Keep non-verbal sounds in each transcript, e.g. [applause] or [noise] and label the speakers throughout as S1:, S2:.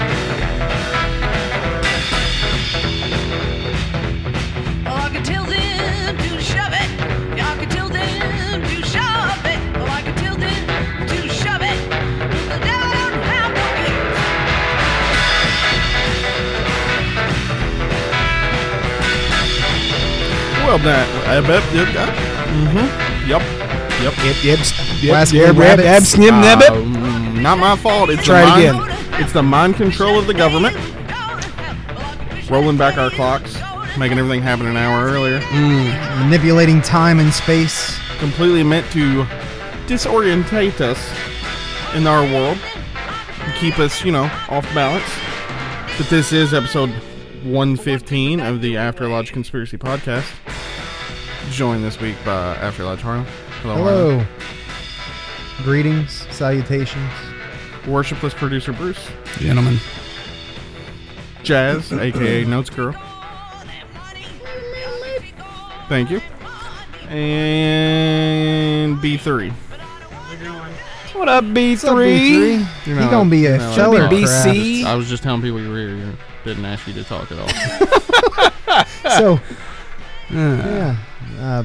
S1: Well, Oh, I could tell them to shove it. Yeah, I could tell them to shove it. Well, I could tell them to shove it. But they don't have no use.
S2: Well, that. Uh, mm-hmm. Yep. Yep.
S3: Last
S2: yep, Ah.
S3: one,
S2: yep,
S3: rabbits.
S2: snip,
S3: Uh,
S2: nabbit. Not my fault. It's
S3: Try it
S2: the
S3: again.
S2: mind, It's the mind control of the government, rolling back our clocks, making everything Mm. happen an hour earlier.
S3: Manipulating time and space.
S2: Completely meant to disorientate us in our world, and keep us, you know, off balance. But this is episode 115 of the After Lodge Conspiracy Podcast. Joined this week by After Lodge Harlem. Harlem.
S3: Hello. Greetings, salutations.
S2: worshipless producer Bruce,
S4: gentlemen.
S2: [clears throat] Jazz, aka Notes Girl. Thank you. And B3. What up, B3?
S3: What's up, B3?
S2: You're
S3: He
S2: not-
S3: gonna be
S2: you're
S3: a
S2: not
S3: feller
S2: allowed to
S3: crab.
S2: talk.
S4: I, was just telling people you were here. You didn't ask you to talk at all. [laughs]
S3: So, yeah, uh,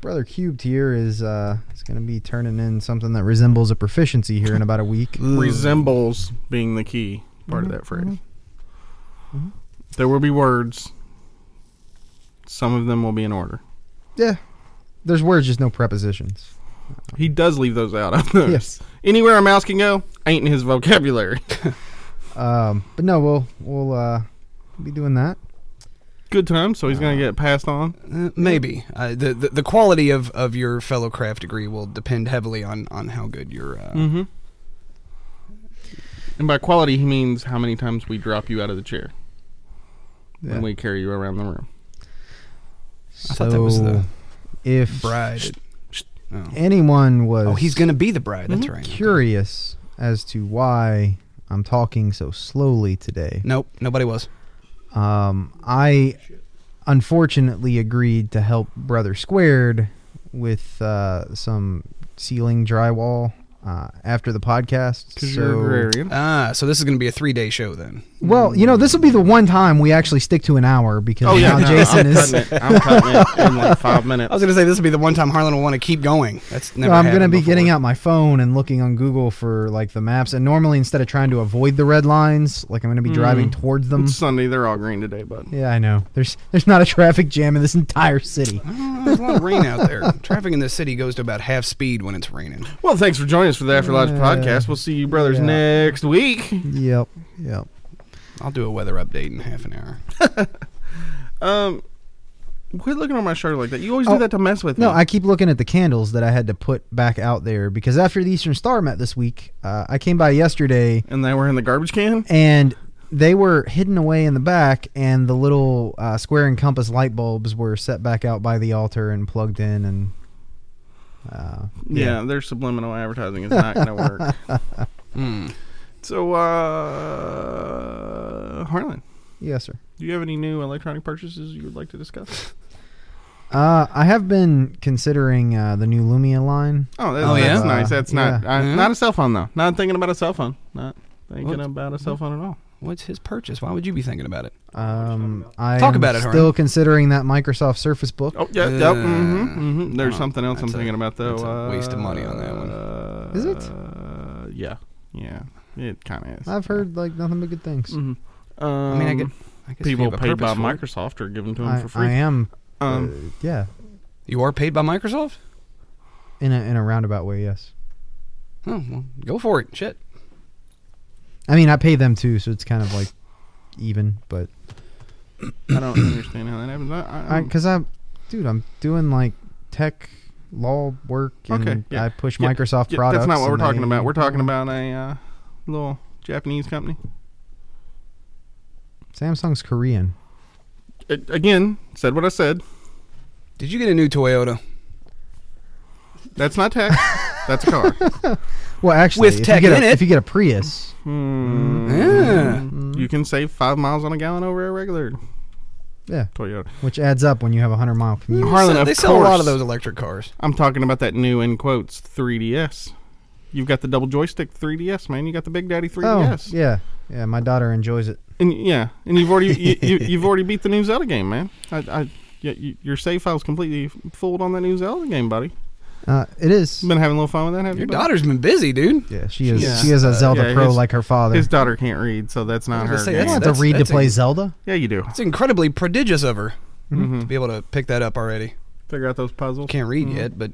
S3: brother Cubed here is uh, is going to be turning in something that resembles a proficiency here in about a
S4: [laughs]
S3: week.
S2: [laughs] Resembles being the key part of that phrase. Mm-hmm. There will be words. Some of them will be in order.
S3: yeah, there's words, just no prepositions.
S2: He does leave those out. [laughs] I've noticed.
S3: Yes.
S2: Anywhere a mouse can go ain't in his [laughs] vocabulary.
S3: Um, but no, we'll we'll uh, be doing that.
S2: Good time, so he's going
S3: Uh-huh.
S2: to get passed on.
S4: Uh, maybe uh, the, the the quality of, of your fellow craft degree will depend heavily on, on how good your uh,
S3: Mm.
S2: Mm-hmm. And by quality, he means how many times we drop you out of the chair
S3: Yeah.
S2: when we carry you around the room.
S4: I thought that was
S3: So,
S4: the
S3: if
S4: bride. Oh.
S3: anyone was
S4: Oh, he's gonna be the bride. That's right.
S3: curious as to why I'm talking so slowly today.
S4: Nope, nobody was.
S3: Um, I unfortunately agreed to help Brother Squared with uh, some ceiling drywall uh, after the podcast.
S2: Because
S3: so-
S2: you're agrarian.
S4: Ah, so this is gonna be a three day show then.
S3: well, you know, this will be the one time we actually stick to an hour because
S2: Oh, yeah.
S3: now
S2: no,
S3: Jason
S2: I'm
S3: is.
S2: Cutting it. I'm cutting it in like five [laughs] minutes.
S4: I was gonna say this will be the one time Harlan will want to keep going. That's never.
S3: So I'm
S4: going to
S3: be getting out my phone and looking on Google for like the maps. And normally, instead of trying to avoid the red lines, like I'm going to be
S2: Mm.
S3: driving towards them.
S2: It's Sunday. They're all green today, bud.
S3: Yeah, I know. There's there's not a traffic jam in this entire city.
S4: Oh, There's a lot of rain out there. [laughs] Traffic in this city goes to about half speed when it's raining.
S2: Well, thanks for joining us for the After Lodge
S3: Yeah.
S2: podcast. We'll see you brothers
S3: Yeah.
S2: next week.
S3: Yep. Yep.
S4: I'll do a weather update in half an hour.
S2: Um, quit looking on my shirt like that. You always do
S3: Oh,
S2: that to mess with
S3: No,
S2: me.
S3: I keep looking at the candles that I had to put back out there because after the Eastern Star met this week, uh, I came by yesterday
S2: and they were in the garbage can.
S3: and they were hidden away in the back, and the little uh, square and compass light bulbs were set back out by the altar and plugged in. And uh,
S2: Yeah, their subliminal advertising is not going to
S3: [laughs]
S2: work.
S4: Hmm.
S2: So, uh, Harlan.
S3: yes, sir.
S2: Do you have any new electronic purchases you would like to discuss?
S3: Uh, I have been considering uh, the new Lumia line.
S2: [laughs] Oh, that's,
S4: Oh,
S2: that's
S3: yeah?
S2: nice. That's not
S3: Yeah.
S2: I,
S4: Yeah.
S2: not a cell phone though. Not thinking about a cell phone. Not thinking
S4: What?
S2: about a cell phone at all.
S4: What's his purchase? Why would you be thinking about it?
S3: Um, I
S4: Talk
S3: am
S4: about it, Harlan.
S3: Still considering that Microsoft Surface Book.
S2: Oh yeah.
S4: Uh,
S2: yep. Mm-hmm, hmm There's
S4: oh,
S2: something else I'm
S4: that's a-
S2: thinking about though.
S4: that's a waste of money on that one.
S2: Uh,
S3: Is it?
S2: Uh, yeah. Yeah, it kind of is.
S3: I've heard like nothing but good things.
S2: Mhm. Um,
S4: I mean, I could. I guess if you
S2: people
S4: have a
S2: paid by
S4: purpose for it-
S2: Microsoft are given to them
S3: I,
S2: for
S3: I
S2: free.
S3: am.
S2: um,
S3: uh, yeah,
S4: You are paid by Microsoft.
S3: in a in a roundabout way, yes.
S4: Oh, well, go for it. Shit.
S3: I mean, I pay them too, so it's kind of like even. But
S2: I don't understand how that happens. I, um, I,
S3: I, because I'm, dude, I'm doing like tech law work, and
S2: Okay, yeah.
S3: I push
S2: Yeah,
S3: Microsoft
S2: yeah,
S3: products.
S2: That's not what
S3: and
S2: we're talking
S3: they-
S2: about. We're talking about a uh, little Japanese company.
S3: Samsung's Korean.
S2: A- again, said what I said.
S4: Did you get a new Toyota
S2: That's not
S3: [laughs]
S2: tech. that's a car.
S3: Well, actually,
S4: With
S3: if you
S4: tech
S3: get a-
S4: in it.
S3: if you get a Prius,
S2: Hmm.
S3: Eh?
S4: Yeah.
S2: You can save five miles on a gallon over a regular
S3: yeah,
S2: Toyota.
S3: which adds up when you have a hundred mile commute.
S2: Harlan,
S4: So
S2: of
S4: they sell a lot
S2: course.
S4: of those electric cars.
S2: I'm talking about that new in quotes 3DS. You've got the double joystick 3DS, man. You got the Big Daddy 3DS.
S3: Oh, yeah, yeah. My daughter enjoys it.
S2: And yeah, and you've already you,
S3: [laughs]
S2: you, you've already beat the new Zelda game, man. I, I yeah, you, your save file's completely fooled on that new Zelda game, buddy.
S3: Uh, it is.
S2: Been having a little fun with that, have
S4: Your
S2: you? buddy?
S4: daughter's been busy, dude.
S3: Yeah, she is.
S2: Yeah.
S3: She is a Zelda
S2: yeah,
S3: pro
S2: his-
S3: like her father.
S2: His daughter can't read, so that's not
S4: was
S2: her.
S4: gonna say,
S2: game.
S3: you don't
S4: that's-
S3: have to read to
S4: that's
S3: play
S4: a-
S3: Zelda.
S2: yeah, you do.
S4: It's incredibly prodigious of her to
S2: Mm-hmm.
S4: be able to pick that up already.
S2: Figure out those puzzles.
S4: Can't read
S2: Mhm.
S4: yet, but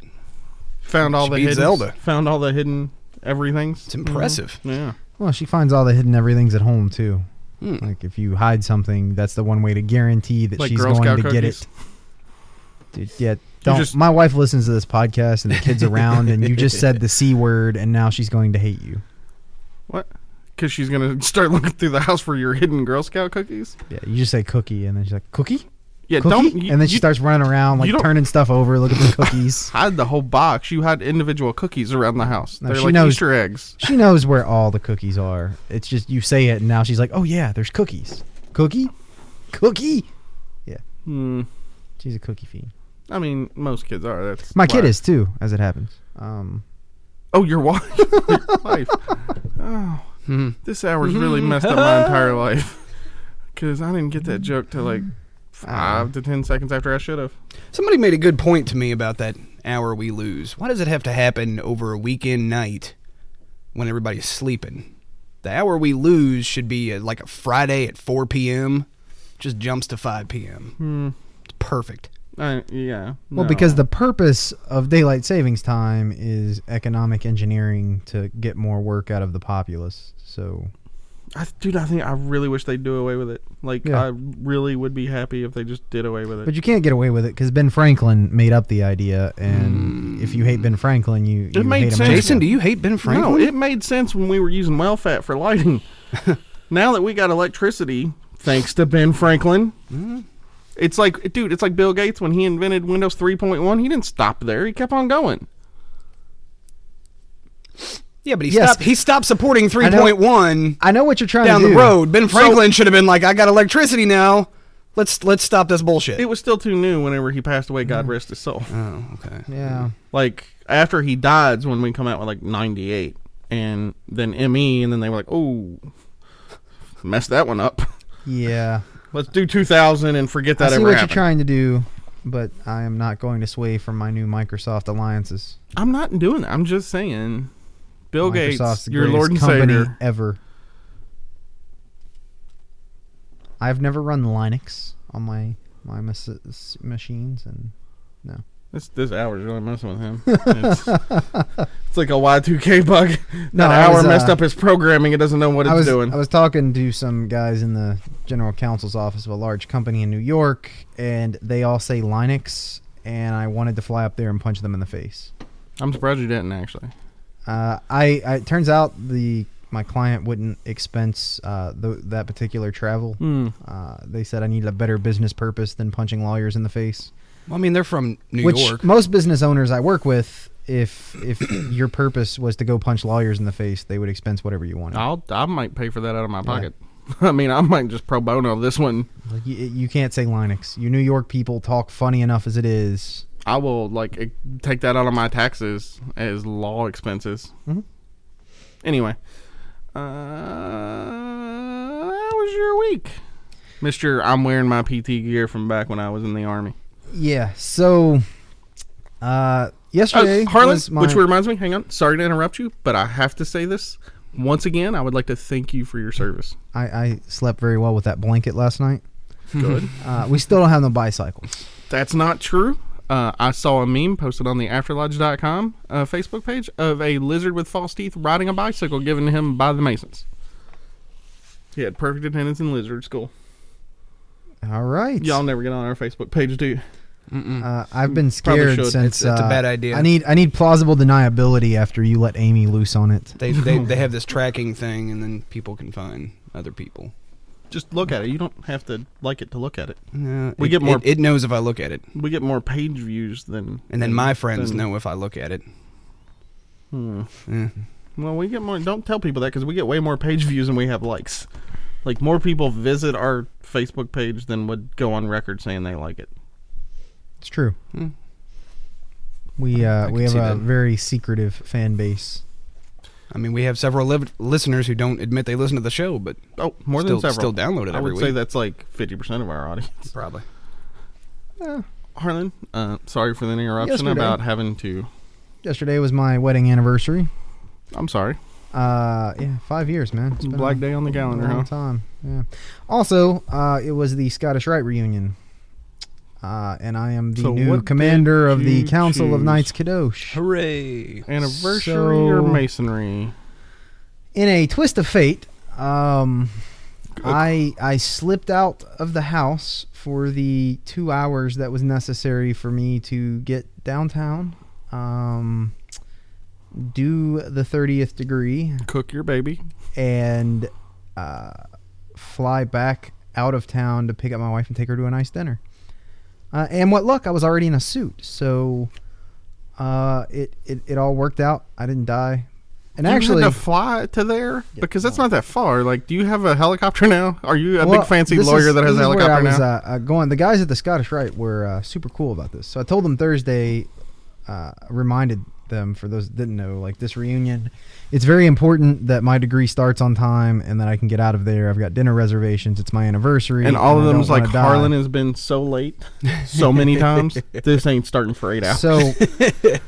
S2: Found all
S4: She
S2: the
S4: beat
S2: hidden
S4: Zelda.
S2: Found all the hidden everything's. Mm-hmm.
S4: it's impressive.
S2: Yeah.
S3: Well, she finds all the hidden everythings at home too.
S4: Hmm.
S3: Like if you hide something, that's the one way to guarantee that
S2: Like
S3: she's
S2: Girl
S3: going
S2: Scout
S3: to get
S2: cookies.
S3: it. Dude, yeah, don't.
S2: just-
S3: my wife listens to this podcast and the
S2: [laughs]
S3: kids around, and you just said the c word, and now she's going to hate you.
S2: What? Because she's gonna [laughs] start looking through the house for your hidden Girl Scout cookies.
S3: Yeah, you just say cookie, and then she's like cookie,
S2: Yeah,
S3: cookie,
S2: don't. You,
S3: and then she
S2: you
S3: starts running around like
S2: you don't-
S3: turning stuff over, looking
S2: [laughs]
S3: for cookies.
S2: hide the whole box. You hide individual cookies around the house.
S3: No,
S2: They're
S3: she
S2: like
S3: knows-
S2: Easter eggs.
S3: she knows where all the cookies are. It's just you say it, and now she's like, oh yeah, there's cookies, cookie, cookie.
S2: Hmm.
S3: She's a cookie fiend.
S2: I mean, most kids are. That's
S3: My kid
S2: why-
S3: is too, as it happens. Um,
S2: Oh, your
S3: [laughs]
S2: wife. Your wife. Oh,
S4: Hmm.
S2: this hour's really
S3: Hmm.
S2: messed up
S3: [laughs]
S2: my entire life. Because I didn't get that joke till like
S3: Ah.
S2: five to ten seconds after I should have.
S4: Somebody made a good point to me about that hour we lose. Why does it have to happen over a weekend night when everybody's sleeping? The hour we lose should be uh like a Friday at 4 p.m. Just jumps to 5 p.m.
S2: Hmm.
S4: It's perfect.
S2: I, yeah. no.
S3: well, because the purpose of daylight savings time is economic engineering to get more work out of the populace. So
S2: I, dude, I think I really wish they'd do away with it. Like,
S3: Yeah.
S2: I really would be happy if they just did away with it.
S3: But you can't get away with it because Ben Franklin made up the idea, and if you hate Ben Franklin, you, you
S2: made
S3: hate
S2: sense.
S3: America.
S4: Hmm. Jason, do you hate Ben Franklin?
S2: No, it made sense when we were using well fat for
S3: [laughs]
S2: lighting. now that we got electricity, thanks to Ben Franklin,
S3: Mm-hmm.
S2: it's like, dude, it's like Bill Gates when he invented Windows 3.1. He didn't stop there; he kept on going.
S4: yeah, but he
S3: Yes.
S4: stopped. He stopped supporting
S3: know.
S4: 3.1
S3: I know what you're trying
S4: down
S3: to
S4: the
S3: do.
S4: road. Ben Franklin should have been like, "I got electricity now. Let's let's stop this bullshit."
S2: It was still too new. Whenever he passed away,
S3: Mm-hmm.
S2: God rest his soul.
S4: oh, okay.
S3: Yeah,
S2: Like after he died, is when we come out with like 98, and then ME, and then they were like, oh, messed that one up. [laughs]
S3: yeah.
S2: Let's do 2000 and forget that
S3: I see
S2: ever
S3: what
S2: happened.
S3: you're trying to do, but I am not going to sway from my new Microsoft alliances.
S2: I'm not doing that. I'm just saying, Bill
S3: Microsoft's
S2: Gates,
S3: the
S2: your
S3: greatest
S2: Lord and
S3: company
S2: Savior.
S3: ever. I've never run Linux on my my mas- s- machines, and
S2: This this hour is really messing with
S3: [laughs]
S2: him. It's, it's like a Y2K bug.
S3: No,
S2: that
S3: I
S2: hour
S3: was,
S2: messed
S3: uh,
S2: up his programming. It doesn't know what it's
S3: I was
S2: doing.
S3: I was talking to some guys in the general counsel's office of a large company in New York, and they all say Linux, and I wanted to fly up there and punch them in the face.
S2: I'm surprised you didn't actually.
S3: Uh, I, I it turns out the my client wouldn't expense uh, tho- that particular travel.
S2: Hmm.
S3: Uh, they said I needed a better business purpose than punching lawyers in the face.
S4: Well, I mean, they're from New
S3: which
S4: York.
S3: most business owners I work with, if if your purpose was to go punch lawyers in the face, they would expense whatever you wanted.
S2: I'll I might pay for that out of my pocket. [laughs] I mean, I might just pro bono this one.
S3: Like, you, you can't say Linux. You New York people talk funny enough as it is.
S2: I will like e- take that out of my taxes as law expenses.
S3: Mhm.
S2: Anyway, uh, how was your week, Mister? I'm wearing my PT gear from back when I was in the army. Uh,
S3: Yeah. So, uh,
S2: Oh,
S3: yesterday
S2: Uh, Harlan,
S3: was my-
S2: which reminds me, hang on, sorry to interrupt you, but I have to say this. once again, I would like to thank you for your service.
S3: I, I slept very well with that blanket last night.
S2: Good.
S3: Uh, we still don't have no bicycles.
S2: That's not true. Uh, I saw a meme posted on the afterlodge.com uh, Facebook page of a lizard with false teeth riding a bicycle given to him by the Masons. He had perfect attendance in lizard school.
S3: All right.
S2: Y'all never get on our Facebook page, do you?
S3: Uh, I've been
S2: Probably
S3: scared
S2: should. It's-
S3: since
S4: it's a
S3: uh,
S4: bad idea.
S3: I need I need plausible deniability after you let Amy loose on it.
S4: They, [laughs] they they have this tracking thing, and then people can find other people.
S2: Just look at it. You don't have to like it to look at it.
S4: No,
S2: We
S4: it-
S2: get more-
S4: It, it knows if I look at it,
S2: We get more page views than.
S4: and then my friends
S2: than-
S4: know if I look at it.
S2: Hmm.
S4: Eh.
S2: Well, we get more. Don't tell people that because we get way more page views than we have likes. Like more people visit our Facebook page than would go on record saying they like it.
S3: It's true.
S4: Hmm.
S3: We uh,
S4: I
S3: we
S4: can
S3: have a
S4: see that.
S3: very secretive fan base.
S4: I mean, we have several liv- listeners who don't admit they listen to the show, but
S2: Oh, more
S4: still,
S2: than several.
S4: still download it
S2: I
S4: every
S2: would
S4: week.
S2: say that's like fifty percent of our audience. [laughs]
S4: Probably.
S2: Harlan, uh, sorry for the interruption
S3: Yesterday.
S2: about having to.
S3: Yesterday was my wedding anniversary.
S2: I'm sorry.
S3: Uh, yeah, five years, man. It's been
S2: Black
S3: a-
S2: day on the calendar,
S3: a long
S2: huh?
S3: time. Yeah. Also, uh, it was the Scottish Rite reunion. Uh, and I am the
S2: So what
S3: new
S2: did
S3: commander of the
S2: you
S3: Council of
S2: choose?
S3: Knights Kadosh.
S4: Hooray!
S2: Anniversary
S3: So-
S2: or masonry?
S3: in a twist of fate, um, I I slipped out of the house for the two hours that was necessary for me to get downtown, um, do the thirtieth degree,
S2: Cook your baby.
S3: and uh, fly back out of town to pick up my wife and take her to a nice dinner. Uh, and what luck, I was already in a suit, so uh, it, it it all worked out. I didn't die. And
S2: You had
S3: actually,
S2: to fly to there because that's not that far. Like, do you have a helicopter now? Are you a
S3: Well,
S2: big fancy
S3: this
S2: lawyer
S3: is-
S2: that has a
S3: this is where
S2: helicopter
S3: I was,
S2: now?
S3: uh, uh, going. The guys at the Scottish Rite were uh, super cool about this. So I told them Thursday, uh, reminded them for those that didn't know, like this reunion, it's very important that my degree starts on time and that I can get out of there. I've got dinner reservations. It's my anniversary,
S2: and all of
S3: I
S2: them's
S3: don't
S2: like
S3: wanna die.
S2: Harlan has been so late, so
S3: [laughs]
S2: many times. this ain't starting for eight hours.
S3: So,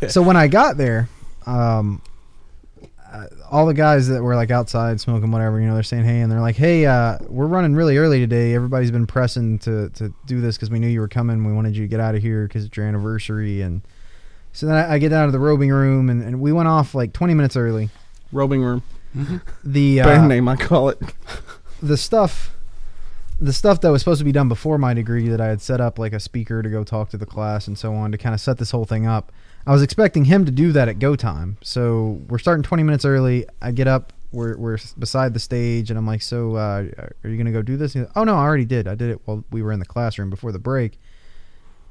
S3: so when I got there, um, uh, all the guys that were like outside smoking whatever, you know, they're saying hey, and they're like, hey, uh, we're running really early today. Everybody's been pressing to to do this because we knew you were coming. We wanted you to get out of here because it's your anniversary. And so then I, I get out of the robing room, and, and we went off like 20 minutes early.
S2: Robing room,
S3: The uh,
S2: band name I call it.
S3: the stuff the stuff that was supposed to be done before my degree that I had set up like a speaker to go talk to the class and so on to kind of set this whole thing up. I was expecting him to do that at go time. So we're starting 20 minutes early. I get up, we're, we're s- beside the stage and I'm like, so uh, are you going to go do this? He goes, oh no, I already did. I did it while we were in the classroom before the break.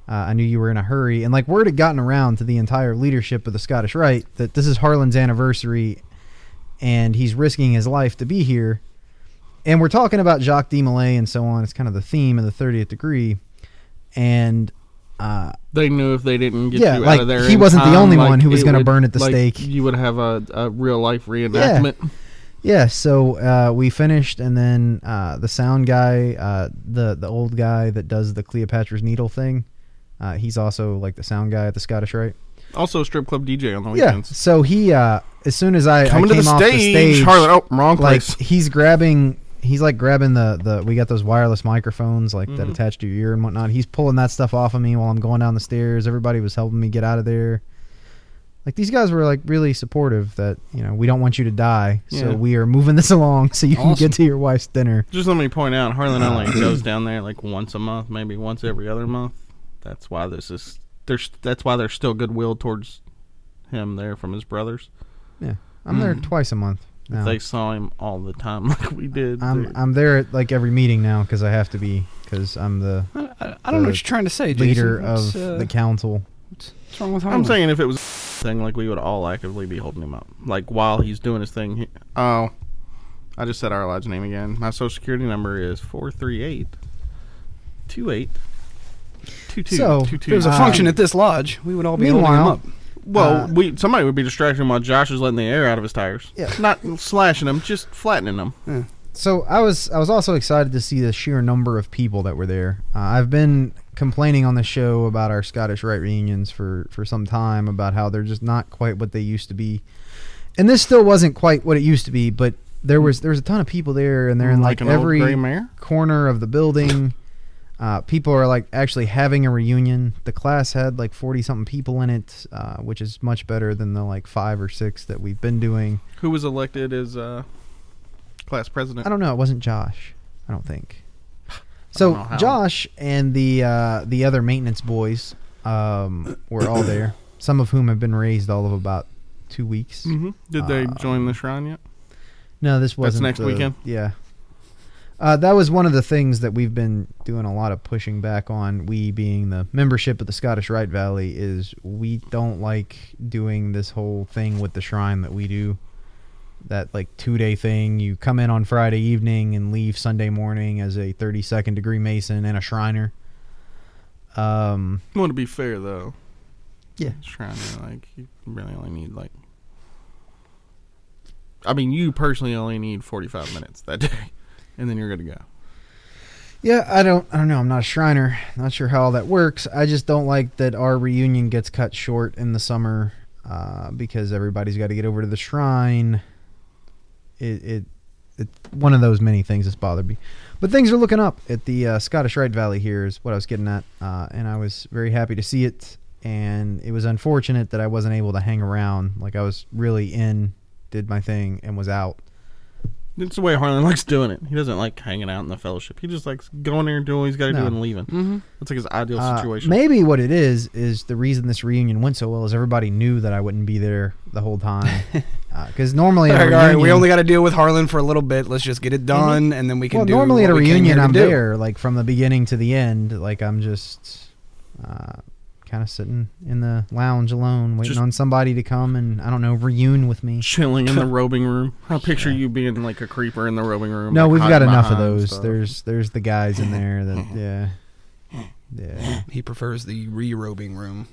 S3: Uh, I knew you were in a hurry. And like word had gotten around to the entire leadership of the Scottish Rite that this is Harlan's anniversary and he's risking his life to be here and we're talking about Jacques Desmoulins and so on. It's kind of the theme of the 30th degree. And uh,
S2: They knew if they didn't get
S3: Yeah,
S2: you
S3: like,
S2: out of there,
S3: he
S2: in
S3: wasn't the
S2: time,
S3: only
S2: like,
S3: one who was
S2: it
S3: gonna
S2: would-
S3: burn at the
S2: like,
S3: stake.
S2: You would have a, a real life reenactment.
S3: yeah, so uh, we finished, and then uh, the sound guy, uh, the the old guy that does the Cleopatra's Needle thing, uh, he's also like the sound guy at the Scottish Rite.
S2: Also, a strip club DJ on the
S3: Yeah.
S2: weekends.
S3: So he, uh, as soon as I, I came
S2: Coming to the
S3: off
S2: stage,
S3: the stage,
S2: Harlan. Oh, wrong
S3: like
S2: place.
S3: he's grabbing he's like grabbing the the we got those wireless microphones like
S4: Mm-hmm.
S3: that attach to your ear and whatnot he's pulling that stuff off of me while i'm going down the stairs everybody was helping me get out of there like these guys were like really supportive that you know we don't want you to die so
S2: Yeah.
S3: we are moving [laughs] this along so you can
S4: Awesome.
S3: get to your wife's dinner
S2: Just let me point out, Harlan
S3: Uh,
S2: only
S3: [clears throat]
S2: goes down there like once a month, maybe once every other month. That's why this is there's. That's why there's still goodwill towards him there from his brothers.
S3: i'm there
S4: Mm.
S3: twice a month now
S2: They saw him all the time, [laughs] like we did.
S3: i'm i'm there at like every meeting now because i have to be because i'm the
S4: I, I, I don't know
S3: The
S4: what you're trying to say, Jason.
S3: leader
S4: What's,
S3: of
S4: uh,
S3: the council
S4: what's wrong with
S2: I'm
S3: Hmm.
S4: Harlan?
S2: saying if it was a [laughs] thing, like we would all actively be holding him up, like while he's doing his thing. He, oh, I just said our lodge name again. My social security number is four three eight two eight two two
S3: So,
S2: two
S4: If there
S2: two.
S4: was a
S3: Uh,
S4: function at this lodge, we would all be holding him
S3: meanwhile-
S4: up.
S2: Well,
S3: Uh,
S2: we somebody would be distracting while Josh is letting the air out of his tires.
S3: Yeah.
S2: not slashing them, just flattening them.
S3: so I was I was also excited to see the sheer number of people that were there. Uh, I've been complaining on the show about our Scottish Rite reunions for for some time about how they're just not quite what they used to be. and this still wasn't quite what it used to be, but there was there was a ton of people there, and they're in like,
S2: Like an old
S3: every
S2: gray mare?
S3: corner of the building. Uh, people are like actually having a reunion. The class had like forty something people in it, uh, which is much better than the like five or six that we've been doing.
S2: Who was elected as uh, class president?
S3: I don't know. It wasn't Josh. I don't
S2: [sighs]
S3: think.
S2: don't
S3: So
S2: know how.
S3: Josh and the uh, the other maintenance boys um, were all there. Some of whom have been raised all of about two weeks.
S2: hmm Did they
S3: Uh,
S2: join the shrine yet?
S3: No, this wasn't.
S2: next
S3: the-
S2: weekend?
S3: Yeah. Uh, that was one of the things that we've been doing a lot of pushing back on. We being the membership of the Scottish Rite Valley is we don't like doing this whole thing with the shrine that we do. That like two day thing. You come in on Friday evening and leave Sunday morning as a thirty second degree Mason and a Shriner. Um,
S2: I want to be fair though.
S3: Yeah.
S2: Shrine, like you really only need like. I mean, you personally only need forty-five minutes that day, [laughs] and then you're good to go.
S3: Yeah, I don't I don't know. I'm not a Shriner. Not sure how all that works. I just don't like that our reunion gets cut short in the summer uh, because everybody's got to get over to the shrine. It it it's one of those many things that's bothered me. But things are looking up at the uh, Scottish Rite Valley here is what I was getting at, uh, and I was very happy to see it. And it was unfortunate that I wasn't able to hang around. Like I was really in, did my thing, and was out.
S2: It's the way Harlan likes doing it. He doesn't like hanging out in the fellowship. He just likes going there and doing what he's got to
S3: No.
S2: do and leaving. Mm-hmm. That's like his ideal
S3: Uh,
S2: situation.
S3: maybe what it is is the reason this reunion went so well is everybody knew that I wouldn't be there the whole time. Because normally, at a
S4: Like, all right, we
S3: reunion- Mm-hmm.
S4: only got to deal with Harlan for a little bit. Let's just get it done, and then we can
S3: well,
S4: do.
S3: normally
S4: what
S3: at a
S4: we came here
S3: reunion,
S4: to
S3: I'm
S4: do.
S3: there like from the beginning to the end. Like I'm just uh, kind of sitting in the lounge alone, waiting
S2: Just-
S3: on somebody to come and I don't know reune with me.
S2: Chilling
S3: [laughs]
S2: in the robing room. I picture you being like a creeper in the robing room.
S3: No,
S2: like,
S3: we've
S2: hiding
S3: got enough of
S2: behind
S3: those.
S2: stuff.
S3: There's there's the guys in there
S4: [laughs]
S3: that yeah. Yeah,
S4: He prefers the re-robing
S3: [laughs]
S4: room.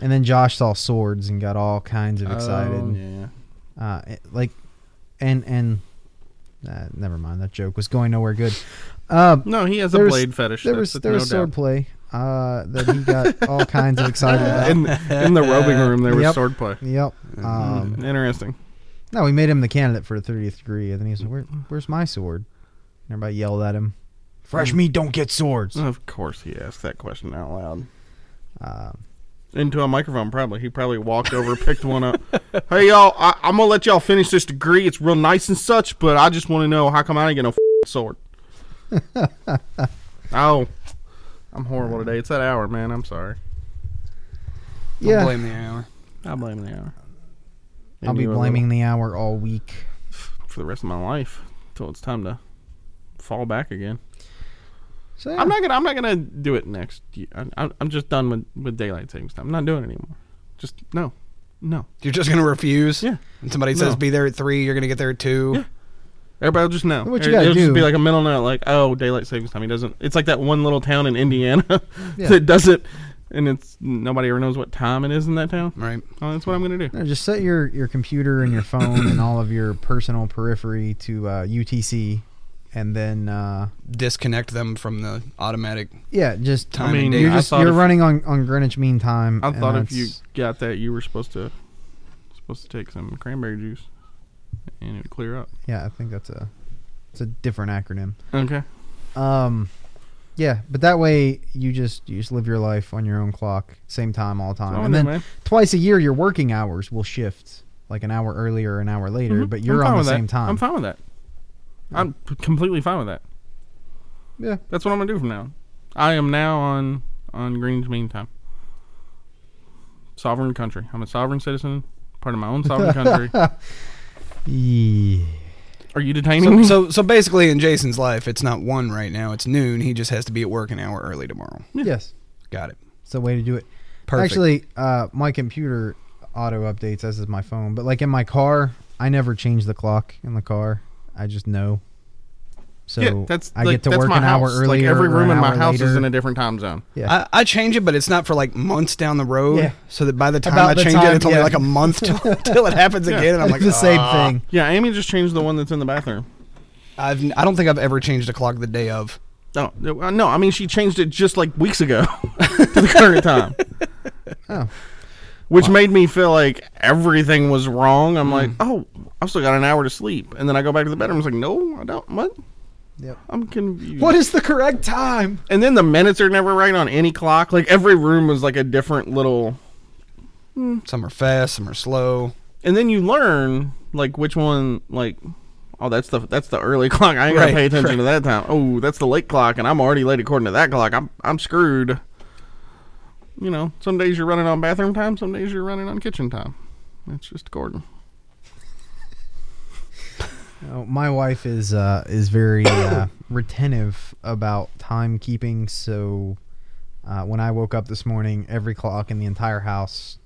S3: and then Josh saw swords and got all kinds of
S2: Oh,
S3: excited.
S2: yeah.
S3: uh, it- like, and and uh, never mind that joke was going nowhere good. Uh,
S2: No, he has a
S3: There was-
S2: blade fetish.
S3: there was
S2: that's-
S3: there
S2: no
S3: was
S2: doubt.
S3: swordplay uh, that he got all kinds of excited about.
S2: in, Mm-hmm. in the
S3: [laughs]
S2: robing room, there was
S3: Yep.
S2: swordplay.
S3: yep. Um,
S2: Interesting.
S3: no, we made him the candidate for the thirtieth degree, and then he was like, Where, "Where's my sword?" And everybody yelled at him,
S2: Mm.
S3: "Fresh meat don't get swords."
S2: Of course, he asked that question out loud
S3: Um,
S2: into a microphone. Probably he probably walked over, picked one up. [laughs] Hey y'all, I, I'm gonna let y'all finish this degree. It's real nice and such, but I just want to know how come I ain't getting no f- sword. oh, I'm horrible today. It's that hour, man. I'm sorry.
S4: Don't
S3: yeah,
S4: blame the hour.
S2: I blame the hour.
S3: I'll
S2: And
S3: be
S2: you a
S3: blaming the hour all week.
S2: little- for the rest of my life until it's time to fall back again.
S3: So, yeah.
S2: I'm not gonna. I'm not gonna do it next. Year. I, I'm- I'm just done with with daylight savings time. I'm not doing it anymore. Just no, no.
S4: You're just gonna refuse.
S2: Yeah.
S4: When somebody says
S2: No.
S4: be there at three, you're gonna get there at two.
S2: Yeah. Everybody will just know.
S3: What you
S2: It-
S3: gotta
S2: It'll
S3: do-
S2: just be like a mental note, like, oh, daylight savings time. He doesn't. It's like that one little town in Indiana [laughs]
S3: Yeah.
S2: that does it, and it's nobody ever knows what time it is in that town.
S4: Right.
S2: Oh, that's what I'm gonna do.
S3: No, just set your, your computer and your phone and all of your personal periphery to uh, UTC, and then uh,
S4: Disconnect them from the automatic.
S3: yeah, just
S4: Time
S2: I
S4: and
S2: mean,
S4: date.
S3: You're
S2: I
S3: just
S2: thought
S3: you're
S2: if-
S3: running on, on Greenwich Mean Time.
S2: I
S3: and
S2: thought if
S3: that's-
S2: you got that, you were supposed to supposed to take some cranberry juice, and it would clear up.
S3: yeah, I think that's a it's a different acronym.
S2: Okay.
S3: Um, yeah, but that way you just you just live your life on your own clock, same time all time,
S2: Oh,
S3: and
S2: no,
S3: then
S2: man.
S3: twice a year your working hours will shift like an hour earlier, an hour later,
S2: Mhm.
S3: but
S2: I'm
S3: you're
S2: fine
S3: on the
S2: with that.
S3: same time.
S2: I'm fine with that. I'm p- completely fine with that.
S3: Yeah,
S2: That's what I'm gonna do from now. on. I am now on on Green's Mean Time. Sovereign country. I'm a sovereign citizen, part of my own sovereign
S3: [laughs]
S2: country.
S3: yeah.
S2: Are you detaining
S4: So,
S2: me?
S4: so so basically, in Jason's life, it's not one right now. It's noon. He just has to be at work an hour early tomorrow.
S3: yes,
S4: Got it.
S3: it's a way to do it.
S4: Perfect.
S3: Actually, uh, my computer auto updates as is my phone, but like in my car, I never change the clock in the car. I just know. So
S2: yeah, that's
S3: I
S2: like,
S3: get to
S2: that's
S3: work
S2: my
S3: an hour
S2: house.
S3: earlier.
S2: Like every
S3: or an
S2: room in my
S3: hour
S2: house is
S3: later. [laughs]
S2: in a different time zone.
S3: yeah.
S4: [laughs] I, I change it, but it's not for like months down the road.
S3: Yeah.
S4: So that by the time
S3: About
S4: I
S3: the
S4: change
S3: time,
S4: it, it's only
S3: yeah.
S4: like a month till, till it happens
S2: Yeah.
S4: again. And I'm like,
S3: the same
S4: "Ah."
S3: thing.
S2: Yeah, Amy just changed the one that's in the bathroom.
S4: I've n- I don't think I've ever changed a clock the day of.
S2: No, uh, no. [laughs]
S4: [laughs]
S2: I mean, she changed it just like weeks ago to the current time.
S3: Oh.
S2: which made me feel like everything was wrong.
S4: Mm.
S2: I'm like, oh, I've still got an hour to sleep, and then I go back to the bedroom. It's like, no, I don't. What?
S3: Yep.
S2: I'm confused.
S4: What is the correct time?
S2: And then the minutes are never right on any clock. Like every room was like a different little.
S4: Some are fast, some are slow.
S2: And then you learn like which one like. Oh, that's the that's the early [laughs] clock. I ain't gonna
S4: Right,
S2: pay attention to
S4: right.
S2: that time. Oh, that's the late clock, and I'm already late according to that clock. I'm I'm screwed. You know, some days you're running on bathroom time, some days you're running on kitchen time. It's just Gordon.
S3: Oh, my wife is uh, is very
S2: [coughs]
S3: uh, retentive about timekeeping. So uh, when I woke up this morning, every clock in the entire house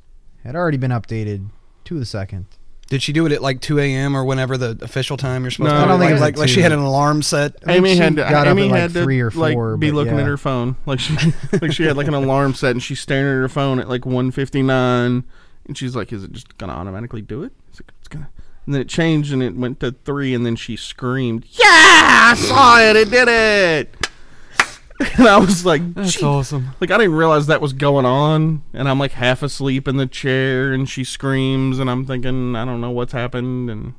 S3: had already been updated to the second.
S4: Did she do it at like 2 a.m. or whenever the official time you're supposed
S2: No,
S4: to?
S2: I don't
S4: like,
S2: think it was
S4: like,
S3: at
S4: like she
S3: 2.
S4: had an alarm set.
S3: think
S2: Amy
S3: she
S2: had to,
S3: got up
S2: Amy
S3: at, like,
S2: had to
S3: three or four,
S2: like, be
S3: but
S2: looking
S3: yeah.
S2: at her phone, like she [laughs] like she had like an alarm set, and she's staring at her phone at like one fifty nine, and she's like, "Is it just gonna automatically do it? It's, like, it's gonna." And then it changed, and it went to three, and then she screamed, "Yeah, I saw it! It did it!" [laughs] And I was like, "Gee."
S4: awesome.
S2: like I didn't realize that was going on, and I'm like half asleep in the chair, and she screams, and I'm thinking, I don't know what's happened, and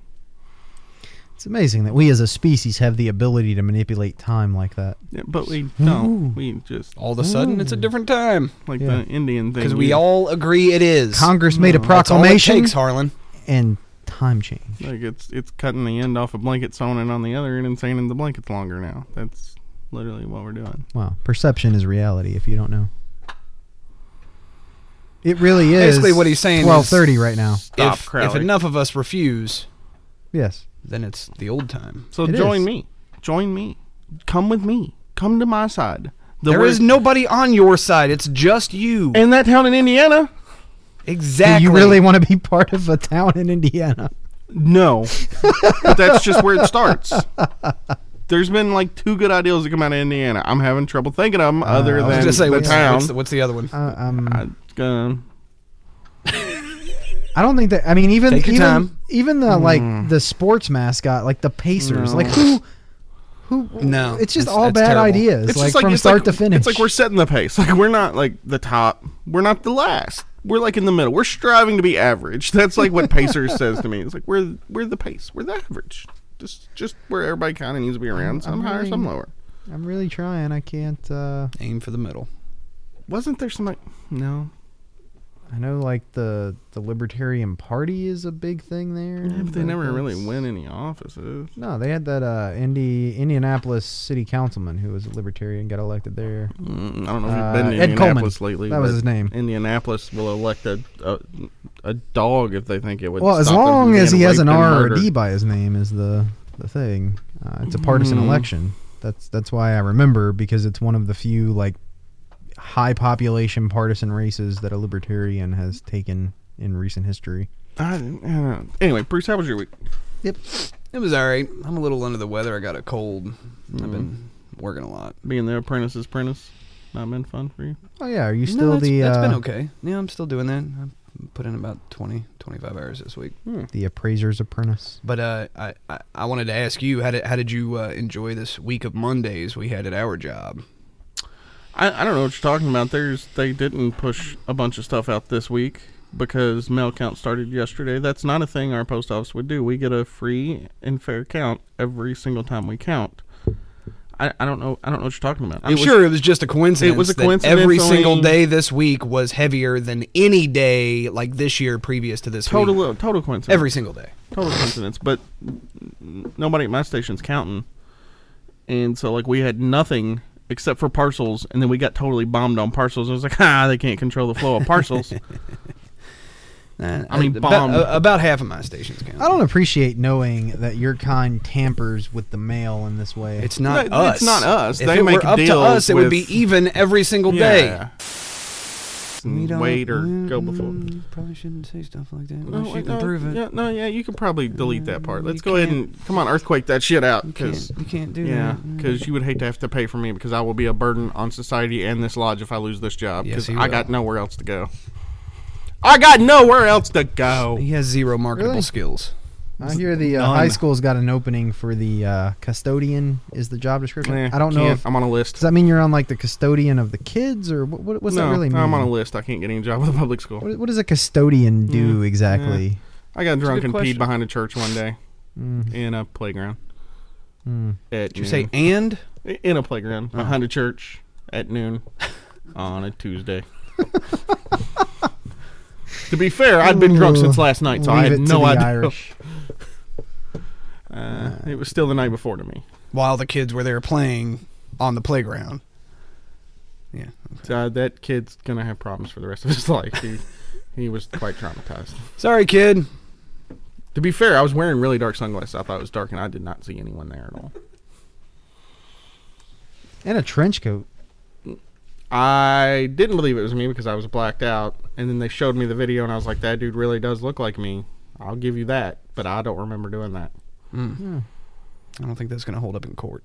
S3: It's amazing that we as a species have the ability to manipulate time like that.
S2: yeah, but we don't, we just
S4: All of a sudden, it's a different time
S2: like
S3: Yeah.
S2: the Indian thing
S4: because we
S2: you-
S4: all agree it is.
S3: Congress made a
S4: That's all it
S3: proclamation
S4: takes, Harlan.
S3: and time change.
S2: Like it's it's cutting the end off a blanket, sewing it on the other end, and saying the blanket's longer now. That's literally what we're doing.
S3: Wow, perception is reality. If you don't know, it really is.
S4: Basically, what he's saying is-
S3: Twelve thirty right now.
S2: Stop,
S4: if, if
S2: Crowley.
S4: enough of us refuse,
S3: Yes.
S4: then it's the old time.
S2: So
S3: It
S2: join
S3: is.
S2: me, join me, come with me, come to my side. The
S4: there
S2: word-
S4: is nobody on your side. It's just you.
S2: in that town in Indiana.
S4: exactly.
S3: Do you really want to be part of a town in Indiana?
S2: No, but that's just where it starts. There's been like two good ideas that come out of Indiana. I'm having trouble thinking of them, other
S4: Uh, I was
S2: than
S4: gonna say
S2: the
S4: what's,
S2: town.
S4: What's the, what's the other one?
S3: Uh, um,
S2: I, um,
S3: I don't think that. I mean, even
S4: Take your
S3: even
S4: time. Mm.
S3: even the like the sports mascot, like the Pacers, like who, who?
S4: No,
S3: it's just
S4: that's-
S3: all
S4: that's
S3: bad
S4: terrible.
S3: ideas.
S2: it's
S3: like,
S2: just like
S3: from
S2: it's
S3: start
S2: like-
S3: to finish.
S2: It's like we're setting the pace. [laughs] Like we're not like the top. We're not the last. We're like in the middle. We're striving to be average. [laughs] That's like what
S3: [laughs]
S2: Pacers says to me. It's like we're we're the pace. We're the average. Just just where everybody kind of needs to be around. Some
S3: I'm
S2: higher,
S3: really-
S2: some lower.
S3: I'm really trying. I can't. uh
S4: Aim for the middle.
S2: Wasn't there some like no?
S3: I know, like the the Libertarian Party is a big thing there.
S2: Yeah, but they
S3: but
S2: never really
S3: that's-
S2: win any offices.
S3: No, they had that uh, Indy Indianapolis city councilman who was a libertarian, got elected there.
S2: Mm, I don't know if you've
S3: Uh,
S2: been to
S3: Ed Coleman.
S2: Indianapolis lately.
S3: That was
S2: but
S3: his name.
S2: Indianapolis will elect a, a a dog if they think it would.
S3: Well, as
S2: stop them from
S3: long as
S2: being
S3: he has an
S2: raped and
S3: R or a
S2: murdered.
S3: D by his name is the the thing. Uh, it's a partisan
S2: Mm.
S3: election. That's that's why I remember because it's one of the few like high population partisan races that a libertarian has taken in recent history.
S2: I didn't- I don't know. Anyway, Bruce, how was your week?
S4: It was all right. I'm a little under the weather. I got a cold. I've been working a lot.
S2: being the apprentice's apprentice not been fun for you
S3: Oh yeah, are you
S4: no,
S3: still
S4: that's,
S3: the
S4: that's
S3: uh,
S4: been okay. Yeah, I'm still doing that. I put in about 20, 25 hours this week.
S3: the appraiser's apprentice?
S4: But uh, I, I, I wanted to ask you how did how did you uh, enjoy this week of Mondays we had at our job?
S2: I, I don't know what you're talking about there's they didn't push a bunch of stuff out this week because mail count started yesterday that's not a thing our post office would do we get a free and fair count every single time we count i, I don't know i don't know what you're talking about
S4: I'm
S2: It was-
S4: sure it was just a coincidence.
S2: was a
S4: that
S2: coincidence
S4: every
S2: only-
S4: single day this week was heavier than any day like this year previous to this week.
S2: total total coincidence
S4: Every single day.
S2: total coincidence, but n- nobody at my station's counting. And so, like, we had nothing except for parcels, and then we got totally bombed on parcels. I was like, [laughs] ah, they can't control the flow of [laughs] parcels. I mean,
S4: about,
S2: bombed.
S4: uh, about half of my stations count.
S3: I don't appreciate knowing that your kind tampers with the mail in this way.
S4: It's not
S2: No,
S4: us.
S2: it's not us.
S4: If
S2: They
S4: it
S2: make
S4: were up to
S2: deals
S4: us, it would be
S2: with-
S4: even every single day.
S2: yeah.
S4: We don't-
S2: Wait or
S4: Mm,
S2: go before.
S4: Probably shouldn't say stuff like that
S2: No,
S4: unless you
S2: wait,
S4: can
S2: no,
S4: prove it.
S2: Oh, uh, Yeah, no, yeah, you could probably delete that part.
S4: You
S2: Let's go ahead
S4: can't.
S2: and come on, earthquake that shit out,
S4: You can't,
S2: because
S4: you can't do
S2: yeah,
S4: that.
S3: Mm-hmm.
S4: Mm.
S2: because you would hate to have to pay for me because I will be a burden on society and this lodge if I lose this job
S4: Yes,
S2: because
S4: you
S2: I
S4: will.
S2: got nowhere else to go. I got nowhere else to go.
S4: He has zero marketable
S3: Really?
S4: skills.
S3: I hear the uh,
S2: None.
S3: high school's got an opening for the uh, custodian. Is the job description?
S2: Nah,
S3: I don't know.
S2: can't.
S3: If,
S2: I'm on a
S3: does
S2: list.
S3: that mean you're on like the custodian of the kids, or what, what, what's
S2: no,
S3: that really mean?
S2: I'm on a list. I can't get any job with a public school.
S3: what, what does a custodian do
S2: Yeah,
S3: exactly?
S2: I got drunk
S4: good
S2: and
S4: question.
S2: peed behind a church one day
S3: Mm,
S2: in a playground.
S3: mm.
S2: At
S4: Did you
S2: noon.
S4: say and?
S2: in a playground
S3: Uh-huh.
S2: behind a church at
S3: [laughs]
S2: noon on a Tuesday. [laughs] to be fair, I'd been drunk
S3: Ooh,
S2: since last night, so I
S3: leave
S2: had
S3: it
S2: no
S3: to the
S2: idea.
S3: Irish.
S2: [laughs] Uh, it was still the night before to me.
S4: While the kids were there playing on the playground. Yeah.
S2: So uh, that kid's gonna have problems for the rest of his [laughs] life. He, he was quite traumatized.
S4: Sorry, kid.
S2: To be fair, I was wearing really dark sunglasses. I thought it was dark, and I did not see anyone there at all.
S3: And a trench coat.
S2: I didn't believe it was me because I was blacked out, and then they showed me the video, and I was like, "That dude really does look like me." I'll give you that, but I don't remember doing that.
S4: I don't think that's going to hold up in court.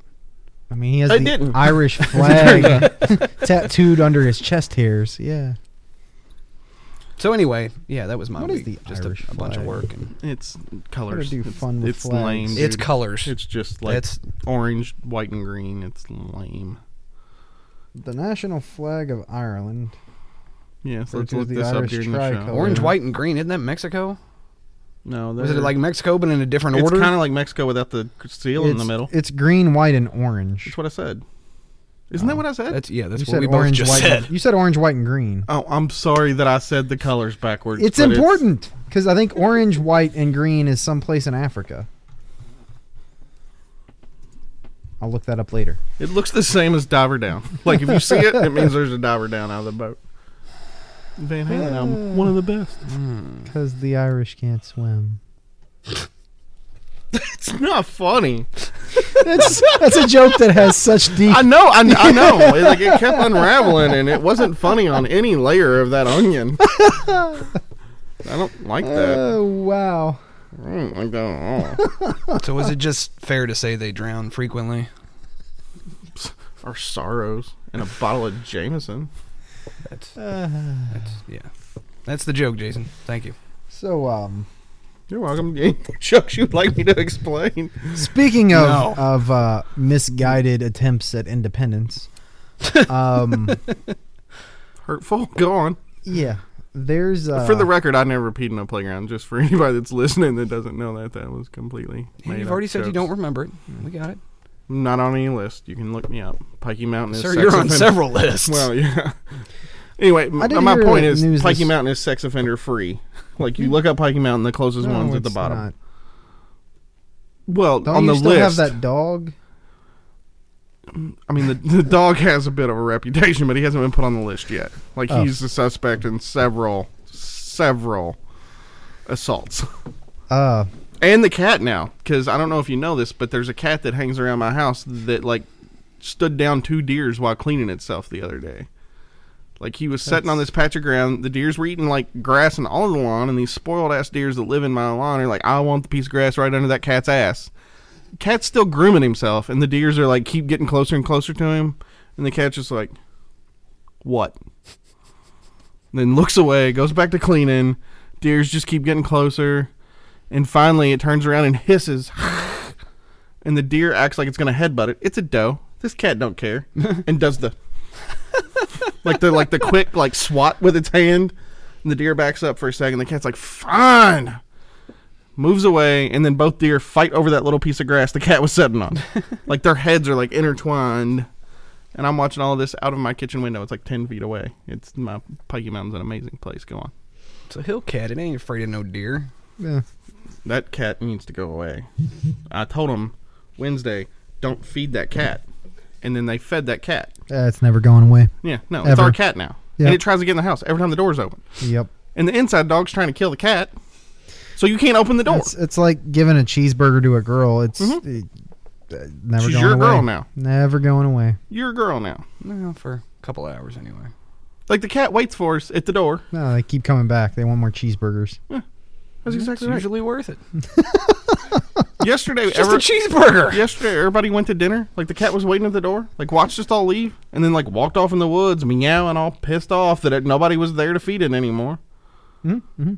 S3: I mean, he has
S2: I
S3: the
S2: didn't. [laughs]
S3: Irish flag [laughs] tattooed under his chest hairs. Yeah.
S4: So anyway, yeah, that was my
S3: What is
S4: week.
S3: the
S4: Just a,
S3: Irish
S4: a bunch of
S3: flag?
S4: work. And
S2: It's colors.
S3: do
S2: it's
S3: fun with
S2: it's
S3: flags.
S2: lame.
S3: It's
S4: it's
S2: dude.
S4: colors.
S2: It's just like
S4: That's-
S2: orange, white, and green. It's lame.
S3: The national flag of Ireland.
S2: Yeah, so
S3: Or
S2: let's
S3: do
S2: look
S3: the
S2: this up
S3: Irish
S2: during the
S3: tricolor.
S2: show.
S4: Orange,
S3: Yeah.
S4: white, and green. Isn't that Mexico?
S2: No,
S4: Or is it
S2: they're-
S4: like Mexico but in a different
S2: It's
S4: order?
S2: kind of like Mexico without the seal in the
S3: It's-
S2: middle.
S3: It's green, white, and orange.
S2: That's what I said. Isn't that what I said?
S4: Oh, that's yeah. That's
S3: you said
S4: what we
S3: orange,
S4: both just
S3: white.
S4: said.
S3: You said orange, white, and green.
S2: Oh, I'm sorry that I said the colors backwards.
S3: It's
S2: but
S3: important because I think orange, white, and green is someplace in Africa. I'll look that up later.
S2: It looks the same as diver down. Like if you see it, it means there's a diver down out of the boat. Van Halen album, one of the best.
S3: Because the Irish can't swim.
S2: [laughs]
S3: [laughs]
S2: It's not funny.
S3: That's, that's a joke that has such deep.
S2: I know, I, I know. It, like it kept unraveling, and it wasn't funny on any layer of that onion. I don't like that.
S3: [laughs] Oh wow!
S2: I don't like that at all.
S4: So is it just fair to say they drown frequently?
S2: Our sorrows and a bottle of Jameson.
S4: That's
S3: Uh,
S4: that's yeah. That's the joke, Jason. Thank you.
S3: so um,
S2: You're welcome. [laughs] Any more jokes you'd like me to explain?
S3: speaking of
S4: No.
S3: of uh, misguided attempts
S2: [laughs]
S3: at independence, um,
S2: Hurtful. Go on.
S3: yeah, there's uh,
S2: for the record, I never peed in a playground. Just for [laughs] anybody that's listening that doesn't know that, that was completely. Made
S4: You've
S2: up
S4: already said you
S2: jokes.
S4: don't remember it. We got it.
S2: I'm Not on any list. You can look me up. Pikey Mountain is.
S4: Sir,
S2: sex
S4: you're on
S2: offender-
S4: several
S2: [laughs]
S4: lists.
S2: Well, yeah. [laughs] Anyway, m-
S3: I did
S2: my
S3: hear
S2: point
S3: that
S2: is
S3: news
S2: Pikey
S3: this-
S2: Mountain is sex offender free. [laughs] Like you look up Pikey Mountain, the closest
S3: No,
S2: one's at the
S3: it's
S2: bottom.
S3: not.
S2: Well,
S3: Don't
S2: on
S3: you
S2: the
S3: still
S2: list,
S3: have that dog?
S2: I mean, the, the dog has a bit of a reputation, but he hasn't been put on the list yet. Like
S3: Oh.
S2: he's the suspect in several, several assaults. [laughs]
S3: Uh,
S2: and the cat now because i don't know if you know this but there's a cat that hangs around my house that like stood down two deers while cleaning itself the other day like he was sitting on this patch of ground the deers were eating like grass and all the lawn and these spoiled ass deers that live in my lawn are like i want the piece of grass right under that cat's ass cat's still grooming himself and the deers are like keep getting closer and closer to him and the cat's just like what then looks away goes back to cleaning deers just keep getting closer and finally, it turns around and hisses, [laughs] and the deer acts like it's gonna headbutt it. It's a doe. This cat don't care, and does the like the like the quick like swat with its hand. And the deer backs up for a second. The cat's like, "Fine," moves away, and then both deer fight over that little piece of grass the cat was sitting on. like their heads are like intertwined. And I'm watching all of this out of my kitchen window. It's like ten feet away. It's my Pikey Mountain's an amazing place. Go on.
S4: It's a hill cat. It ain't afraid of no deer.
S3: yeah.
S2: that cat needs to go away. I told him Wednesday, don't feed that cat. And then they fed that cat.
S3: Yeah, it's never going away.
S2: Yeah, no, it's
S3: Ever.
S2: our cat now.
S3: Yeah.
S2: And it tries to get in the house every time the door's open.
S3: Yep.
S2: And the inside dog's trying to kill the cat. So you can't open the door.
S3: It's, it's like giving a cheeseburger to a girl. It's uh, uh, never
S2: Mm-hmm. She's
S3: going
S2: your
S3: away.
S2: girl now.
S3: Never going away.
S2: You're a girl now.
S4: No, for a couple of hours anyway.
S2: Like the cat waits for us at the door.
S3: No, they keep coming back. They want more cheeseburgers.
S2: That's exactly
S4: it's
S2: right.
S4: usually worth it.
S2: yesterday,
S4: Just
S2: ever,
S4: a [laughs]
S2: [laughs]
S4: cheeseburger.
S2: yesterday everybody went to dinner. Like the cat was waiting at the door. Like watched us all leave, and then like walked off in the woods, meowing, all pissed off that it, nobody was there to feed it anymore.
S3: Mm-hmm.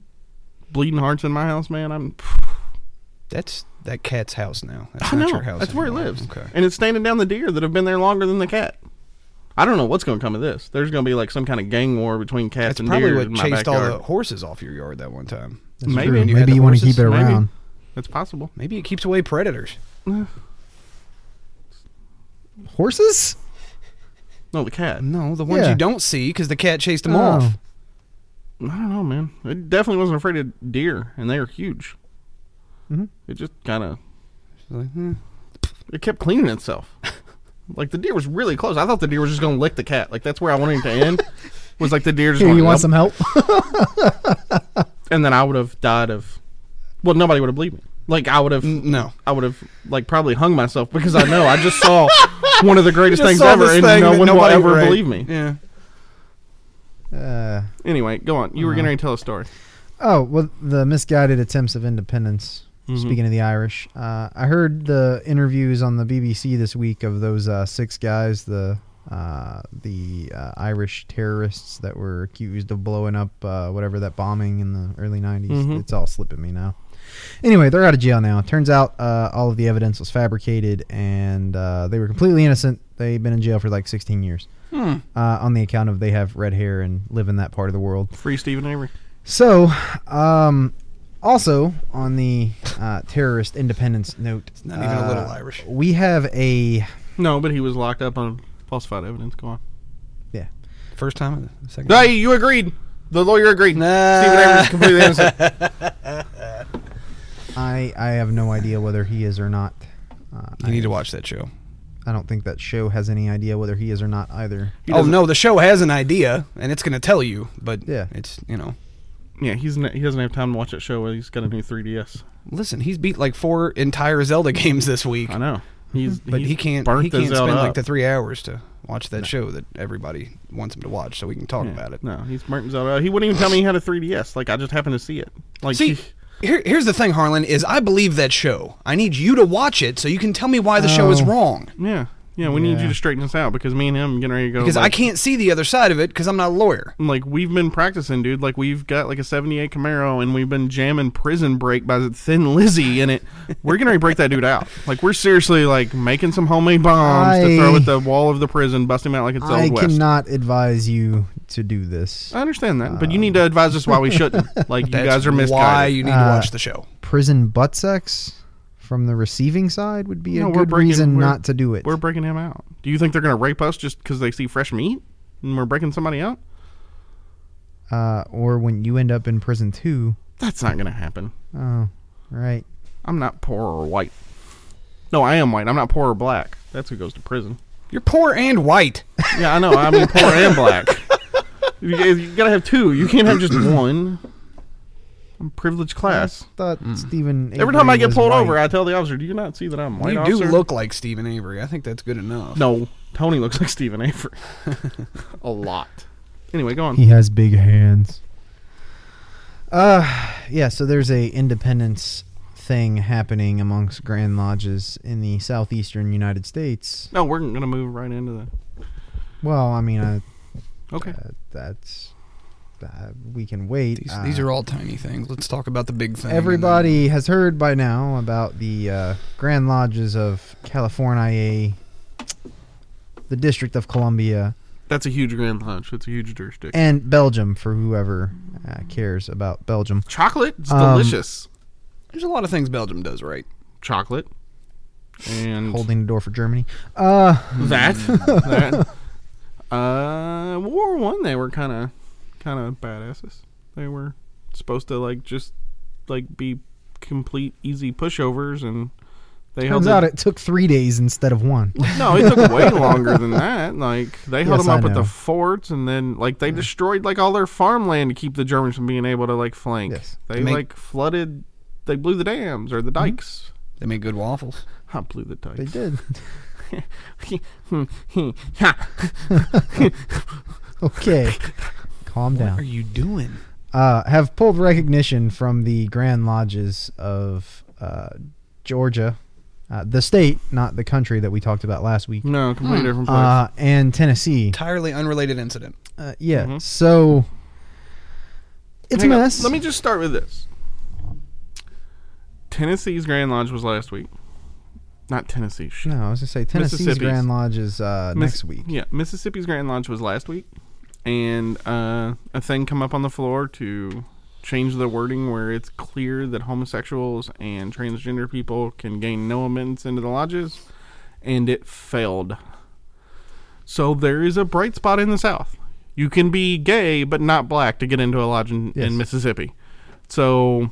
S2: bleeding hearts in my house, man. I'm
S4: That's that cat's house now. That's
S2: I
S4: not
S2: know.
S4: your house.
S2: That's where it
S4: anymore.
S2: lives.
S4: Okay.
S2: And it's standing down the deer that have been there longer than the cat. I don't know what's going to come of this. There's going to be like some kind of gang war between cats
S4: That's
S2: and
S4: probably
S2: deer
S4: what
S2: in my
S4: chased all
S2: backyard.
S4: the horses off your yard that one time.
S2: Maybe.
S3: Maybe
S2: And
S3: you,
S4: you had the
S3: want to
S4: horses?
S3: keep it
S2: Maybe.
S3: around.
S2: That's possible.
S4: Maybe it keeps away predators.
S3: Horses?
S2: No, the cat.
S4: No, the ones
S3: Yeah. Oh.
S4: you don't see because the cat chased them off.
S2: I don't know, man. It definitely wasn't afraid of deer, and they are huge. It just kind of
S4: Mm-hmm. Like, hmm.
S2: it kept cleaning itself. [laughs] like the deer was really close. I thought the deer was just going to lick the cat. Like that's where I wanted it to end. was like the deer
S4: [laughs]
S2: just
S3: Here,
S2: went,
S3: you want
S2: "Nope,"
S3: some help?
S2: and then I would have died of. Well, nobody would have believed me. Like I would have.
S4: N- No.
S2: I would have like probably hung myself because I know I just
S4: [laughs]
S2: saw one of the greatest
S4: Just
S2: things
S4: saw
S2: ever,
S4: this
S2: and
S4: thing
S2: no
S4: that
S2: one will
S4: nobody-
S2: ever
S4: right.
S2: believe me.
S4: Yeah.
S3: uh,
S2: Anyway, go on. You were
S4: Uh-huh.
S2: going to tell a story.
S3: oh, well, the misguided attempts of independence. Speaking of the Irish, uh, I heard the interviews on the BBC this week of those uh, six guys, the uh, the uh, Irish terrorists that were accused of blowing up uh, whatever that bombing in the early 90s.
S2: Mhm.
S3: It's all slipping me now. Anyway, they're out of jail now. It turns out uh, all of the evidence was fabricated and uh, they were completely innocent. They've been in jail for like 16 years uh, on the account of they have red hair and live in that part of the world.
S2: Free Stephen Avery.
S3: So, um, also on the uh, terrorist independence note, it's
S4: not even a little Irish.
S3: We have a
S2: No, but he was locked up on falsified evidence. Go on.
S3: yeah.
S4: First time, or the second.
S2: No, you agreed. The lawyer agreed.
S4: Nah.
S2: Stephen Avery's
S4: [laughs]
S2: completely innocent.
S3: I I have no idea whether he is or not. Uh,
S4: You need to watch that show.
S3: I don't think that show has any idea whether he is or not either.
S2: He
S4: oh
S2: doesn't-
S4: no, the show has an idea and it's going to tell you, but
S3: Yeah.
S4: it's you know.
S2: Yeah, he's n- he doesn't have time to watch that show. He's got a new 3DS.
S4: Listen, he's beat like four entire Zelda [laughs] games this week,
S2: I know. He's
S4: but
S2: he's
S4: he can't.
S2: burnt
S4: He can't
S2: those
S4: spend
S2: out
S4: like
S2: up.
S4: the three hours to watch that show that everybody wants him to watch, so we can talk
S2: Yeah.
S4: about it.
S2: No, he's burnt his out up. He wouldn't even tell me he had a 3DS. Like I just happened to see it. Like
S4: See, here, here's the thing, Harlan. Is I believe that show. I need you to watch it so you can tell me why the show is
S3: Oh.
S4: wrong.
S2: yeah, yeah. We need
S3: Yeah.
S2: you to straighten this out because me and him getting ready to go.
S4: Because I
S2: like-
S4: can't see the other side of it because I'm not a lawyer.
S2: I'm like we've been practicing, dude. Like we've got like a '78 Camaro, and we've been jamming "Prison Break" by Thin Lizzy in it. We're gonna break that dude out. Like we're seriously like making some homemade bombs to throw
S3: I-
S2: at the wall of the prison, bust him out like it's
S3: I
S2: old west.
S3: cannot advise you to do this.
S2: I understand that,
S3: Um,
S2: but you need to advise us why we
S3: [laughs]
S2: shouldn't. Like you
S4: That's
S2: guys are
S4: why
S2: misguided.
S4: you need to
S3: Uh,
S4: watch the show.
S3: Prison butt sex from the receiving side would be a
S2: No, we're
S3: good
S2: breaking-
S3: reason
S2: we're-
S3: not to do it.
S2: we're breaking him out. Do you think they're gonna rape us just because they see fresh meat and we're breaking somebody out?
S3: Uh, or when you end up in prison too.
S2: That's not gonna happen.
S3: Oh, right.
S2: I'm not poor or white. No, I am white. I'm not poor or black. That's who goes to prison.
S4: You're poor and white.
S2: Yeah, I know. I'm poor and black. You, guys- you gotta have two. You can't have just one. I'm privileged class.
S3: Thought Stephen.
S2: Mm. Every time I
S3: Avery
S2: get
S3: was
S2: pulled
S3: white.
S2: over, I tell the officer, "Do you not see that I'm white?"
S4: you
S2: officer?
S4: do look like Stephen Avery. I think that's good enough.
S2: No, Tony looks like Stephen Avery. [laughs] A lot. Anyway, go on.
S3: He has big hands. Uh yeah, so there's a independence thing happening amongst grand lodges in the southeastern United States.
S2: No, we're gonna move right into the.
S3: Well, I mean, I,
S2: Okay.
S3: uh, that's uh, we can wait.
S4: These,
S3: Uh,
S4: these are all tiny things. Let's talk about the big thing. and then-
S3: everybody has heard by now about the uh, grand lodges of California, the District of Columbia,
S2: That's a huge grand lunch. It's a huge jurisdiction.
S3: and Belgium for whoever uh, cares about Belgium.
S2: Chocolate. It's
S3: Um,
S2: delicious.
S4: There's a lot of things Belgium does right.
S2: Chocolate. And
S3: Holding the door for Germany. Uh [laughs]
S2: that. that. Uh, World War One, they were kind of, kind of badasses. They were supposed to like just like be complete easy pushovers, and they
S3: Turns
S2: held
S3: out
S2: the-
S3: it took three days instead of one.
S2: No, it took
S3: [laughs]
S2: way longer than that. Like they held
S3: Yes,
S2: them
S3: I
S2: up at
S3: know.
S2: the forts, and then like they destroyed like all their farmland to keep the Germans from being able to like flank.
S3: Yes. Mm-hmm.
S2: They
S4: Make-
S2: like flooded. They blew the dams or the dikes.
S4: They make good waffles.
S2: I blew the dikes. Hmm.
S3: They did.
S2: [laughs]
S3: Okay. Calm
S4: What are
S3: down.
S4: you doing?
S3: Uh, have pulled recognition from the Grand Lodges of uh, Georgia, uh, the state, not the country that we talked about last week,
S2: no, completely different place.
S3: uh, and Tennessee.
S4: Entirely unrelated incident.
S3: Uh, yeah.
S2: Mhm.
S3: So it's a
S2: Hang on,
S3: mess.
S2: Let me just start with this. Tennessee's Grand Lodge was last week. Not Tennessee. Shit.
S3: No, I was gonna say Tennessee's
S2: Mississippi's.
S3: Grand Lodge is uh,
S2: Miss-
S3: next week.
S2: Yeah, Mississippi's Grand Lodge was last week, and uh, a thing come up on the floor to change the wording where it's clear that homosexuals and transgender people can gain no amendments into the lodges, and it failed. So there is a bright spot in the South. You can be gay but not black to get into a lodge in,
S3: Yes.
S2: in Mississippi. So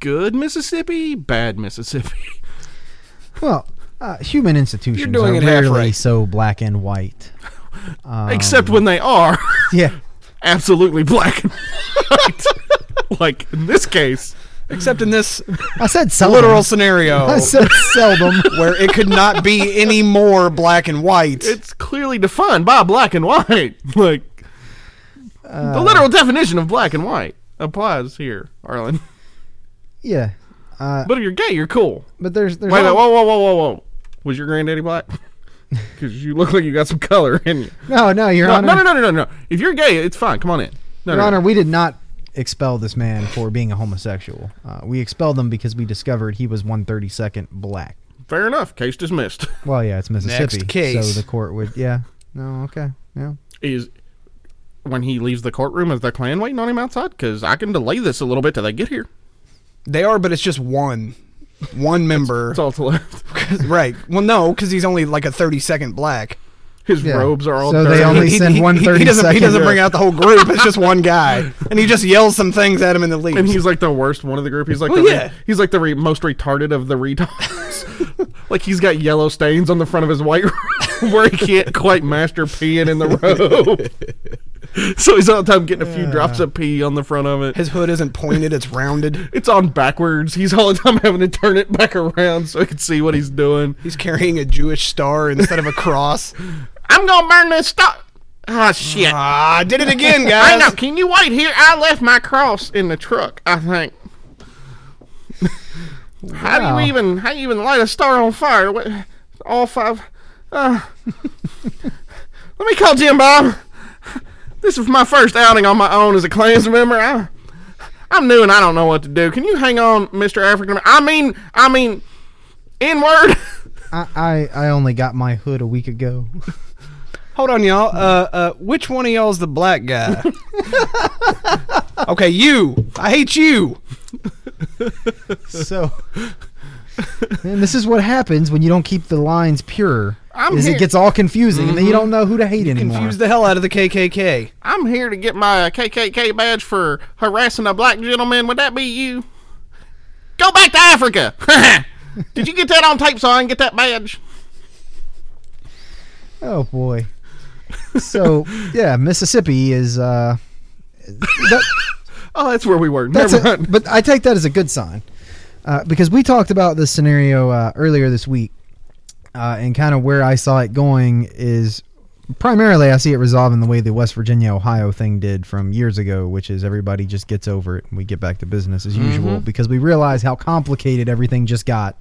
S2: good Mississippi, bad Mississippi. [laughs]
S3: Well, uh, human institutions
S4: doing
S3: are
S4: it half
S3: rarely
S4: right.
S3: so black and white. Um,
S2: Except when they are. [laughs]
S3: yeah,
S2: absolutely black and white. [laughs] like in this case,
S4: Except in this
S3: I said seldom.
S4: literal
S3: [laughs]
S2: Oh.
S4: scenario
S3: I said
S2: [laughs]
S3: seldom.
S4: [laughs] where it could not be any more black and white.
S2: it's clearly defined by black and white. [laughs] Like
S3: Uh,
S2: the literal definition of black and white applies here, Arlen.
S3: yeah, uh,
S2: But if you're gay, you're cool.
S3: but there's there's
S2: Wait, wait,
S3: al-
S2: whoa, whoa, whoa, whoa, whoa. Was your granddaddy
S3: [laughs]
S2: black? Because you look like you got some color in you.
S3: no no your
S2: No,
S3: honor
S2: no, no, no, no, no, no. If you're gay, it's fine. Come on in. No,
S3: your
S2: no,
S3: honor
S2: no.
S3: we did not expel this man for being a homosexual. Uh, we expelled him because we discovered he was one thirty second black.
S2: Fair enough. Case dismissed. [laughs]
S3: Well, yeah, it's Mississippi,
S4: case.
S3: so the court would yeah no okay yeah
S2: is when he leaves the courtroom, is the clan waiting on him outside? Because I can delay this a little bit till they get here.
S4: They are, but it's just one. One member.
S2: That's all that's left.
S3: [laughs]
S4: right. Well, no, because he's only like a 30 second black.
S2: His
S3: Yeah.
S2: robes are all
S3: So they
S2: dirty.
S3: only-
S4: He-
S3: send
S4: he,
S3: one
S4: he, he doesn't,
S3: 30
S4: he doesn't
S3: second.
S4: bring out the whole group. It's just
S3: [laughs]
S4: one guy. And he just yells some things at him in the
S2: [laughs]
S4: leaves.
S2: and he's like the worst one of the group. He's like
S4: Well,
S2: the re-
S4: yeah.
S2: he's like the re- most retarded of the
S4: [laughs]
S2: retards. like he's got yellow stains on the front of his white robe [laughs] where he can't quite master peeing in the robe. [laughs] so he's all the time getting a few drops of pee on the front of it.
S4: His hood isn't pointed, it's rounded.
S2: it's on backwards. He's all the time having to turn it back around so he can see what he's doing.
S4: He's carrying a Jewish star instead of
S3: [laughs]
S4: a cross.
S2: I'm gonna burn this stuff. Ah, shit.
S4: Ah, I did it
S3: [laughs]
S4: again,
S2: I
S4: guys.
S2: know. Can you wait here? I left my cross in the truck. I think. how do
S3: Wow.
S2: you even? How you even light a star on fire? What? All five. Uh, [laughs] let me call Jim Bob. This is my first outing on my own as a clans member. I, I'm new and I don't know what to do. Can you hang on, Mister African? I mean, I mean, N word. [laughs]
S3: I, I I only got my hood a week ago. [laughs]
S4: Hold on, y'all. Uh, uh, which one of y'all is the
S3: [laughs]
S4: black guy? okay, you. I hate you.
S3: So, and this is what happens when you don't keep the lines pure.
S2: I'm
S3: is
S2: here- Mm-hmm.
S3: it gets all confusing, and then you don't know who to hate anymore.
S4: Confuse the hell out of the KKK.
S2: I'm here to get my KKK badge for harassing a black gentleman. Would that be you? Go back to Africa. [laughs] Did you get that on tape so I can get that badge?
S3: oh boy. So [laughs] yeah, Mississippi is. Uh, that,
S2: Oh, that's where we were.
S3: that's
S2: Never
S3: a,
S2: mind.
S3: but I take that as a good sign, uh, because we talked about this scenario uh, earlier this week, uh, and kind of where I saw it going is primarily I see it resolving the way the West Virginia Ohio thing did from years ago, which is everybody just gets over it and we get back to business as usual
S2: Mm-hmm.
S3: because we realize how complicated everything just got.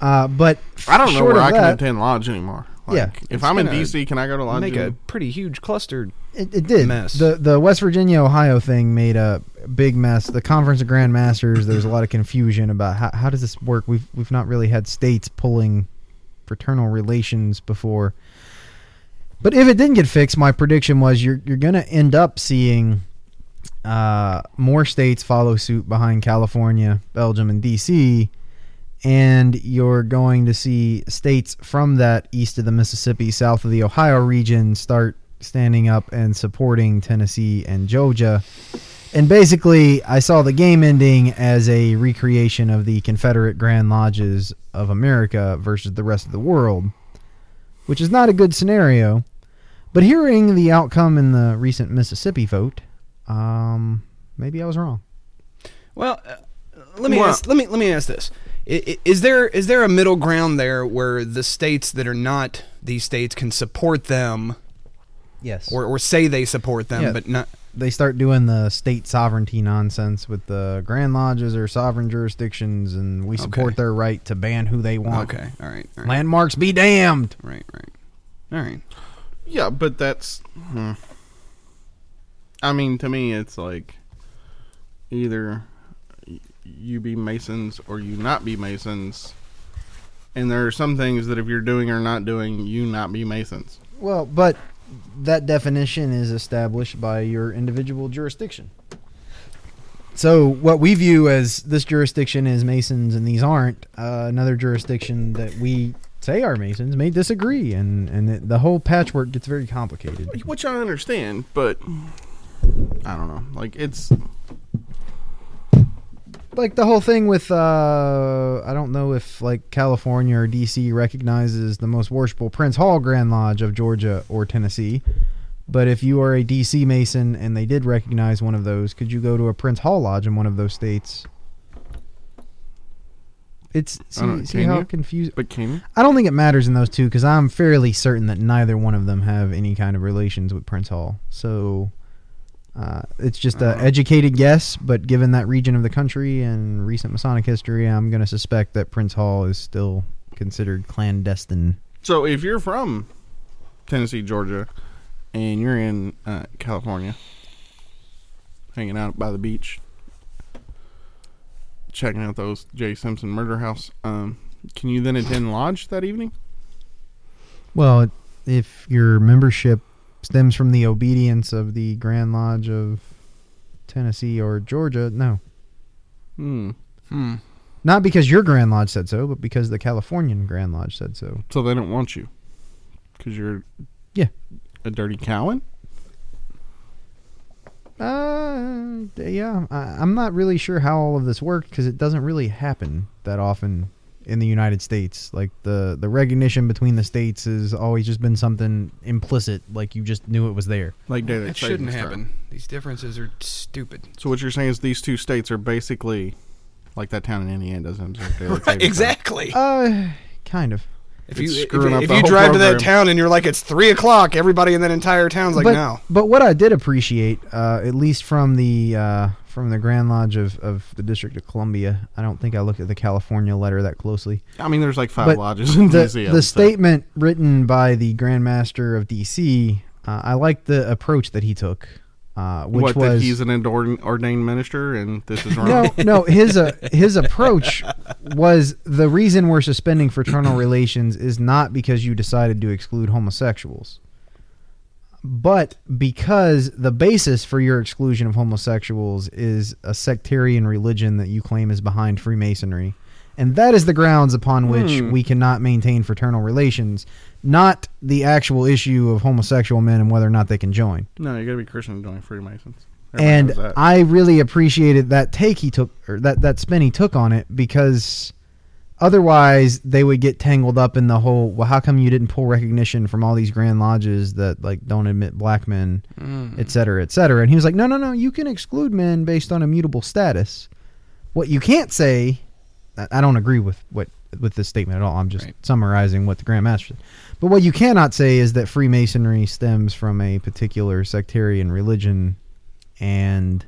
S3: Uh, but
S2: I don't know
S3: short
S2: where
S3: of
S2: I can
S3: that,
S2: attend lodge anymore.
S3: Yeah.
S2: If I'm in
S4: gonna
S2: DC, can I go to lodge?
S4: Make a
S2: and-
S4: pretty huge cluster.
S3: It, it did.
S4: mess.
S3: The the West Virginia Ohio thing made a big mess. The Conference of Grand Masters, there was a lot of confusion about how, how does this work. We've we've not really had states pulling fraternal relations before. But if it didn't get fixed, my prediction was you're you're gonna end up seeing uh, more states follow suit behind California, Belgium, and DC. And you're going to see states from that east of the Mississippi, south of the Ohio region start standing up and supporting Tennessee and Georgia. And basically, I saw the game ending as a recreation of the Confederate Grand Lodges of America versus the rest of the world, which is not a good scenario. But hearing the outcome in the recent Mississippi vote, um, maybe I was wrong.
S4: Well, uh, let me
S2: Well-
S4: ask, let me let me ask this: I- i- Is there is there a middle ground there where the states that are not these states can support them
S3: Yes.
S4: or, or say they support them,
S3: Yeah.
S4: but not?
S3: they start doing the state sovereignty nonsense with the Grand Lodges or sovereign jurisdictions, and we support
S4: Okay.
S3: their right to ban who they want.
S4: Okay, all right, all right,
S3: Landmarks be damned.
S4: right, right, all right.
S2: Yeah, but that's. hmm. I mean, to me, it's like either you be Masons or you not be Masons. And there are some things that if you're doing or not doing, you not be Masons.
S3: Well, but that definition is established by your individual jurisdiction. So, what we view as this jurisdiction is Masons and these aren't, uh, another jurisdiction that we say are Masons may disagree, and, and it, the whole patchwork gets very complicated.
S2: Which I understand, but I don't know. Like it's
S3: like the whole thing with uh I don't know if like California or DC recognizes the most worshipful Prince Hall Grand Lodge of Georgia or Tennessee. But if you are a DC Mason and they did recognize one of those, could you go to a Prince Hall Lodge in one of those states? It's
S2: I don't know,
S3: see, see
S2: can
S3: how
S2: you?
S3: confused.
S2: but can you?
S3: I don't think it matters in those two because I'm fairly certain that neither one of them have any kind of relations with Prince Hall. So uh, it's just an educated guess, but given that region of the country and recent Masonic history, I'm going to suspect that Prince Hall is still considered clandestine.
S2: So if you're from Tennessee, Georgia, and you're in uh, California, hanging out by the beach, checking out those Jay Simpson murder house, um, can you then attend lodge that evening?
S3: Well, if your membership stems from the obedience of the Grand Lodge of Tennessee or Georgia, no.
S2: Hmm.
S4: Hmm.
S3: Not because your Grand Lodge said so, but because the Californian Grand Lodge said so.
S2: So they don't want you because you're
S3: Yeah.
S2: a dirty Cowan.
S3: Uh, d- yeah, I, I'm not really sure how all of this worked because it doesn't really happen that often in the United States. Like the the recognition between the states has always just been something implicit, like you just knew it was there.
S2: Like daylight
S4: That
S2: savings
S4: shouldn't
S2: time.
S4: happen. These differences are stupid.
S2: So what you're saying is these two states are basically like that town in Indiana doesn't observe
S4: [laughs]
S2: daylight savings time.
S4: Exactly.
S3: Uh, kind of.
S4: If
S2: It's
S4: you if,
S2: screwing up
S4: if
S2: the
S4: you
S2: whole
S4: drive to that
S2: program.
S4: town and you're like it's three o'clock, everybody in that entire town's like
S3: but,
S4: no.
S3: But what I did appreciate, uh, at least from the uh, from the Grand Lodge of, of the District of Columbia, I don't think I looked at the California letter that closely.
S2: I mean, there's like five
S3: But
S2: lodges in
S3: the,
S2: DC. I
S3: the
S2: would say.
S3: statement written by the Grand Master of DC, uh, I like the approach that he took, uh, which
S2: what
S3: was
S2: that he's an adorn- ordained minister and this is wrong.
S3: no, no. His uh, his approach was the reason we're suspending fraternal relations is not because you decided to exclude homosexuals, but because the basis for your exclusion of homosexuals is a sectarian religion that you claim is behind Freemasonry, and that is the grounds upon which
S2: Hmm.
S3: we cannot maintain fraternal relations, not the actual issue of homosexual men and whether or not they can join
S2: No, you got to be Christian and join Freemasons. Everybody
S3: and
S2: knows that.
S3: I really appreciated that take he took, or that that spin he took on it, because otherwise they would get tangled up in the whole. Well, how come you didn't pull recognition from all these grand lodges that like don't admit black men,
S2: Mm.
S3: et cetera, et cetera? And he was like, no, no, no, you can exclude men based on immutable status. What you can't say, I I don't agree with what with this statement at all. I'm just
S4: Right.
S3: summarizing what the Grand Master said. But what you cannot say is that Freemasonry stems from a particular sectarian religion, and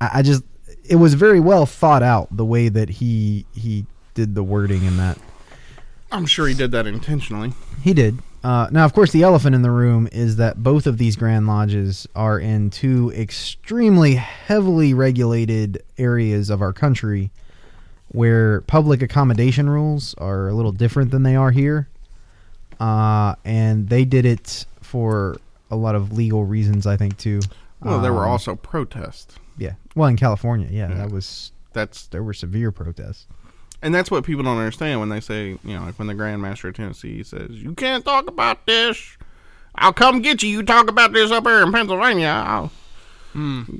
S3: I, I just it was very well thought out the way that he he did the wording in that
S2: I'm sure he did that intentionally.
S3: he did. Uh, now, of course, the elephant in the room is that both of these Grand Lodges are in two extremely heavily regulated areas of our country where public accommodation rules are a little different than they are here. Uh, and they did it for a lot of legal reasons, I think, too.
S2: Well, there were
S3: Um,
S2: also protests.
S3: Yeah. Well, in California, yeah,
S2: Yeah.
S3: that was,
S2: That's
S3: there were severe protests.
S2: and that's what people don't understand when they say, you know, like when the Grand Master of Tennessee says, "You can't talk about this. I'll come get you. You talk about this up here in Pennsylvania. I'll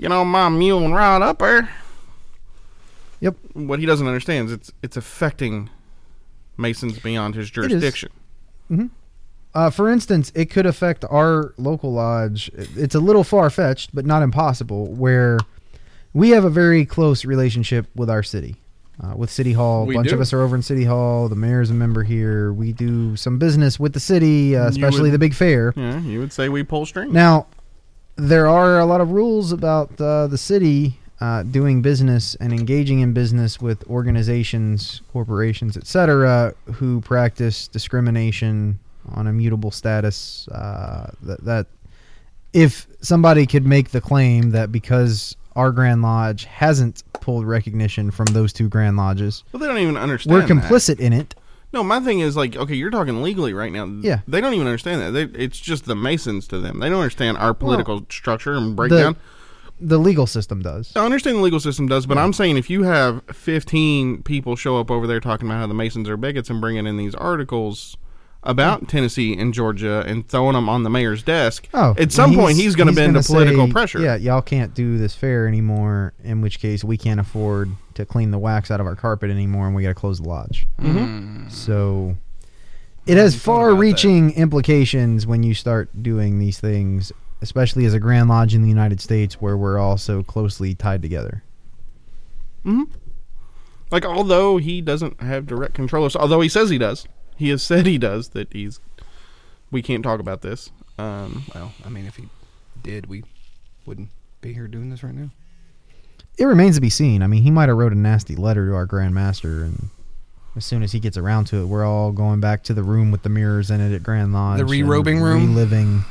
S2: get on my mule and ride up here."
S3: Yep.
S2: What he doesn't understand is it's it's affecting Masons beyond his
S3: is.
S2: jurisdiction.
S3: Uh, for instance, it could affect our local lodge. It's a little far fetched, but not impossible. Where we have a very close relationship with our city, uh, with City Hall. A
S2: We
S3: bunch
S2: do.
S3: of us are over in City Hall. The mayor's a member here. We do some business with the city, uh,
S2: You
S3: especially
S2: would-
S3: the big fair.
S2: Yeah, you would say we pull strings.
S3: Now, there are a lot of rules about uh, the city uh, doing business and engaging in business with organizations, corporations, etc., who practice discrimination on immutable status. Uh, that, that if somebody could make the claim that because our Grand Lodge hasn't pulled recognition from those two Grand Lodges.
S2: Well, they don't even understand.
S3: We're
S2: that.
S3: complicit in it.
S2: No, my thing is like, okay, you're talking legally right now.
S3: Yeah.
S2: they don't even understand that. They, it's just the Masons to them. They don't understand our political structure and breakdown.
S3: The legal system does.
S2: I understand the legal system does, but I'm saying if you have 15 people show up over there talking about how the Masons are bigots and bringing in these articles
S3: Mm.
S2: about Tennessee and Georgia and throwing them on the mayor's desk,
S3: Oh,
S2: at some point he's going to bend to
S3: gonna
S2: political
S3: say,
S2: pressure.
S3: Yeah, y'all can't do this fair anymore. In which case, we can't afford to clean the wax out of our carpet anymore, and we got to close the lodge. Mm-hmm. So, it has far-reaching implications when you start doing these things, especially as a Grand Lodge in the United States, where we're all so closely tied together.
S2: Like, although he doesn't have direct control, of- although he says he does, he has said he does that he's. We can't talk about this. Um,
S4: Well, I mean, if he did, we wouldn't be here doing this right now.
S3: It remains to be seen. I mean, he might have wrote a nasty letter to our Grand Master, and as soon as he gets around to it, we're all going back to the room with the mirrors in it at Grand Lodge.
S4: The
S3: and
S4: re-robing room?
S3: reliving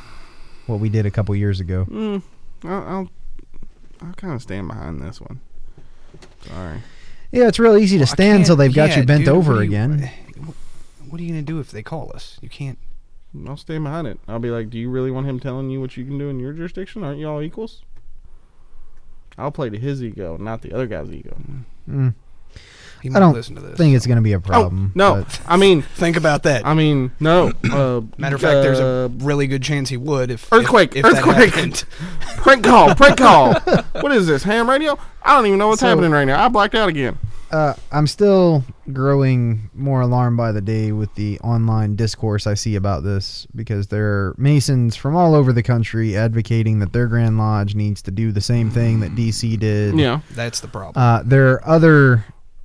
S3: what we did a couple years ago.
S2: I'll, I'll, I'll kind of stand behind this one. Sorry.
S3: Yeah, it's real easy to
S4: I
S3: stand
S4: can't-
S3: until they've got
S4: yeah,
S3: you bent
S4: dude,
S3: over
S4: what are you-
S3: again.
S4: What are you gonna do if they call us? You can't.
S2: I'll stand behind it. I'll be like, do you really want him telling you what you can do in your jurisdiction? Aren't you all equals? I'll play to his ego, not the other guy's ego.
S4: He
S3: I
S4: might
S3: don't
S4: listen to this.
S3: think it's going to be a problem.
S2: Oh, no.
S3: but-
S2: I mean,
S4: Think about that.
S2: I mean, no. Uh,
S4: Matter of fact, there's a
S2: uh,
S4: really good chance he would if if-
S2: Earthquake,
S4: If, that
S2: earthquake.
S4: happened. [laughs]
S2: prank call, prank call. what is this, ham radio? I don't even know what's
S3: So-
S2: happening right now. I blacked out again.
S3: uh, I'm still growing more alarmed by the day with the online discourse I see about this because there are Masons from all over the country advocating that their Grand Lodge needs to do the same thing that DC did.
S2: Yeah.
S4: That's the problem.
S3: Uh, there are other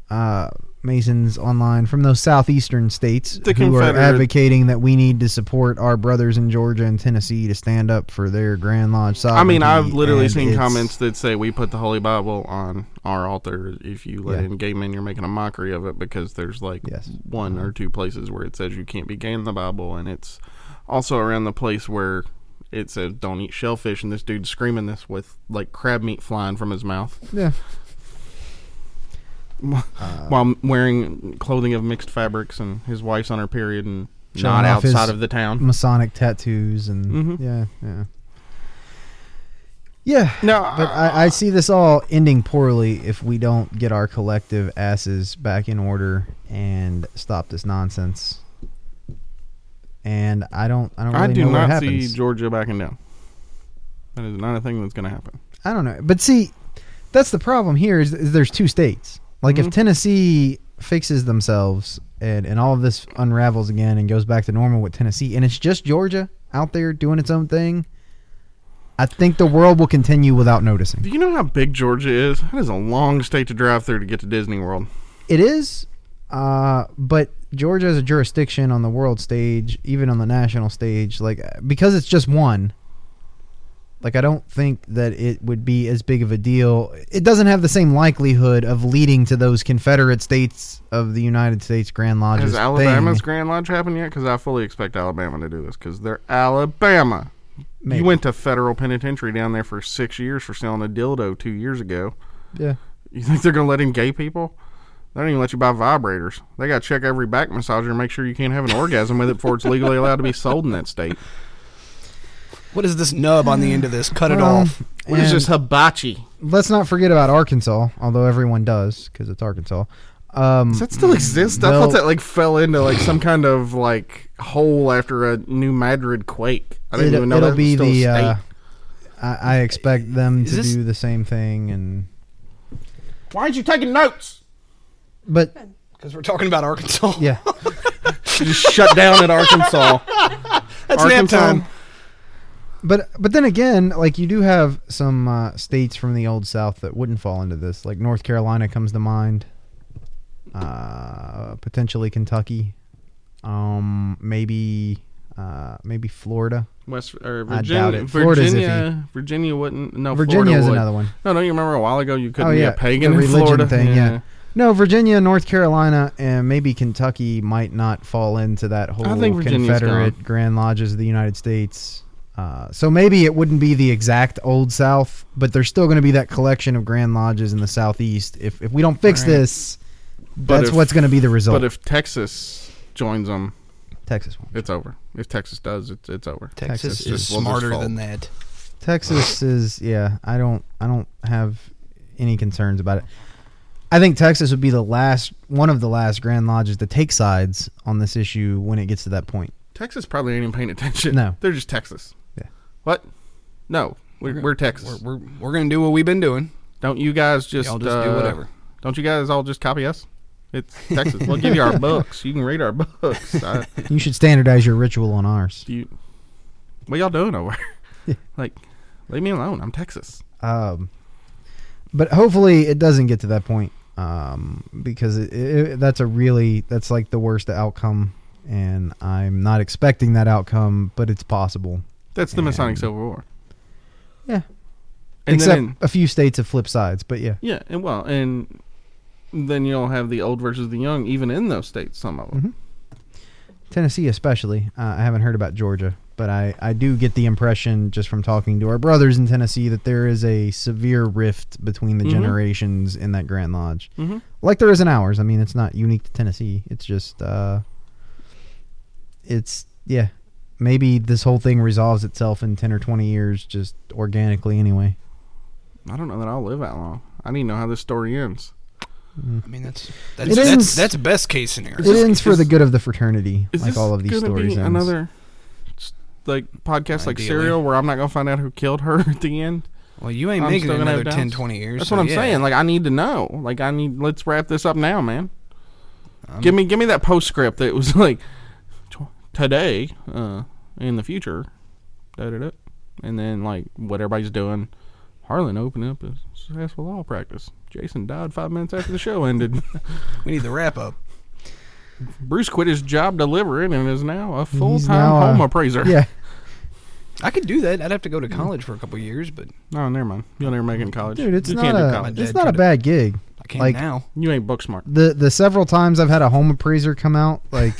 S3: uh, Masons online from those southeastern states
S2: The
S3: who are
S2: Confederate-
S3: advocating that we need to support our brothers in Georgia and Tennessee to stand up for their Grand Lodge
S2: I mean,
S3: sovereignty,
S2: I've literally
S3: and
S2: seen
S3: it's-
S2: comments that say we put the Holy Bible on our altar. If you let
S3: Yeah.
S2: in gay men, you're making a mockery of it because there's like
S3: Yes.
S2: one or two places where it says you can't be gay in the Bible, and it's also around the place where it says don't eat shellfish, and this dude's screaming this with like crab meat flying from his mouth
S3: Yeah. Uh.
S2: while wearing clothing of mixed fabrics, and his wife's on her period and
S3: Showing
S2: not
S3: off his-
S2: outside of the town.
S3: Masonic tattoos and
S2: Mhm.
S3: yeah, yeah, yeah.
S2: No,
S3: But I, I see this all ending poorly if we don't get our collective asses back in order and stop this nonsense. And I don't, I don't really
S2: I do
S3: know what
S2: not see
S3: happens.
S2: Georgia backing down. That is not a thing that's going to happen.
S3: I don't know. But see, that's the problem here is, is there's two states. Like
S2: Mhm.
S3: if Tennessee fixes themselves and, and all of this unravels again and goes back to normal with Tennessee and it's just Georgia out there doing its own thing, I think the world will continue without noticing.
S2: Do you know how big Georgia is? That is a long state to drive through to get to Disney World.
S3: It is, uh, but Georgia as a jurisdiction on the world stage, even on the national stage, like because it's just one. Like I don't think that it would be as big of a deal. It doesn't have the same likelihood of leading to those Confederate states of the United States Grand Lodges.
S2: Has Alabama's
S3: thing.
S2: Grand Lodge happened yet? Because I fully expect Alabama to do this because they're Alabama.
S3: Maybe.
S2: You went to federal penitentiary down there for six years for selling a dildo two years ago.
S3: yeah.
S2: You think they're going to let in gay people? They don't even let you buy vibrators. They got to check every back massager and make sure you can't have an orgasm with it before it's legally allowed to be sold in that state.
S4: what is this nub on the end of this? Cut it
S3: Well,
S4: off.
S2: What is
S3: Um, and-
S2: this hibachi?
S3: Let's not forget about Arkansas, although everyone does because it's Arkansas. Um,
S2: Does that still exist? I
S3: No.
S2: thought that like fell into like some kind of like hole after a New Madrid quake. I didn't
S3: It'll-
S2: even know
S3: it'll
S2: that was
S3: be
S2: still
S3: the.
S2: a state.
S3: Uh, I, I expect them
S4: Is
S3: to
S4: this-
S3: do the same thing, and
S2: Why aren't you taking notes?
S3: but
S4: Because we're talking about Arkansas.
S3: yeah,
S2: Just shut down at Arkansas.
S4: That's nap
S2: Arkansas.
S4: time.
S3: but but then again, like you do have some uh, states from the old South that wouldn't fall into this. Like North Carolina comes to mind, uh, potentially Kentucky, um, maybe uh, maybe Florida.
S2: [laughs] West or
S3: I
S2: Virginia.
S3: doubt it. Florida's
S2: Virginia. Virginia wouldn't. No,
S3: Virginia
S2: Florida
S3: is
S2: would.
S3: another one.
S2: No, don't you remember a while ago you couldn't
S3: Oh, yeah,
S2: be a pagan
S3: the
S2: in
S3: religion
S2: Florida?
S3: thing, yeah. No, Virginia, North Carolina, and maybe Kentucky might not fall into that whole
S2: think Virginia's
S3: Confederate
S2: gone.
S3: Grand Lodges of the United States. Uh, so maybe it wouldn't be the exact old South, but there's still going to be that collection of Grand Lodges in the Southeast. If if we don't fix
S4: Right.
S3: this,
S2: But
S3: that's
S2: if-
S3: what's going to be the result.
S2: But if Texas joins them,
S3: Texas won't.
S2: it's over. If Texas does, it's it's over.
S4: Texas,
S3: Texas
S4: is
S2: is Wilder's
S4: smarter
S2: fault.
S4: than that.
S3: Texas is yeah. I don't I don't have any concerns about it. I think Texas would be the last one of the last Grand Lodges to take sides on this issue when it gets to that point.
S2: Texas probably ain't even paying attention.
S3: No.
S2: they're just Texas.
S3: Yeah.
S2: What? No, we're, we're Texas.
S4: We're, we're, we're gonna do what we've been doing.
S2: don't you guys just,
S4: Y'all just do
S2: uh,
S4: whatever.
S2: Don't you guys all just copy us? It's Texas. we'll give you
S3: [laughs]
S2: our books. You can read our books. I,
S3: You should standardize your ritual on ours.
S2: do you, what y'all doing over? here? like, leave me alone. I'm Texas.
S3: Um, but hopefully it doesn't get to that point um, because it, it, that's a really that's like the worst outcome, and I'm not expecting that outcome, but it's possible.
S2: That's the Masonic
S3: And-
S2: Civil War.
S3: Yeah.
S2: And
S3: Except
S2: then
S3: a few states have flip sides, but yeah.
S2: yeah, and well, and then you'll have the old versus the young, even in those states. Some of them.
S3: Mm-hmm. Tennessee, especially. Uh, I haven't heard about Georgia, but I, I do get the impression just from talking to our brothers in Tennessee that there is a severe rift between the
S2: Mhm.
S3: generations in that Grand Lodge.
S2: Mhm.
S3: Like there is in ours. I mean, it's not unique to Tennessee. It's just, uh, it's, yeah. Maybe this whole thing resolves itself in 10 or 20 years just organically anyway.
S2: I don't know that I'll live that long. I need to know how this story ends.
S4: I mean, that's that's
S3: It
S4: that's,
S3: ends-
S4: that's best case scenario.
S3: It ends for the good of the fraternity,
S2: Is
S3: like
S2: this
S3: all of these
S2: gonna
S3: stories.
S2: Be
S3: ends.
S2: another s- like podcast like
S4: Ideally.
S2: Serial where I'm not gonna find out who killed her [laughs] at the end.
S4: Well, you ain't
S2: I'm
S4: making
S2: still
S4: it
S2: gonna have
S4: another 10,
S2: doubts.
S4: 20 years.
S2: That's
S4: so
S2: what I'm
S4: yeah.
S2: saying. Like I need to know. Like I need. Let's wrap this up now, man. give me give me that postscript that was [laughs] like tw- today uh, in the future, da da da, and then like what everybody's doing. Harlan opened up a successful law practice. Jason died five minutes after the show ended. [laughs]
S4: We need the wrap up.
S2: Bruce quit his job delivering and is now a full
S3: now,
S2: time
S3: uh,
S2: home appraiser.
S3: Yeah.
S4: I could do that. I'd have to go to
S3: Mm.
S4: college for a couple years, but
S2: No, Oh, never mind. You'll never make it in college.
S3: Dude, it's
S2: you
S3: not
S2: can't do
S3: a,
S2: college.
S3: it's
S4: dad
S3: not a
S4: could've-
S3: bad gig.
S4: I can't
S3: Like-
S4: now. [laughs]
S2: You ain't book smart.
S3: the the several times I've had a home appraiser come out,
S4: [laughs]
S3: like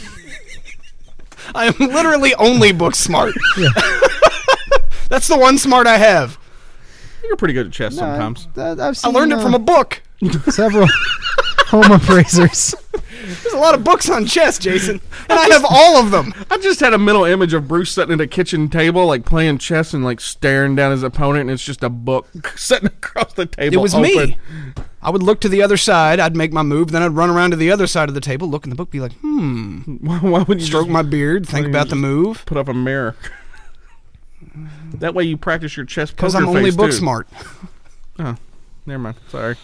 S4: I am literally only book smart. [laughs] that's the one smart I have.
S2: You're pretty good at chess sometimes.
S3: I, have
S4: I
S3: seen,
S4: learned it from a book. [laughs]
S3: a several home appraisers.
S4: There's a lot of books on chess, Jason, and [laughs] I have all of them.
S2: I just had a mental image of Bruce sitting at a kitchen table, like playing chess and like staring down his opponent, and it's just a book [laughs] sitting across the table.
S4: It was
S2: open.
S4: me. I would look to the other side. I'd make my move. Then I'd run around to the other side of the table, look in the book, be like, hmm.
S2: Why, [laughs] why would you
S4: Stroke
S2: just
S4: my beard, think about the move.
S2: put up a mirror? that way you practice your chess
S4: Because
S2: poker
S4: I'm only
S2: face,
S4: book
S2: too.
S4: smart. [laughs]
S2: Oh, never mind. Sorry.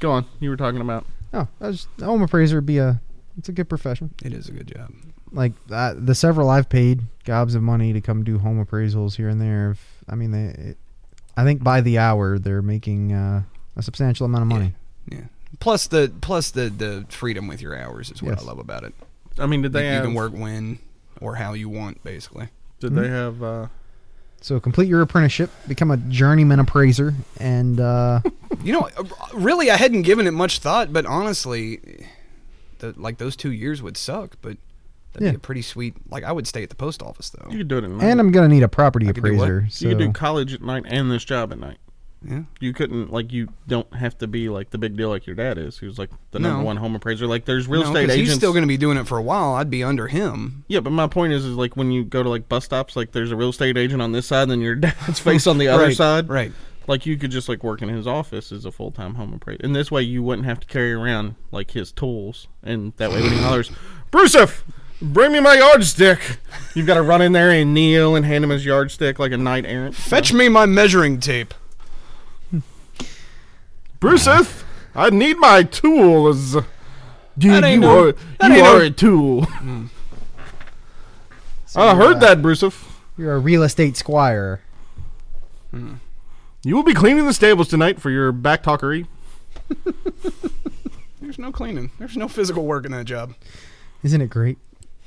S2: Go on. You were talking about.
S3: No, I was, a home appraiser would be a it's a good profession.
S4: It is a good job.
S3: Like uh, the several I've paid gobs of money to come do home appraisals here and there. If, I mean, they, it, I think by the hour they're making uh, a substantial amount of money.
S4: Yeah. Plus the plus the the freedom with your hours is what I
S3: Yes.
S4: love about it.
S2: I mean, did
S4: You-
S2: they
S4: you
S2: have,
S4: can work when or how you want, basically.
S2: Did
S4: Hmm?
S2: they have? Uh,
S3: So complete your apprenticeship, become a journeyman appraiser, and
S4: [laughs]
S3: uh,
S4: You know, uh, really, I hadn't given it much thought, but honestly, the, like those two years would suck. But that'd
S3: Yeah.
S4: be a pretty sweet. Like I would stay at the post office though.
S2: you could do it at night.
S3: and I'm gonna need a property
S4: I could do what?
S3: appraiser.
S2: you could do
S3: so-
S2: college at night and this job at night.
S4: Yeah.
S2: you couldn't like you don't have to be like the big deal like your dad is who's like the
S4: No.
S2: number one home appraiser like there's real
S4: No,
S2: estate
S4: 'cause
S2: agents
S4: He's still going to be doing it for a while. I'd be under him.
S2: yeah but my point is is like when you go to like bus stops like there's a real estate agent on this side and then your [laughs] dad's face on the other
S4: Right,
S2: side
S4: right.
S2: like you could just like work in his office as a full-time home appraiser and this way you wouldn't have to carry around like his tools and that way when he hollers bruceff bring me my yardstick you've got to run in there and kneel and hand him his yardstick like a knight errant
S4: Fetch me my measuring tape.
S2: bruceff i need my tools
S4: That ain't
S2: you
S4: no-
S2: are, you
S4: that ain't no-
S2: are a [laughs] tool.
S4: Oh,
S2: I heard that, Bruceff.
S3: You're a real estate squire.
S2: You will be cleaning the stables tonight for your back talkery.
S4: There's no cleaning. There's no physical work in that job.
S3: Isn't it great?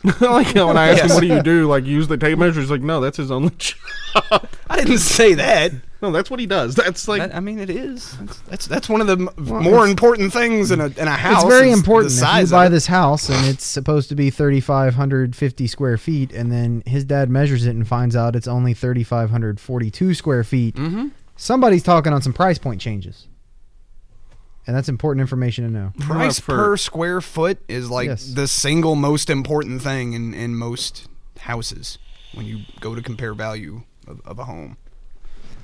S2: I [laughs] like how when I ask
S4: Yes.
S2: him, what do you do? Like, you use the tape measure? He's like, no, that's his only [laughs] job.
S4: I didn't [laughs] say that.
S2: no, that's what he does. That's like,
S4: That- I mean, it is. That's that's, that's one of the m more important things in a in a house.
S3: It's very
S4: is the
S3: important. If you
S4: size
S3: buy
S4: of it.
S3: this house and it's supposed to be 3,550 square feet, and then his dad measures it and finds out it's only 3,542 square feet,
S4: Mm-hmm.
S3: somebody's talking on some price point changes. And that's important information to know.
S4: price
S2: for-
S4: per square foot is like
S3: Yes.
S4: the single most important thing in in most houses when you go to compare value of, of a home.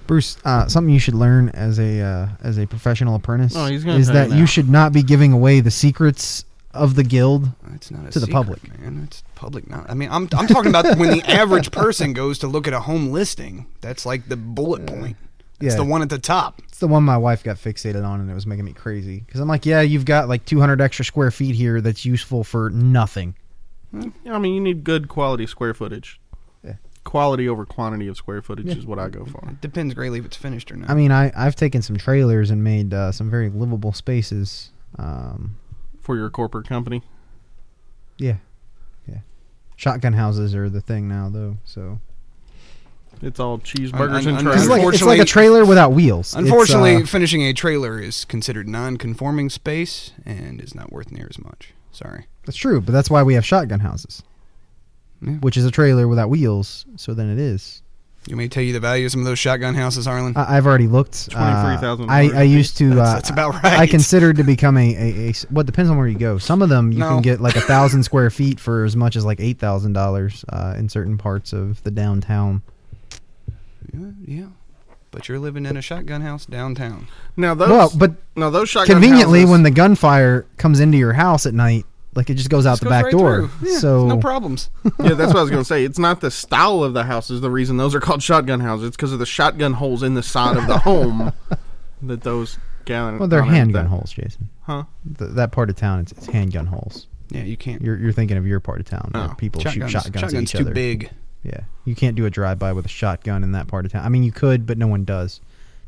S3: Bruce, uh, something you should learn as a uh, as a professional apprentice
S2: Oh, he's gonna
S3: is
S2: tell you
S3: that
S2: now.
S3: you should not be giving away the secrets of the guild.
S4: It's not a
S3: To the
S4: secret,
S3: public.
S4: man. It's public. Not. I mean, I'm I'm talking about when
S3: [laughs]
S4: the average person goes to look at a home listing. That's like the bullet point. It's
S3: yeah.
S4: the one at the top.
S3: It's the one my wife got fixated on, and it was making me crazy because I'm like, yeah, you've got like 200 extra square feet here that's useful for nothing.
S2: I mean, you need good quality square footage.
S3: Yeah.
S2: Quality over quantity of square footage is what I go for.
S4: Depends greatly if it's finished or not.
S3: I mean, I I've taken some trailers and made uh, some very livable spaces. Um,
S2: For your corporate company.
S3: yeah, yeah. Shotgun houses are the thing now, though. So
S2: It's all cheeseburgers
S4: un-
S2: and trailers.
S3: it's
S4: un-
S3: like it's like
S4: Unfortunately-
S3: a trailer without wheels. It's,
S4: Unfortunately,
S3: uh,
S4: finishing a trailer is considered non-conforming space and is not worth near as much. Sorry.
S3: that's true, but that's why we have shotgun houses,
S4: Yeah.
S3: which is a trailer without wheels. So then it is.
S4: You may tell you the value of some of those shotgun houses, Arlen.
S3: I, I've already looked. uh,
S2: 23,000
S3: I I used to.
S4: That's-
S3: uh,
S4: that's about
S3: I- I
S4: right.
S3: considered to become a, a, a s- Well, it depends on where you go. Some of them you
S4: No.
S3: can get like a thousand square feet for as much as like eight thousand uh, dollars in certain parts of the downtown.
S4: Yeah, yeah. But you're living in a shotgun house downtown.
S2: now those,
S3: Well, but
S2: now those shotgun
S3: conveniently
S2: houses-
S3: when the gunfire comes into your house at night like it just goes out
S4: Just
S3: the
S4: goes
S3: back
S4: right
S3: door
S4: through. Yeah,
S3: so
S4: no problems.
S2: [laughs] yeah, that's what I was gonna say. It's not the style of the house is the reason those are called shotgun houses. It's because of the shotgun holes in the side
S3: [laughs]
S2: of the home that those gallon.
S3: well they're
S2: on it,
S3: handgun
S2: that-
S3: holes jason
S2: huh?
S3: Th that part of town it's, it's handgun holes
S4: yeah, you can't.
S3: you're, you're thinking of your part of town where
S2: Oh,
S3: people
S4: shotguns,
S3: shoot shotguns, at
S4: shotguns
S3: each
S4: too
S3: other
S4: big.
S3: yeah you can't do a drive-by with a shotgun in that part of town i mean you could but no one does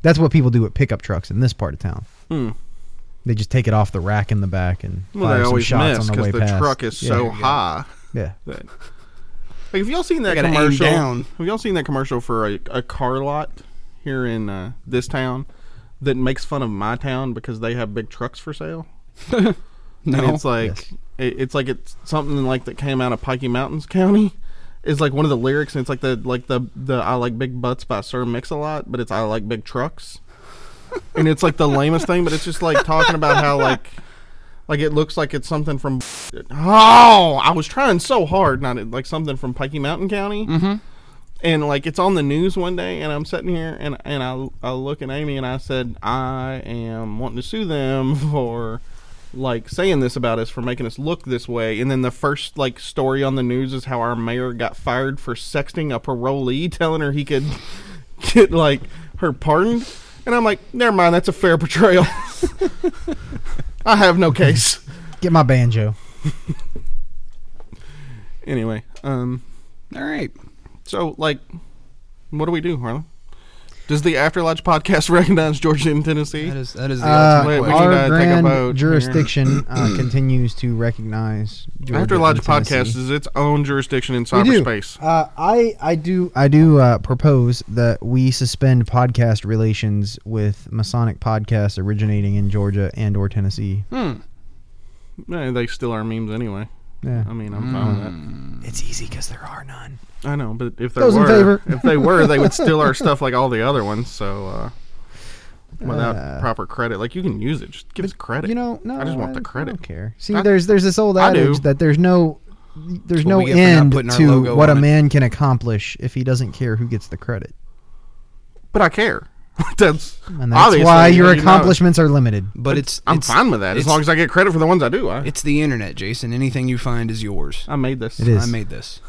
S3: that's what people do with pickup trucks in this part of town
S2: Hmm.
S3: they just take it off the rack in the back and
S2: Well,
S3: fire
S2: they
S3: some
S2: always
S3: shots
S2: miss
S3: on the
S2: because
S3: way
S2: the,
S3: past.
S2: truck is
S3: yeah,
S2: so high.
S3: yeah
S2: That, like, have y'all seen that
S4: gotta aim
S2: commercial?
S4: down.
S2: Have y'all seen that commercial for a, a car lot here in uh, this town that makes fun of my town because they have big trucks for sale?
S4: No.
S2: And it's like
S3: Yes.
S2: it, it's like it's something like that came out of Pikey Mountains County. Is like one of the lyrics, and it's like the like the the I like big butts by Sir Mix a Lot, but it's I like big trucks, and it's like the lamest thing, but it's just like talking about how like like it looks like it's something from oh I was trying so hard not to- like something from Pikey Mountain County, mm-hmm. and like it's on the news one day, and I'm sitting here and and I I look at Amy and I said I am wanting to sue them [laughs] for like saying this about us for making us look this way and then the first like story on the news is how our mayor got fired for sexting a parolee [laughs] telling her he could get like her pardoned and i'm like never mind that's a fair portrayal [laughs] i have no case
S3: get my banjo
S2: anyway um
S4: All right.
S2: so like what do we do harlan does the after lodge podcast [laughs] recognize georgia and tennessee
S4: That is that is the
S3: Uh,
S4: ultimate
S2: Wait,
S4: question.
S2: wait. need to
S3: our
S2: take a vote
S3: grand
S2: here.
S3: jurisdiction
S2: [clears throat]
S3: uh, continues to recognize Georgia
S2: after lodge
S3: and Tennessee.
S2: podcast is its own jurisdiction in
S3: We do.
S2: cyberspace
S3: Uh, I I do I do uh, propose that we suspend podcast relations with Masonic podcasts originating in Georgia and or Tennessee.
S2: Hmm. Eh, they still are memes anyway
S3: Yeah.
S2: i mean i'm fine with that
S3: It's easy because there are none.
S2: I know, but if there
S3: Mm. Those in
S2: were,
S3: favor.
S2: if they were, they would steal our stuff like all the other ones. So uh, without proper credit, like you can use it, just give us credit.
S3: Uh, You know, no,
S2: I just want the
S3: I
S2: credit.
S3: don't care. See,
S2: I-
S3: there's there's this old
S2: I do.
S3: adage that there's no there's
S4: what
S3: no
S4: we get for not
S3: end
S4: putting our
S3: to
S4: logo
S3: what a
S4: on it.
S3: man can accomplish if he doesn't care who gets the credit,
S2: But I care. [laughs] that's
S3: and that's
S2: obviously,
S3: why
S2: you
S3: your
S2: know.
S3: accomplishments are limited.
S4: But it's
S2: I'm
S4: it's,
S2: fine with that as
S4: it's-
S2: long as I get credit for the ones I do. I,
S4: it's the internet, Jason. Anything you find is yours.
S2: I made this.
S3: It is.
S4: I made this.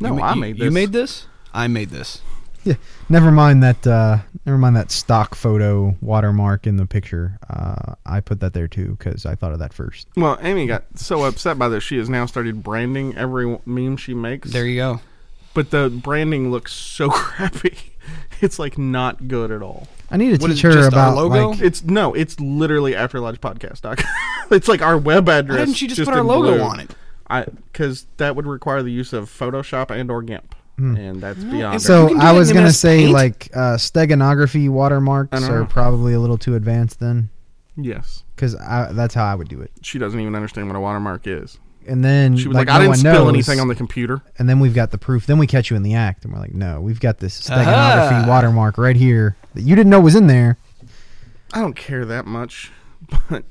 S2: No,
S4: You ma-
S2: I
S4: you-
S2: made this.
S4: You made this. I made this.
S3: Yeah. Never mind that. Uh, never mind that stock photo watermark in the picture. Uh, I put that there too because I thought of that first.
S2: Well, Amy got so upset by this, she has now started branding every meme she makes.
S4: There you go.
S2: but the branding looks so [laughs] crappy. It's like not good at all.
S3: I need to
S4: What is
S3: teach
S4: it,
S3: her
S4: just our
S3: about
S4: logo?
S3: like.
S2: It's no, [laughs] it's literally afterlodgepodcast.com. it's like our web address.
S4: Why didn't you just, put our
S2: in
S4: logo
S2: blue.
S4: on it?
S2: I because that would require the use of Photoshop and or GIMP,
S4: Hmm.
S2: and that's beyond.
S4: You
S3: So
S4: can do
S3: I
S4: it
S3: was
S4: in
S3: gonna
S4: MS
S3: say
S4: Paint.
S3: like uh, steganography watermarks
S2: don't
S3: are
S2: know.
S3: probably a little too advanced then,
S2: yes,
S3: because that's how I would do it.
S2: she doesn't even understand what a watermark is.
S3: And then
S2: She was like,
S3: no
S2: "I didn't
S3: one
S2: spill
S3: knows,
S2: anything on the computer."
S3: And then we've got the proof. Then we catch you in the act, and we're like, no, we've got this steganography
S4: Aha.
S3: watermark right here that you didn't know was in there.
S2: I don't care that much, [laughs] but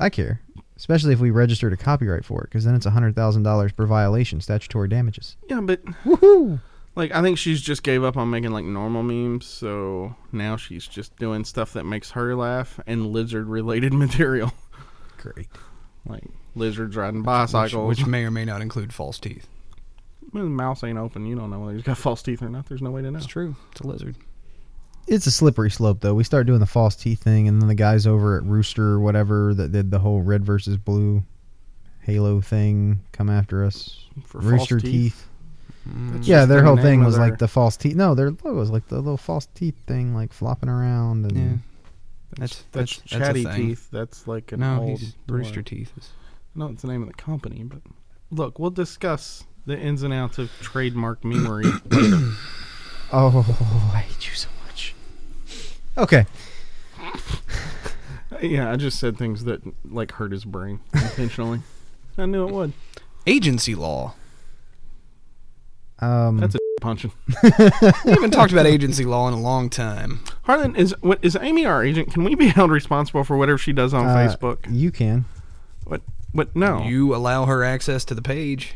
S3: I care, especially if we registered a copyright for it, because then it's hundred thousand dollars per violation, statutory damages.
S2: yeah, but like I think she's just gave up on making like normal memes, so now she's just doing stuff that makes her laugh and lizard related [laughs] material,
S3: Great.
S2: like lizards riding
S4: which,
S2: bicycles. [laughs]
S4: which may or may not include false teeth.
S2: Well, the mouse ain't open. You don't know whether he's got false teeth or not. There's no way to know.
S4: It's true. It's a lizard.
S3: It's a slippery slope, though. We start doing the false teeth thing, and then the guys over at Rooster or whatever that did the whole red versus blue Halo thing come after us.
S2: For
S3: Rooster
S2: false teeth. Mm. That's
S3: Yeah,
S2: just
S3: their
S2: the
S3: whole
S2: name
S3: thing
S2: of
S3: was
S2: their-
S3: like the false teeth. No, their logo was like the little false teeth thing, like flopping around. And
S4: Yeah.
S2: That's that's,
S4: That's- that's- that's a
S2: chatty
S4: thing.
S2: teeth. That's like an
S4: No,
S2: old
S4: he's rooster
S2: one.
S4: teeth. is-
S2: No, it's the name of the company. But look, we'll discuss the ins and outs of trademark
S4: [coughs]
S2: memory later.
S3: oh, [laughs] I hate you so much. Okay,
S2: Yeah, I just said things that like hurt his
S4: [laughs]
S2: brain intentionally. I knew it would.
S4: Agency law.
S3: um,
S2: That's a punching.
S4: We haven't talked about agency law in a
S2: [laughs]
S4: long time.
S2: Harlan is what is Amy our agent? Can we be [laughs] held responsible for whatever she does on
S3: uh,
S2: Facebook?
S3: You can.
S2: What? What? No,
S4: You allow her access to the page.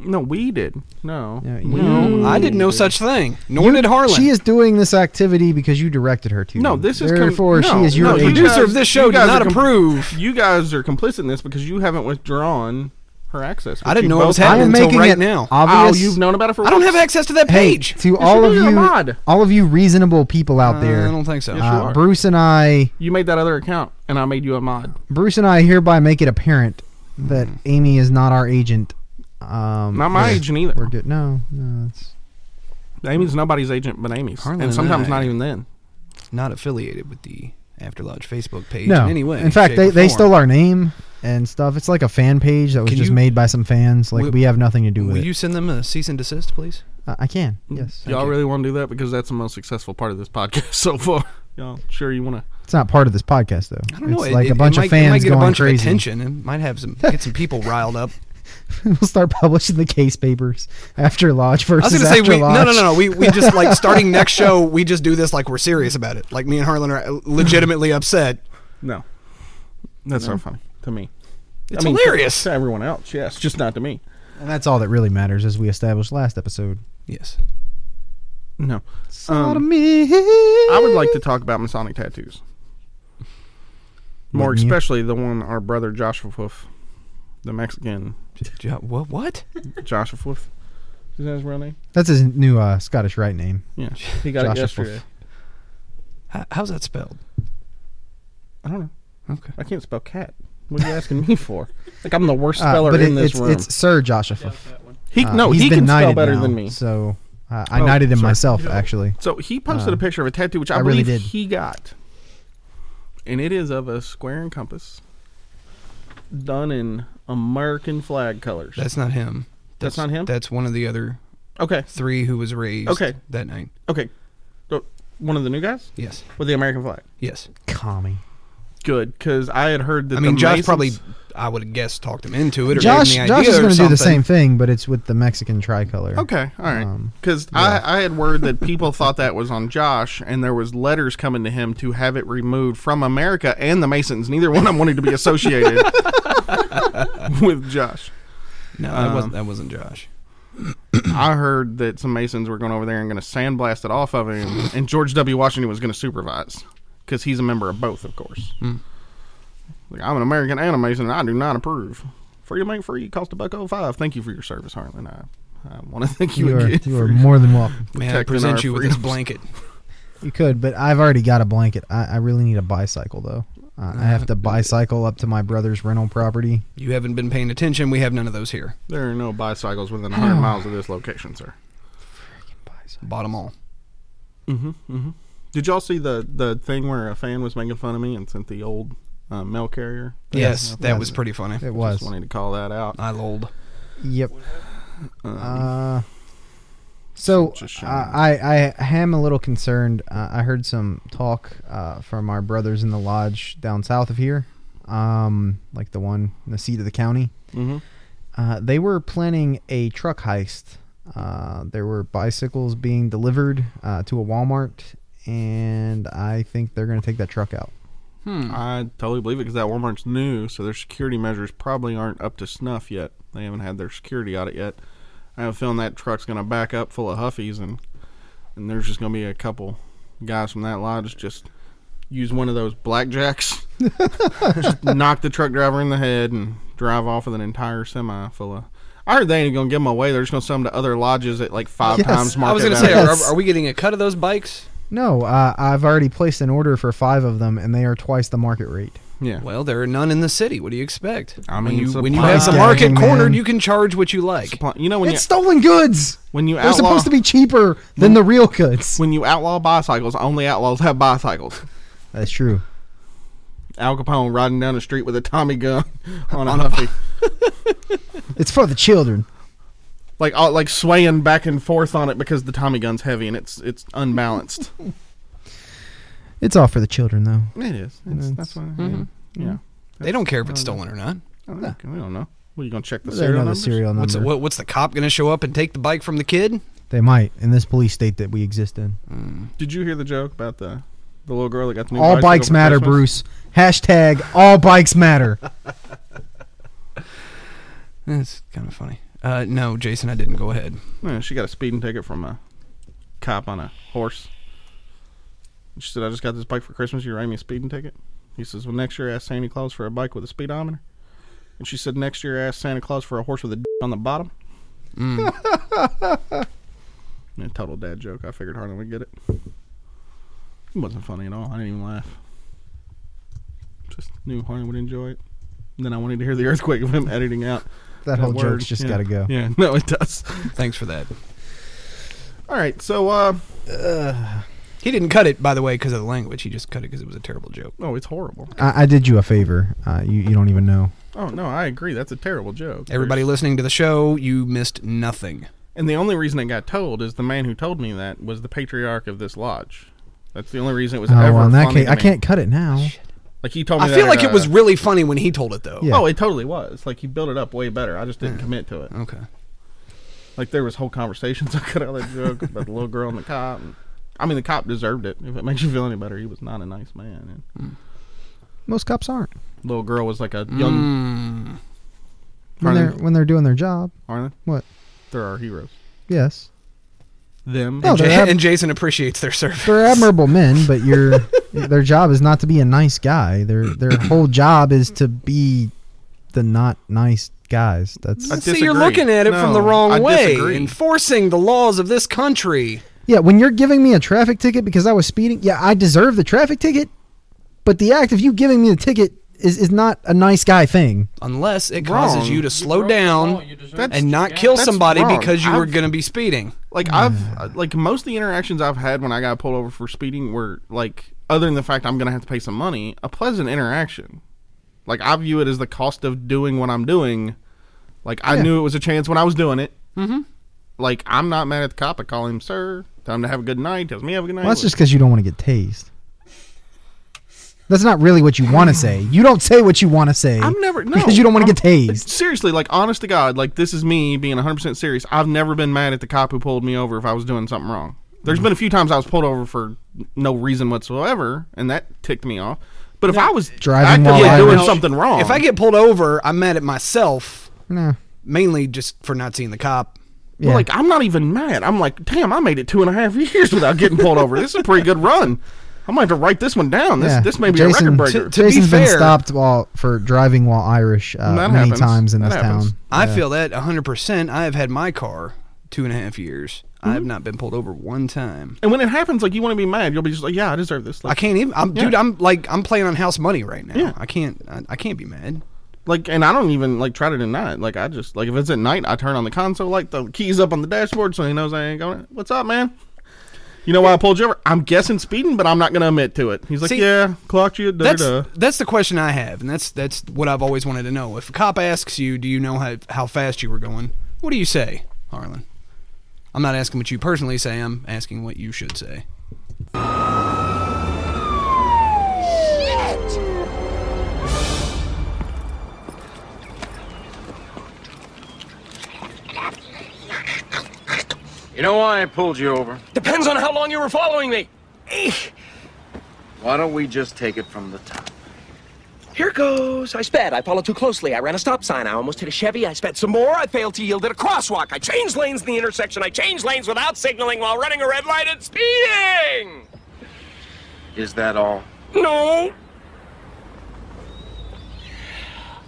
S2: no, we did. No,
S3: Yeah,
S2: we,
S3: you-
S4: I did no such thing. Nor did Harlan.
S3: She is doing this activity because you directed her to.
S2: No, this is com-
S3: therefore
S2: no,
S3: she is your
S2: no,
S4: the
S2: you
S3: agent.
S4: producer
S2: guys-
S4: of this
S2: you
S4: show did
S2: guys
S4: not
S2: are com-
S4: approve.
S2: You guys are complicit in this because you haven't withdrawn her access.
S4: I
S2: which
S4: didn't
S2: you
S4: know it was
S2: both-
S3: I
S4: happening
S3: am
S4: until
S3: making
S4: right
S3: it
S4: now.
S2: Oh,
S3: obvious.
S2: you've known about it for.
S4: I don't
S2: weeks?
S4: have access to that
S3: Hey,
S4: page.
S3: to
S2: should
S3: all
S2: be
S3: of
S2: a
S3: you,
S2: mod.
S3: all of you reasonable people out there.
S4: I don't think so.
S2: Yes,
S3: uh,
S2: you are.
S3: Bruce and I,
S2: You made that other account, and I made you a mod.
S3: Bruce and I hereby make it apparent that
S4: Hmm.
S3: Amy is not our agent. Um,
S2: Not my
S3: we're-
S2: agent either.
S3: We're good. No, no, that's
S2: Amy's nobody's agent but Amy's,
S4: Harlan
S2: and
S4: and
S2: sometimes
S4: I-
S2: not even then.
S4: not affiliated with the After Lodge Facebook page
S3: no.
S4: in any way.
S3: in fact,
S4: shape,
S3: they,
S4: or
S3: they
S4: form.
S3: stole our name and stuff. It's like a fan page that was
S4: Can
S3: just
S4: you-
S3: made by some fans. Like
S4: Will-
S3: we have nothing to do
S4: Will
S3: with
S4: you Mm.
S3: it.
S4: send them a cease and desist, please?
S3: Uh, I can. Yes,
S2: Y'all
S4: you.
S2: really want to do that because that's the most successful part of this [laughs] podcast so far. Y'all sure you want to?
S3: it's not part of this podcast though.
S4: I don't know.
S3: It's
S4: it-
S3: like
S4: it-
S3: a bunch
S4: it might,
S3: of fans
S4: it might get
S3: going
S4: a bunch
S3: crazy.
S4: of attention. It might have some get some people riled up.
S3: [laughs] we'll start publishing the case papers after Lodge
S4: I was
S3: versus
S4: going to say
S3: after
S4: we no
S3: Lodge.
S4: no no no we, we
S3: [laughs]
S4: just like starting next show we just do this like we're serious about it like me and Harlan are legitimately upset.
S2: No, that's so funny to me.
S4: It's
S2: I mean, to-
S3: [laughs]
S4: hilarious.
S2: to, everyone else. Yes, just not to me.
S3: And that's all that really matters, as we established last episode.
S4: Yes.
S2: No,
S4: Um,
S3: Sodomy.
S2: I would like to talk about Masonic tattoos. More
S3: Wouldn't you?
S2: especially the one our brother Joshua Foof, the Mexican
S4: Jo- What? uh, What?
S2: Joshua Foof. Is that his real name?
S3: That's his new uh, Scottish right name.
S2: Yeah, he got it
S3: Joshua
S2: yesterday.
S3: Foof.
S4: How, how's that spelled?
S2: I don't know.
S4: Okay.
S2: I can't spell cat. What are you asking me for? Like I'm the worst
S3: Uh,
S2: speller
S3: but
S2: in
S3: it-
S2: this
S3: it's,
S2: room.
S3: it's Sir Joshua.
S2: he
S3: Uh,
S2: no,
S3: he's
S2: he
S3: been
S2: can spell
S3: knighted
S2: better
S3: now,
S2: than me.
S3: So uh, I
S2: Oh,
S3: knighted him
S2: sorry.
S3: myself, actually.
S2: So he posted a
S4: Uh,
S2: picture of a tattoo, which I,
S3: I really
S2: believe
S3: did.
S2: he got, and it is of a square and compass, done in American flag colors.
S4: That's not him.
S2: That's not him?
S4: That's one of the other
S2: okay,
S4: three who was raised
S2: Okay.
S4: that night.
S2: okay. So, One of the new guys
S4: Yes.
S2: with the American flag.
S4: Yes.
S3: Commie.
S2: Good, because I had heard that.
S4: I mean,
S2: the
S4: Josh
S2: Masons-
S4: probably, I would guess, talked him into it or
S3: Josh,
S4: gave him the idea
S3: Josh is
S4: or
S3: going to do the
S4: something.
S3: same thing, but it's with the Mexican tricolor.
S2: Okay, all right.
S3: Um,
S2: Because I, I had word that people thought that was on Josh, and there was letters coming to him to have it removed from America and the Masons. Neither one of them wanted to be
S4: [laughs]
S2: associated with Josh.
S4: No, that wasn't. That wasn't Josh.
S2: I heard that some Masons were going over there and going to sandblast it off of him,
S3: [laughs]
S2: and George W. Washington was going to supervise because he's a member of both, of course.
S3: Hmm.
S2: Like, I'm an American and a Mason, and I do not approve. Free to make free, cost a buck oh five. Thank you for your service, Harlan. I, I want to [laughs] thank you,
S3: You are,
S2: again.
S3: you are
S2: for-
S3: more than welcome.
S4: [laughs] May I
S2: Protecting
S4: present
S2: our
S4: you with this
S2: freedoms.
S4: blanket?
S3: You could, but I've already got a blanket. I, I really need a bicycle, though. Uh, I have to bicycle up to my brother's rental property.
S4: You haven't been paying attention. We have none of those here.
S2: There are no bicycles within 100
S3: Oh.
S2: miles of this location, sir.
S4: Bottom all.
S2: Did y'all see the, the thing where a fan was making fun of me and sent the old uh, mail carrier?
S4: Yes, that
S3: Yes.
S4: was pretty funny.
S3: It
S2: Just
S3: was.
S2: wanted to call that out.
S4: I lolled.
S3: Yep. Uh, so
S2: Such a shame.
S3: uh, I I am a little concerned. Uh, I heard some talk uh, from our brothers in the lodge down south of here, um, like the one in the seat of the county.
S2: Mhm.
S3: Uh, they were planning a truck heist. Uh, there were bicycles being delivered uh, to a Walmart, and I think they're going to take that truck out. Mm-hmm.
S2: I totally believe it because that Walmart's new, so their security measures probably aren't up to snuff yet. They haven't had their security audit yet. I have a feeling that truck's going to back up full of Huffies, and and there's just going to be a couple guys from that lodge just use one of those
S3: [laughs]
S2: blackjacks, just knock the truck driver in the head, and drive off with an entire semi full of. I heard they ain't going to give them away. They're just going to sell them to other lodges at like five
S3: Yes.
S2: times
S3: I
S2: market.
S4: I was going to
S2: value.
S4: say, are,
S3: Yes.
S4: are we getting a cut of those bikes?
S3: No, uh, I've already placed an order for five of them, and they are twice the market rate.
S2: yeah.
S4: Well, there are none in the city. What do you expect?
S2: I mean,
S4: when you,
S2: supply-
S4: when you have the
S3: Dang,
S4: market
S3: man.
S4: cornered, you can charge what you like.
S2: Supply- You know when
S3: it's
S2: you
S3: stolen goods.
S2: when you
S3: They're
S2: outlaw,
S3: supposed to be cheaper than the real goods.
S2: when you outlaw bicycles, only outlaws have bicycles.
S3: That's true.
S2: Al Capone riding down the street with a Tommy gun [laughs] on a [laughs] Huffy,
S3: It's for the children.
S2: like all, like swaying back and forth on it because the Tommy gun's heavy and it's it's unbalanced.
S3: It's all for the children, though.
S2: [laughs] it is. It's, that's what.
S3: Mm-hmm.
S2: Yeah.
S4: They don't care if it's stolen or not.
S2: I don't know. We don't know. What you gonna check the
S3: They
S2: serial
S3: know the
S2: numbers?
S3: serial number.
S4: What's the, what, what's the cop going to show up and take the bike from the kid?
S3: They might in this police state that we exist in.
S2: Did you hear the joke about the the little girl that got the new
S3: all
S2: bicycle
S3: bikes
S2: for
S3: matter,
S2: Christmas?
S3: Bruce. Hashtag all
S2: [laughs]
S3: bikes matter.
S4: That's kind of funny. Uh, no, Jason, I didn't. Go ahead.
S2: Yeah, she got a speeding ticket from a cop on a horse. She said, "I just got this bike for Christmas. You write me a speeding ticket." He says, "Well, next year ask Santa Claus for a bike with a speedometer." And she said, "Next year ask Santa Claus for a horse with a d- on the bottom." [laughs] Mm. a total dad joke. I figured Harlan would get it. It wasn't funny at all. I didn't even laugh. Just knew Harlan would enjoy it. And then I wanted to hear the earthquake of him editing out
S3: That whole
S2: word.
S3: joke's just
S2: Yeah.
S3: got to go.
S2: Yeah, [laughs] no, it does.
S4: Thanks for that.
S2: All right, so uh,
S4: He didn't cut it, by the way, because of the language. He just cut it because it was a terrible joke.
S2: no, oh, it's horrible.
S3: I, I did you a favor. Uh, you you don't even know.
S2: Oh no, I agree. That's a terrible joke.
S4: Everybody listening to the show, you missed nothing.
S2: and the only reason it got told is the man who told me that was the patriarch of this lodge. That's the only reason it was
S3: Oh,
S2: ever.
S3: well, in that
S2: funny
S3: case,
S2: to
S3: I
S2: me.
S3: can't cut it now.
S2: Like he told me.
S4: I
S2: that
S4: feel
S2: at,
S4: like it
S2: uh,
S4: was really funny when he told it, though.
S3: Yeah.
S2: Oh, it totally was. Like he built it up way better. I just didn't commit to it.
S4: Oh,
S3: Oh.
S4: Okay.
S2: Like there was whole conversations [laughs] I cut out that joke about the little girl and the cop. And, I mean, the cop deserved it. If it makes you feel any better, he was not a nice man. And
S3: Most cops aren't
S2: little girl was like a young.
S3: Mm. when
S2: Harlan-
S3: they're when they're doing their job.
S2: Harlan,
S3: What?
S2: They're our heroes.
S3: Yes,
S2: Them.
S3: No,
S4: Ja-
S3: they're ab-
S4: and Jason appreciates their service.
S3: they're admirable men, but your their job is not to be a nice guy. Their their whole job is to be the not nice guys. That's
S2: I
S4: [laughs] See, you're
S2: disagree.
S4: looking at it from the
S2: No,
S4: wrong
S2: I
S4: way.
S2: disagree.
S4: Enforcing the laws of this country.
S3: Yeah, when you're giving me a traffic ticket because I was speeding, yeah, I deserve the traffic ticket. But the act of you giving me the ticket is, is not a nice guy thing.
S4: Unless it causes
S2: Wrong.
S4: you to slow
S5: law, you
S4: down
S5: deserve
S2: That's-
S4: and not kill
S2: That's
S4: somebody
S2: wrong.
S4: because you were
S2: I've-
S4: going to be speeding.
S2: like I've uh, like most of the interactions I've had when I got pulled over for speeding were like other than the fact I'm gonna have to pay some money, a pleasant interaction. Like I view it as the cost of doing what I'm doing. Like I knew it was a chance when I was doing it. Mm-hmm. Like I'm not mad at the cop. I call him sir. Tell him to have a good night. Tells me have a good night.
S3: Well, that's just because you don't want to get tased. That's not really what you want to say. You don't say what you want to say.
S2: I'm never no
S3: because you don't want to
S2: I'm-
S3: get tased.
S2: Seriously, like honest to God, like this is me being 100 percent serious. I've never been mad at the cop who pulled me over if I was doing something wrong.
S3: Mm-hmm.
S2: There's been a few times I was pulled over for no reason whatsoever, and that ticked me off. But if I was
S3: Driving while
S2: actively
S3: I
S2: doing
S3: was-
S2: something wrong,
S4: If I get pulled over, I'm mad at myself,
S3: Nah,
S4: mainly just for not seeing the cop.
S3: yeah.
S2: like, I'm not even mad. I'm like, damn, I made it two and a half [laughs] years without getting pulled over. This is a pretty good run. I'm gonna have to write this one down. This
S3: yeah.
S2: this may be
S3: Jason,
S2: a record breaker.
S4: to be
S3: Jason's been
S4: fair-
S3: stopped while, for driving while Irish uh,
S2: That
S3: many
S2: happens.
S3: times in
S2: That
S3: this
S2: happens.
S3: town.
S4: I feel that 100%. I have had my car two and a half years. I
S2: Mm-hmm.
S4: have not been pulled over one time.
S2: and when it happens, like you want to be mad, you'll be just like, yeah, I deserve this.
S4: I
S2: Like,
S4: can't even, I'm, dude.
S2: Yeah.
S4: I'm like, I'm playing on house money right now.
S2: Yeah.
S4: I can't, I, I can't be mad.
S2: Like, and I don't even like try to deny it. Like, I just like if it's at night, I turn on the console light, the keys up on the dashboard, so he knows I ain't going. What's up, man? You know why I pulled you over? I'm guessing speeding, but I'm not going to admit to it. He's like,
S4: See,
S2: yeah, clocked you. Da,
S4: That's
S2: da.
S4: that's the question I have, and that's that's what I've always wanted to know. If a cop asks you, "Do you know how how fast you were going?" What do you say, Harlan? I'm not asking what you personally say. I'm asking what you should say.
S5: You know why I pulled you over?
S6: Depends on how long you were following me.
S5: Why don't we just take it from the top?
S6: Here goes. I sped. I followed too closely. I ran a stop sign. I almost hit a Chevy. I sped some more. I failed to yield at a crosswalk. I changed lanes in the intersection. I changed lanes without signaling while running a red light and speeding.
S5: Is that all?
S6: No.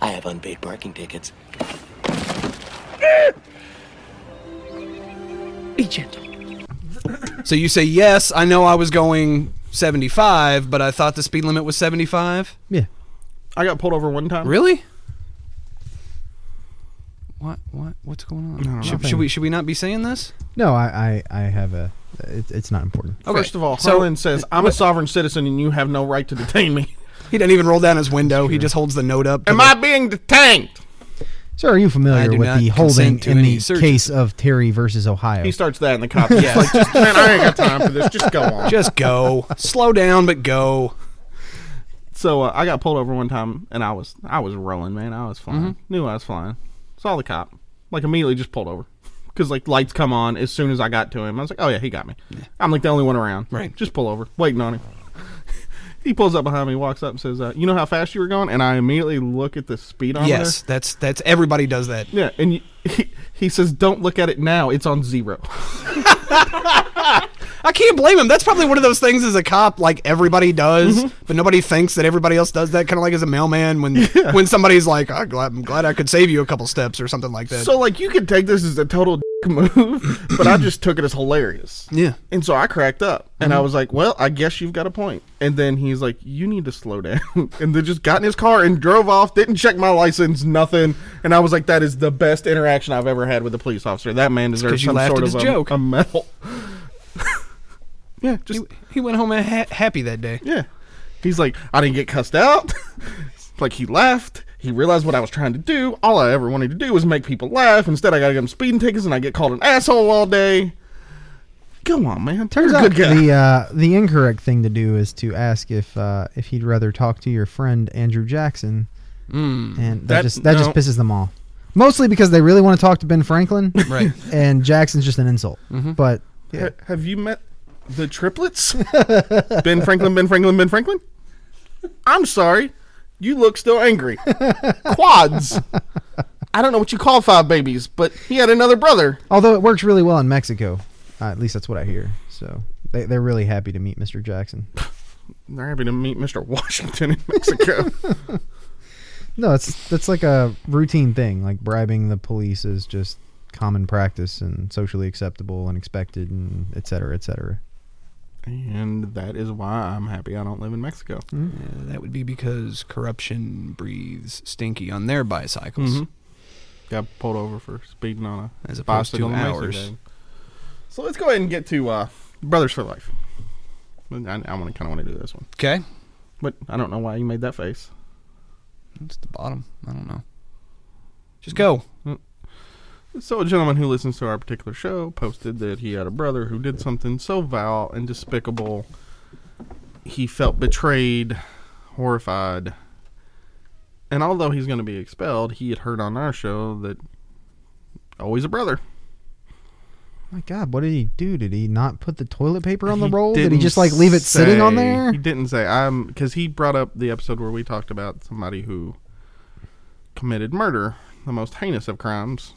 S6: I have unpaid parking tickets. Be gentle.
S4: So you say, "Yes, I know I was going 75, but I thought the speed limit was 75."
S3: Yeah.
S2: I got pulled over one time.
S4: Really? What what what's going on? should, should we should we not be saying this?
S3: No, I I, I have a. It, it's not important.
S2: First of all, Harlan says, I'm a sovereign citizen and you have no right to detain me.
S4: he doesn't even roll down his window. He just holds the note up. to
S2: Am
S4: the- [laughs]
S2: I being detained?
S3: Sir, are you
S4: I
S3: familiar
S4: do
S3: with
S4: not
S3: the holding
S4: consent to
S3: in
S4: any
S3: the
S4: searches.
S3: case of Terry versus Ohio?
S2: He starts that and the [laughs] cop is like, just, man, I ain't got time for this. Just go [laughs] on.
S4: Just go. Slow down, but go.
S2: So uh, I got pulled over one time, and I was I was rolling, man. I was flying.
S4: Mm-hmm.
S2: Knew I was flying. Saw the cop, like immediately just pulled over, [laughs] because like lights come on as soon as I got to him. I was like, oh yeah, he got me. I'm like the only one around.
S4: Right.
S2: Just pull over, waiting on him. [laughs] he pulls up behind me, walks up, and says, uh, "You know how fast you were going?" And I immediately look at the speedometer.
S4: Yes, that's that's everybody does that.
S2: Yeah, and y- [laughs] he, he says, "Don't look at it now. It's on zero. [laughs]
S4: I can't blame him. That's probably one of those things as a cop, like everybody does, but nobody thinks that everybody else does that. Kind of like as a mailman [laughs] when when somebody's like, "I'm glad, I'm glad I could save you a couple steps" or something like that.
S2: So like you could take this as a total [laughs] dick move, but I just took it as hilarious.
S4: Yeah. Mm-hmm.
S2: And so I cracked up and I was like, "Well, I guess you've got a point." And then he's like, "You need to slow [laughs] down." and then just got in his car and drove off, didn't check my license, nothing. And I was like, "That is the best interaction I've ever had with a police officer. That man deserves
S4: 'cause you
S2: some
S4: laughed
S2: sort
S4: at
S2: of
S4: his
S2: a,
S4: joke.
S2: a medal." [laughs] yeah, just
S4: he, he went home ha- happy that day.
S2: yeah. He's like, I didn't get cussed out. [laughs] like he laughed. He realized what I was trying to do. All I ever wanted to do was make people laugh. Instead, I got to get them speeding tickets, and I get called an asshole all day. Go on, man. Turns out good [laughs] guy.
S3: the uh, the incorrect thing to do is to ask if uh, if he'd rather talk to your friend Andrew Jackson, and that,
S2: Hmm. That-
S3: just that
S2: no.
S3: just pisses them off. Mostly because they really want to talk to
S2: [laughs]
S3: Ben Franklin,
S4: Right.
S3: and Jackson's just an insult.
S2: Mm-hmm.
S3: But yeah,
S2: Ha- have you met the triplets? [laughs] ben Franklin, Ben Franklin, Ben Franklin. I'm sorry, you look still [laughs] angry. Quads. I don't know what you call five babies, but he had another brother.
S3: although it works really well in Mexico, uh, at least that's what I hear. So they, they're really happy to meet Mr. Jackson. [laughs]
S2: They're happy to meet Mr. Washington in [laughs] Mexico.
S3: No, it's that's like a routine thing. Like bribing the police is just common practice and socially acceptable and expected, and et cetera, et cetera.
S2: And that is why I'm happy I don't live in Mexico.
S4: Uh, that would be because corruption breathes stinky on their bicycles.
S2: Mhm. Got pulled over for speeding on a
S4: As opposed
S2: bicycle
S4: to
S2: in Mexico.
S4: ours.
S2: So let's go ahead and get to uh, Brothers for Life. I, I want to kind of want to do this one,
S4: Okay,
S2: but I don't know why you made that face.
S4: that's the bottom. I don't know. Just go.
S2: So a gentleman who listens to our particular show posted that he had a brother who did something so vile and despicable. He felt betrayed, horrified, and although he's going to be expelled, he had heard on our show that always a brother.
S3: Oh My God, what did he do? Did he not put the toilet paper on the
S2: He
S3: roll? Did he
S2: didn't
S3: just like leave it sitting on
S2: say-
S3: there?
S2: He didn't say I'm because he brought up the episode where we talked about somebody who committed murder, the most heinous of crimes.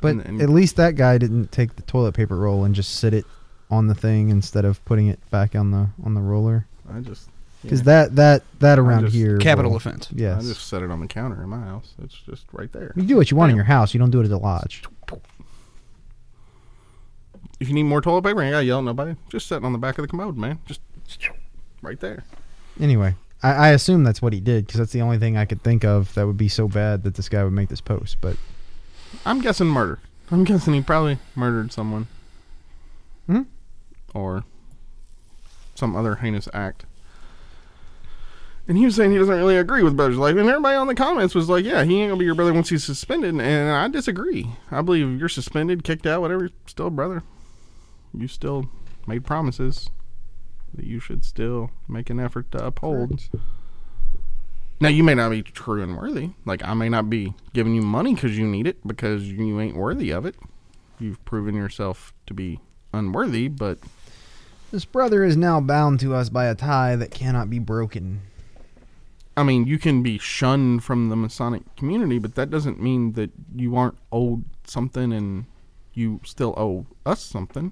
S3: But
S2: and- and-
S3: at least that guy didn't take the toilet paper roll and just sit it on the thing instead of putting it back on the on the roller.
S2: I just
S3: Because
S2: yeah,
S3: that that that around
S2: just-
S3: here
S4: Capital
S3: will-
S4: offense.
S3: Yes,
S2: I just set it on the counter in my house. It's just right there.
S3: you do what you want in your house. You don't do it at the lodge.
S2: If you need more toilet paper, you ain't gotta yell at nobody. Just set it on the back of the commode, man. Just right there.
S3: Anyway, I, I assume that's what he did because that's the only thing I could think of that would be so bad that this guy would make this post. But
S2: I'm guessing murder. I'm guessing he probably murdered someone.
S3: Hmm?
S2: or some other heinous act. And he was saying he doesn't really agree with brother's life. And everybody on the comments was like, yeah, he ain't going to be your brother once he's suspended. And I disagree. I believe you're suspended, kicked out, whatever, still a brother. You still made promises that you should still make an effort to uphold. Now, you may not be true and worthy. Like, I may not be giving you money because you need it because you ain't worthy of it. You've proven yourself to be unworthy, but
S3: This brother is now bound to us by a tie that cannot be broken.
S2: I mean, you can be shunned from the Masonic community, but that doesn't mean that you aren't owed something and you still owe us something.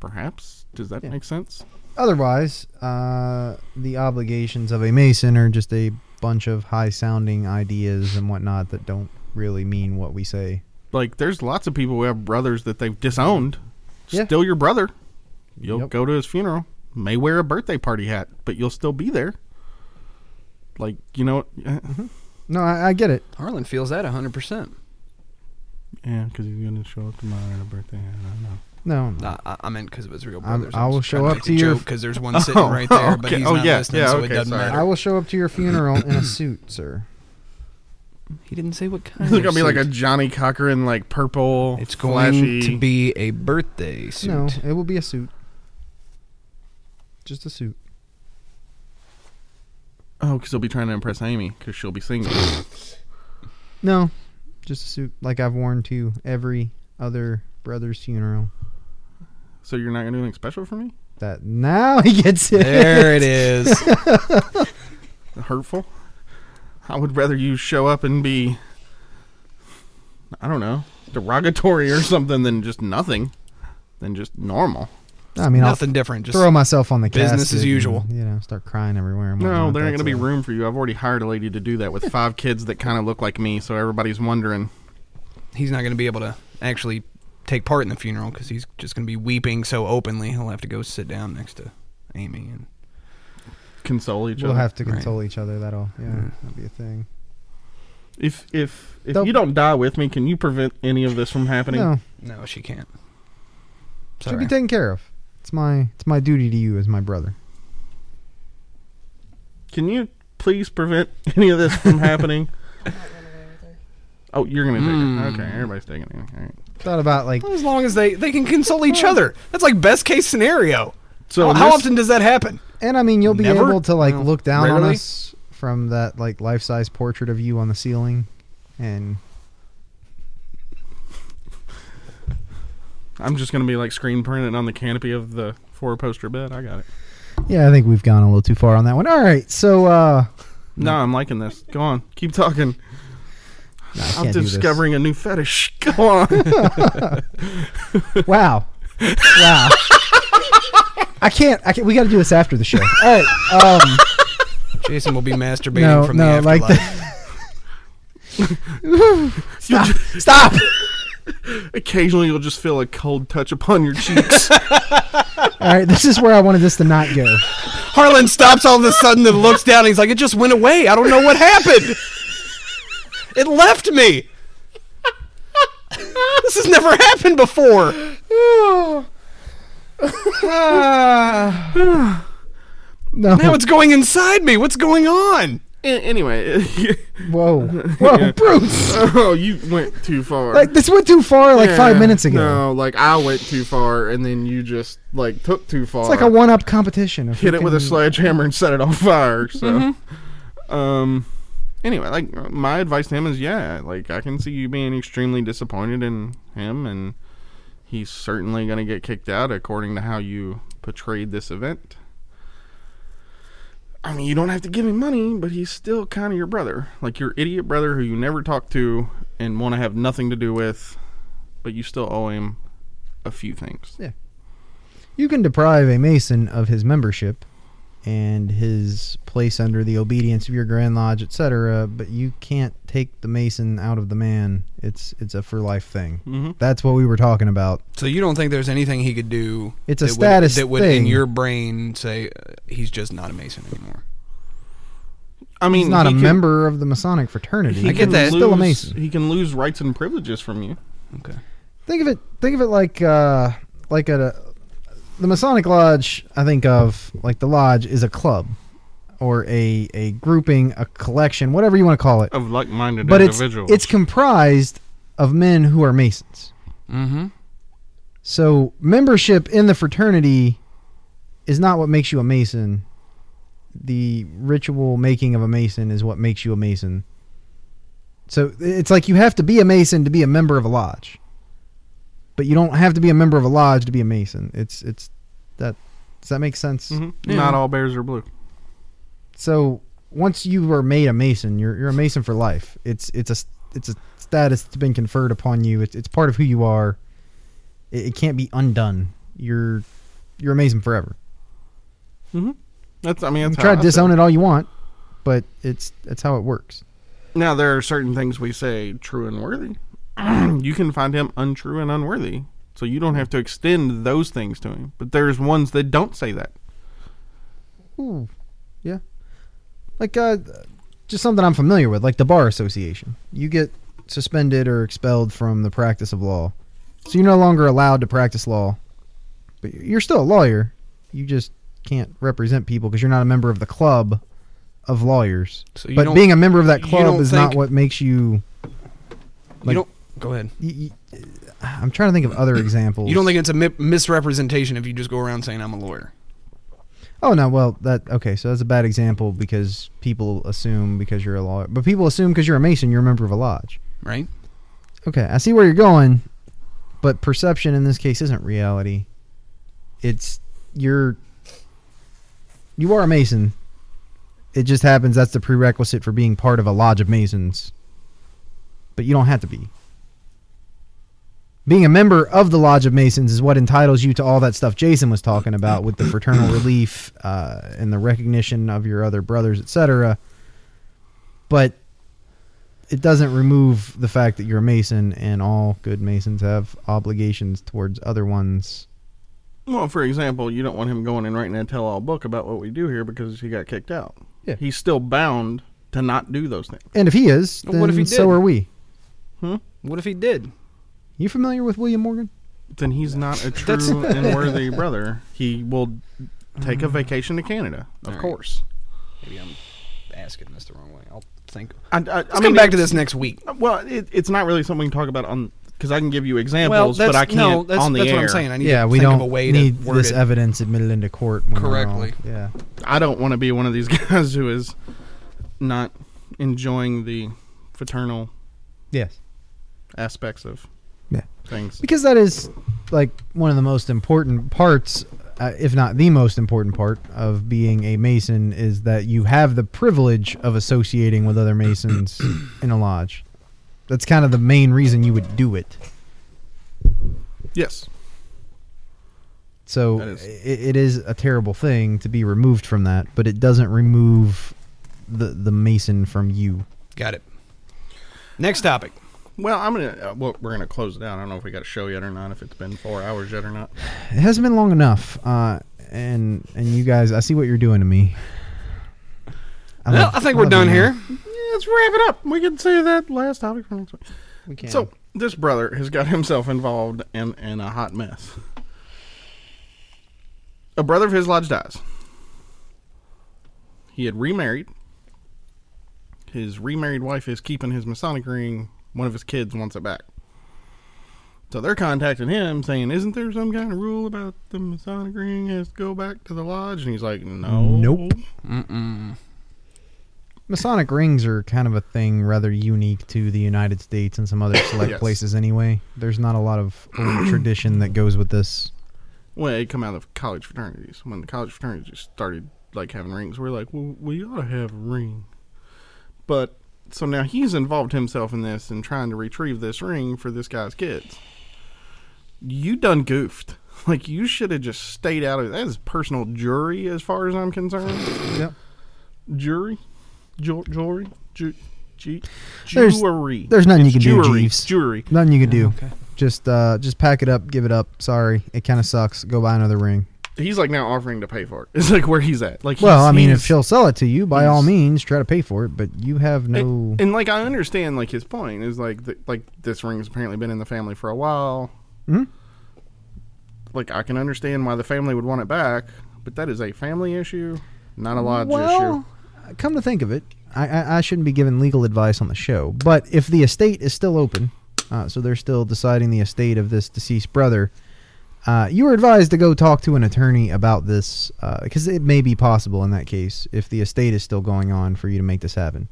S2: Perhaps. Does that make sense?
S3: Otherwise, uh, the obligations of a Mason are just a bunch of high sounding ideas and whatnot that don't really mean what we say.
S2: Like, there's lots of people who have brothers that they've disowned.
S3: Yeah.
S2: Still your brother. You'll
S3: Yep.
S2: go to his funeral. May wear a birthday party hat, but you'll still be there. Like, you know, [laughs] eh,
S3: No, I, I get it.
S4: Harlan feels that 100%.
S2: yeah, because he's going to show up tomorrow at a birthday hat. I don't know.
S3: No, no.
S4: Nah, I, I meant because it was real
S3: I'm-
S4: brothers.
S3: I will show up to your-
S4: because there's one sitting right there, but
S2: okay. [laughs]
S4: he's
S2: Oh,
S4: not
S2: yeah,
S4: listening,
S2: yeah,
S4: so
S2: okay,
S4: it doesn't
S2: sorry.
S4: matter.
S3: I will show up to your funeral in a suit, sir.
S4: He didn't say what kind.
S2: It's going
S4: of
S2: to be like a
S4: suit.
S2: Johnny Cochran, like purple.
S4: It's going to be a birthday suit.
S3: No, it will be a suit. Just a suit.
S2: Oh, because he'll be trying to impress Amy because she'll be
S4: [sighs]
S2: single.
S3: No, just a suit like I've worn to every other brother's funeral.
S2: so you're not gonna do anything special for me?
S3: That now [laughs] he gets it.
S4: There it is.
S2: [laughs] Hurtful? I would rather you show up and be, I don't know, derogatory or [laughs] something than just nothing, than just normal.
S3: I mean, I'll
S4: Nothing different. Just
S3: throw myself on the
S4: Business
S3: casket
S4: as usual.
S3: and, you know, start crying everywhere. and
S2: No,
S3: whatnot.
S2: there ain't
S3: That's
S2: gonna be
S3: all.
S2: room for you. I've already hired a lady to do that with [laughs] five kids that kind of look like me, so everybody's wondering.
S4: he's not going to be able to actually take part in the funeral because he's just going to be weeping so openly. He'll have to go sit down next to Amy and
S2: Console each
S3: We'll
S2: other.
S3: have to
S4: Right.
S3: console each other. That'll yeah,
S4: Mm.
S3: that'll be a thing.
S2: if if if
S3: Don't-
S2: you don't die with me, can you prevent any of this from happening?
S3: No,
S4: no, she can't.
S3: should
S4: Sorry.
S3: be taken care of. It's my it's my duty to you as my brother.
S2: Can you please prevent [laughs] any of this from happening? Oh, you're gonna take it. Okay, everybody's taking it. All right.
S3: Thought about like
S4: as long as they they can console each other. That's like best case scenario.
S2: So
S4: how,
S2: in
S4: how
S2: this-
S4: often does that happen?
S3: And I mean, you'll be
S4: Never?
S3: able to like
S4: No.
S3: look down on
S4: Rarely?
S3: us from that like life-size portrait of you on the ceiling, and
S2: I'm just gonna be like screen printed on the canopy of the four poster bed. I got it.
S3: yeah, I think we've gone a little too far on that one. All right, so uh,
S2: No, I'm liking this. Go on, keep talking.
S3: no, I
S2: I'm
S3: can't do this.
S2: discovering a new fetish. [laughs] Go on.
S3: [laughs] Wow, wow. I can't. I can't. We got to do this after the show. All right. Um,
S4: Jason [laughs] will be masturbating
S3: no,
S4: from
S3: no,
S4: the
S3: like [laughs]
S4: afterlife.
S3: stop. stop.
S2: Occasionally, you'll just feel a cold touch upon your cheeks.
S3: [laughs] All right, this is where I wanted this to not go.
S4: Harlan stops all of a sudden and looks down. And he's like, "It just went away. I don't know what happened. It left me. This has never happened before."
S3: No.
S4: Now it's going inside me. What's going on?
S2: A- anyway, [laughs]
S3: Whoa, whoa, Bruce.
S2: oh, you went too far.
S3: Like this went too far. Like five
S2: Yeah,
S3: minutes ago.
S2: No, like I went too far, and then you just like took too far.
S3: It's like a one-up competition. of who
S2: hit it with a
S3: can- Mm-hmm.
S2: sledgehammer and set it on fire. So, um, anyway, like my advice to him is, yeah, like I can see you being extremely disappointed in him, and he's certainly going to get kicked out according to how you portrayed this event. I mean, you don't have to give him money, but he's still kind of your brother, like your idiot brother who you never talk to and want to have nothing to do with, but you still owe him a few things.
S3: You can deprive a Mason of his membership and his place under the obedience of your Grand Lodge, etc., but you can't take the Mason out of the man. It's it's a for life thing.
S2: Mhm.
S3: That's what we were talking about.
S4: So you don't think there's anything he could do?
S3: It's a
S4: that would-
S3: status
S4: that would,
S3: thing.
S4: in your brain, say uh, he's just not a Mason anymore.
S2: I mean,
S3: He's not a
S2: he can-
S3: member of the Masonic fraternity.
S2: He
S4: I get
S2: can
S4: that.
S3: He's Still a
S2: lose-
S3: Mason.
S2: He can lose rights and privileges from you.
S4: Okay.
S3: Think of it. Think of it like uh, like a the Masonic Lodge, I think of like the lodge is a club or a a grouping, a collection, whatever you want to call it.
S2: of like-minded
S3: but it's
S2: individuals.
S3: it's comprised of men who are masons. Mm-hmm. So membership in the fraternity is not what makes you a mason. The ritual making of a mason is what makes you a mason. So it's like you have to be a mason to be a member of a lodge. But you don't have to be a member of a lodge to be a mason. It's it's that does that make sense?
S2: Mhm. not all bears are blue.
S3: So once you were made a mason, you're you're a mason for life. It's it's a it's a status that's been conferred upon you. It's it's part of who you are. It, it can't be undone. You're you're a mason forever.
S2: That's I mean, that's
S3: Try
S2: how
S3: to
S2: I feel.
S3: disown it all you want, but it's that's how it works.
S2: Now there are certain things we say true and worthy. [clears throat] you can find him untrue and unworthy. So you don't have to extend those things to him. But there's ones that don't say that.
S3: Ooh, yeah. Like uh, just something I'm familiar with, like the bar association. You get suspended or expelled from the practice of law, so you're no longer allowed to practice law. But you're still a lawyer. You just can't represent people because you're not a member of the club of lawyers.
S4: So you
S3: but
S4: don't-
S3: being a member of that
S4: you
S3: club
S4: don't
S3: is not
S4: think-
S3: what makes you.
S4: you
S3: Like-
S4: don't go ahead.
S3: y- y- I'm trying to think of
S4: [clears throat]
S3: other examples.
S4: You don't think it's a mi- misrepresentation if you just go around saying I'm a lawyer?
S3: Oh no, well that okay, so that's a bad example because people assume because you're a lawyer, but people assume because you're a mason, you're a member of a lodge.
S4: Right?
S3: Okay, I see where you're going, but perception in this case isn't reality. It's you're you are a mason. It just happens that's the prerequisite for being part of a lodge of masons. But you don't have to be. Being a member of the Lodge of Masons is what entitles you to all that stuff Jason was talking about with the fraternal relief uh, and the recognition of your other brothers, etc. But it doesn't remove the fact that you're a Mason, and all good Masons have obligations towards other ones.
S2: Well, for example, you don't want him going and writing a tell-all book about what we do here because he got kicked out.
S3: Yeah.
S2: He's still bound to not do those things.
S3: And if he is, then
S4: What if he
S3: so
S4: did?
S3: are we.
S4: What if he did?
S3: You familiar with William Morgan?
S2: Then he's not a
S4: [laughs]
S2: true and worthy brother. He will take a vacation to Canada, of
S4: Mm-hmm. right.
S2: course.
S4: Maybe I'm asking this the wrong way. I'll think.
S2: I, I, I
S4: Let's come back to
S2: it's-
S4: this next week.
S2: Well, it, it's not really something we can talk about on because I can give you examples, but I can't
S4: no, that's,
S2: on the
S4: that's
S2: air.
S4: what I'm saying. I need
S3: Yeah,
S4: to
S3: we
S4: think
S3: don't
S4: of a way
S3: need
S4: to word
S3: this
S4: it.
S3: evidence admitted into court when we're wrong.
S4: Correctly.
S3: Yeah,
S2: I don't want to be one of these [laughs] guys who is not enjoying the fraternal
S3: yes,
S2: aspects of
S3: yeah.
S2: things.
S3: Because that is like one of the most important parts, uh, if not the most important part of being a Mason, is that you have the privilege of associating with other
S4: [clears throat]
S3: Masons in a lodge. That's kind of the main reason you would do it.
S2: Yes.
S3: So
S2: That is-
S3: i it is a terrible thing to be removed from that, but it doesn't remove the the Mason from you.
S4: Got it. Next topic.
S2: Well, I'm gonna. Uh, well, we're gonna close it out. I don't know if we got a show yet or not. If it's been four hours yet or not.
S3: It hasn't been long enough, uh, and and you guys, I see what you're doing to me. I
S4: Well,
S3: love-
S4: I think
S3: I
S4: we're
S3: love
S4: done
S3: you, Oh, man.
S4: here.
S2: Yeah, let's wrap it up. We can say that last topic for next week.
S3: We can.
S2: So this brother has got [laughs] himself involved in in a hot mess. A brother of his lodge dies. He had remarried. His remarried wife is keeping his Masonic ring. One of his kids wants it back. So they're contacting him saying, Isn't there some kind of rule about the Masonic ring has to go back to the lodge? And he's like, No.
S3: Nope. Masonic rings are kind of a thing rather unique to the United States and
S4: [coughs]
S3: some other select
S2: Yes.
S3: places anyway. There's not a lot of old tradition that goes with this.
S2: Well, it come out of college fraternities. When the college fraternities started like having rings, we are like, well, we ought to have a ring. But so now he's involved himself in this and trying to retrieve this ring for this guy's kids. You done goofed. [laughs] Like you should have just stayed out of it. That is personal jury, as far as I'm concerned.
S3: Yep.
S2: Jury, Ju- jury, Ju- ju-
S3: There's-
S2: jewelry.
S3: there's nothing you
S2: It's
S3: can do,
S2: jewelry,
S3: Jeeves.
S2: Jewelry.
S3: Nothing you can do. Just uh, just pack it up, give it up. Sorry, it kind of sucks. Go buy another ring.
S2: He's like now offering to pay for it. [laughs] It's like where he's at. Like,
S3: Well,
S2: he's-
S3: I mean,
S2: he's-
S3: if she'll sell it to you, by all
S2: he's-
S3: means, try to pay for it. But you have no.
S2: And, and, like I understand, like his
S3: Mm-hmm.
S2: point is like th- like this ring's apparently been in the family for a while. like I can understand why the family would want it back, but that is a family issue, not a lodge issue.
S3: Well, come to think of it, I, I, I shouldn't be giving legal advice on the show. But if the estate is still open, uh, so they're still deciding the estate of this deceased brother, uh, you were advised to go talk to an attorney about this because it may be possible in that case if the estate is still going on for you to make this happen.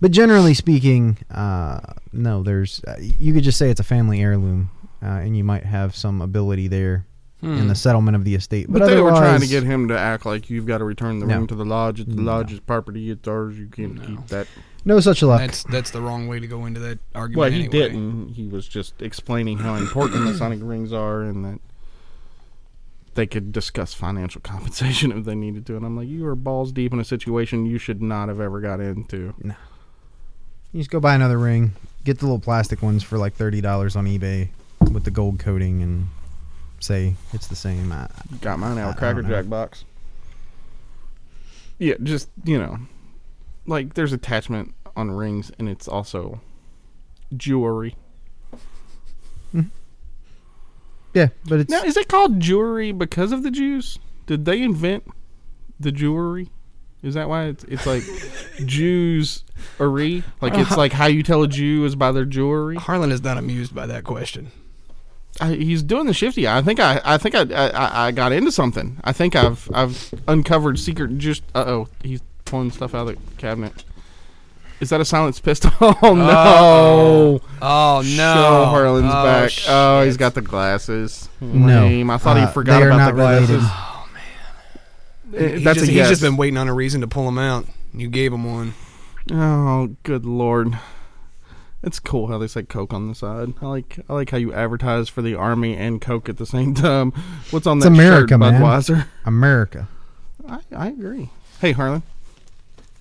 S3: But generally speaking, uh, no, there's uh, you could just say it's a family heirloom, uh, and you might have some ability there in the settlement of the estate.
S2: Hmm. But, they were trying to
S3: otherwise-
S2: get him to act like you've got to return the
S3: No.
S2: ring to the lodge. It's the lodge's property. It's ours. You can't keep that.
S3: no such luck.
S4: That's that's the wrong way to go into that argument.
S2: Well, he
S4: anyway.
S2: didn't. He was just explaining how important the sonic rings are and that they could discuss financial [laughs] compensation if they needed to. And I'm like, you are balls deep in a situation you should not have ever got into.
S3: You just go buy another ring. Get the little plastic ones for like thirty dollars on eBay with the gold coating, and say it's the same. I,
S2: Got mine out of
S3: I- I
S2: Cracker
S3: don't know.
S2: Jack box. Yeah, just you know, like there's attachment on rings, and it's also jewelry.
S3: yeah, but it's
S2: Now, is it called jewelry because of the Jews? Did they invent the jewelry? Is that why it's it's
S4: [laughs]
S2: like Jews ary? Like
S4: Uh-huh.
S2: it's like how you tell a Jew is by their jewelry.
S4: Harlan is not amused by that question.
S2: I, he's doing the shifty. I think I I think I I- I, I got into something. I think I've I've uncovered secret. Just uh oh, he's pulling stuff out of the cabinet. Is that a silenced pistol? [laughs] oh no!
S4: Oh no!
S2: Show Harlan's
S4: Oh,
S2: back. Oh,
S4: shit.
S2: he's got the glasses.
S3: No.
S2: Lame. I thought
S3: Uh,
S2: he forgot
S3: they are
S2: about the
S3: not related.
S2: glasses. Eh,
S4: He
S2: That's
S4: just,
S2: a
S4: he's
S2: yes.
S4: just been waiting on a reason to pull him out. You gave him one.
S2: Oh, good lord. It's cool how they say Coke on the side. I like I like how you advertise for the army and Coke at the same [laughs] time. What's on
S3: It's
S2: that
S3: America,
S2: shirt,
S3: man.
S2: Budweiser? [laughs]
S3: America.
S2: I, I agree. Hey Harlan,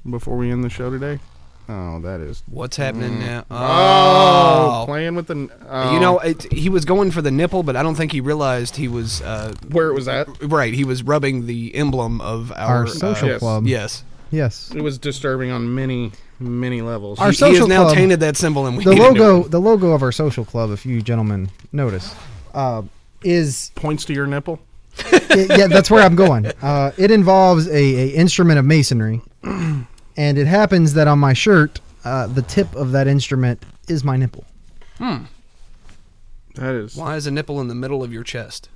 S2: before we end the show today, oh that is
S4: What's happening now?
S2: oh,
S4: Mm. Oh,
S2: playing with the oh,
S4: you know it, he was going for the nipple, but I don't think he realized he was uh,
S2: where it was at.
S4: right. He was rubbing the emblem of our,
S3: Our social
S4: uh,
S3: club.
S4: Yes,
S3: Yes.
S2: It was disturbing on many many levels.
S3: Our
S4: he, he
S3: social
S4: has now
S3: club-
S4: tainted that symbol, and we
S3: The
S4: need a new
S3: logo,
S4: one.
S3: the logo of our social club, if you gentlemen notice, uh, is
S2: Points to your nipple.
S3: it- yeah, that's where
S2: [laughs]
S3: I'm going. Uh, it involves a, a instrument of masonry, and it happens that on my shirt, uh, the tip of that instrument is my nipple.
S2: That is
S4: Why is a nipple in the middle of your chest?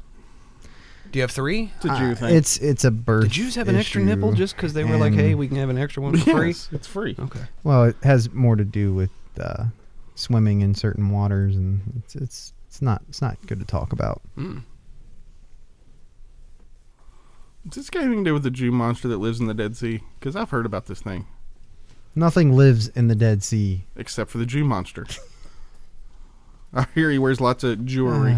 S4: Do you have three?
S2: it's a Jew
S3: Uh,
S2: thing.
S3: It's it's a birth.
S4: The Jews have an extra nipple
S3: issue,
S4: just because they were like,
S3: and-
S4: "Hey, we can have an extra one for [laughs]
S2: [laughs]
S4: free."
S2: Yes, it's free.
S4: Okay.
S3: Well, it has more to do with uh, swimming in certain waters, and it's it's it's not it's not good to talk about.
S2: Does this got anything to do with the Jew monster that lives in the Dead Sea? Because I've heard about this thing,
S3: Nothing lives in the Dead Sea.
S2: except for the Jew monster. [laughs] I hear he wears lots of
S3: [sighs]
S2: jewelry.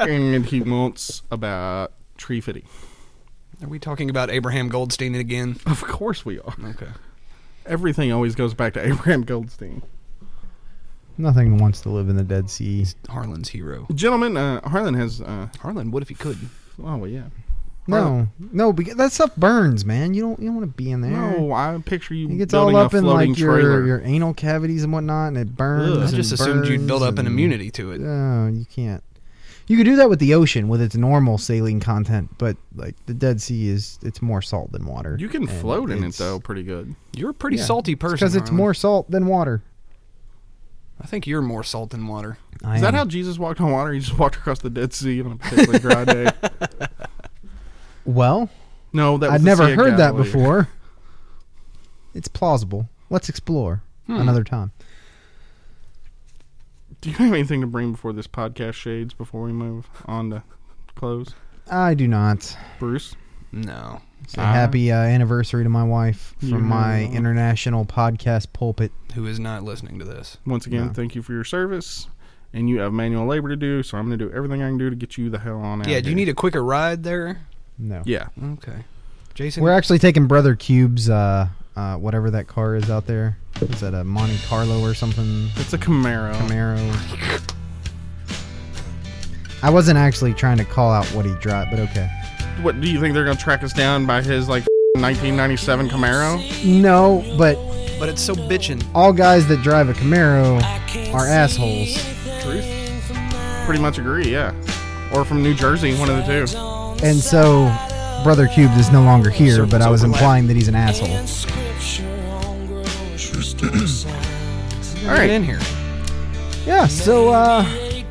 S2: and he wants about tree fitting. [laughs]
S4: Are we talking about Abraham Goldstein again?
S2: Of course we are.
S4: Okay.
S2: Everything always goes back to [laughs] Abraham Goldstein.
S3: Nothing wants to live in the Dead Sea.
S4: Harlan's hero.
S2: Gentlemen, uh, Harlan has. Uh,
S4: Harlan, what if he could?
S2: oh, well, yeah.
S3: No, no, because that stuff burns, man. You don't you don't want to be in there.
S2: No, I picture you
S3: It gets
S2: building
S3: all up
S2: a
S3: in
S2: floating
S3: like
S2: trailer.
S3: your, your anal cavities and whatnot, and it burns.
S2: Ugh.
S4: I
S3: and
S4: just assumed you'd
S3: burns
S4: build up an
S3: and-
S4: immunity to it.
S3: No, Oh, you can't. You could do that with the ocean with its normal saline content, but like the Dead Sea is it's more salt than water.
S2: you can
S3: and
S2: float in it,
S3: it's-
S2: though, pretty good.
S4: You're a pretty
S3: Yeah.
S4: salty person.
S3: because it's
S4: Harlan.
S3: more salt than water.
S4: I think you're more salt than water.
S3: I
S2: Is that
S3: am-
S2: how Jesus walked on water? He just walked across the Dead Sea on a particularly dry
S3: [laughs]
S2: day.
S3: Well,
S2: No, that was
S3: I'd
S2: the
S3: never
S2: Sea of
S3: heard that
S2: Galilee.
S3: before. It's plausible. Let's explore
S4: Hmm.
S3: another time.
S2: Do you have anything to bring before this podcast shades before we move on to close,
S3: I do not.
S2: Bruce?
S4: No.
S3: Say
S2: Ah.
S3: happy uh, anniversary to my wife from
S2: Yeah.
S3: my international podcast pulpit.
S4: Who is not listening to this?
S2: Once again,
S3: No.
S2: thank you for your service. And you have manual labor to do, so I'm going to do everything I can do to get you the hell on out.
S4: yeah,
S2: of
S4: do you
S2: here.
S4: need a quicker ride there?
S3: No.
S2: Yeah,
S4: Okay. Jason?
S3: We're actually taking Brother Cube's uh, uh, whatever that car is out there. Is that a Monte Carlo or something?
S2: it's a Camaro.
S3: Camaro. I wasn't actually trying to call out what he dropped, but okay.
S2: What do you think they're going to track us down by his like 1997 Camaro?
S3: No, but
S4: but it's so bitchin'.
S3: All guys that drive a Camaro are assholes.
S2: Pretty much agree, yeah. Or from New Jersey, one of the two.
S3: And so, Brother Cubed is no longer here, but I was
S4: overlap.
S3: implying that he's an asshole.
S4: All right, in here.
S3: Yeah, so uh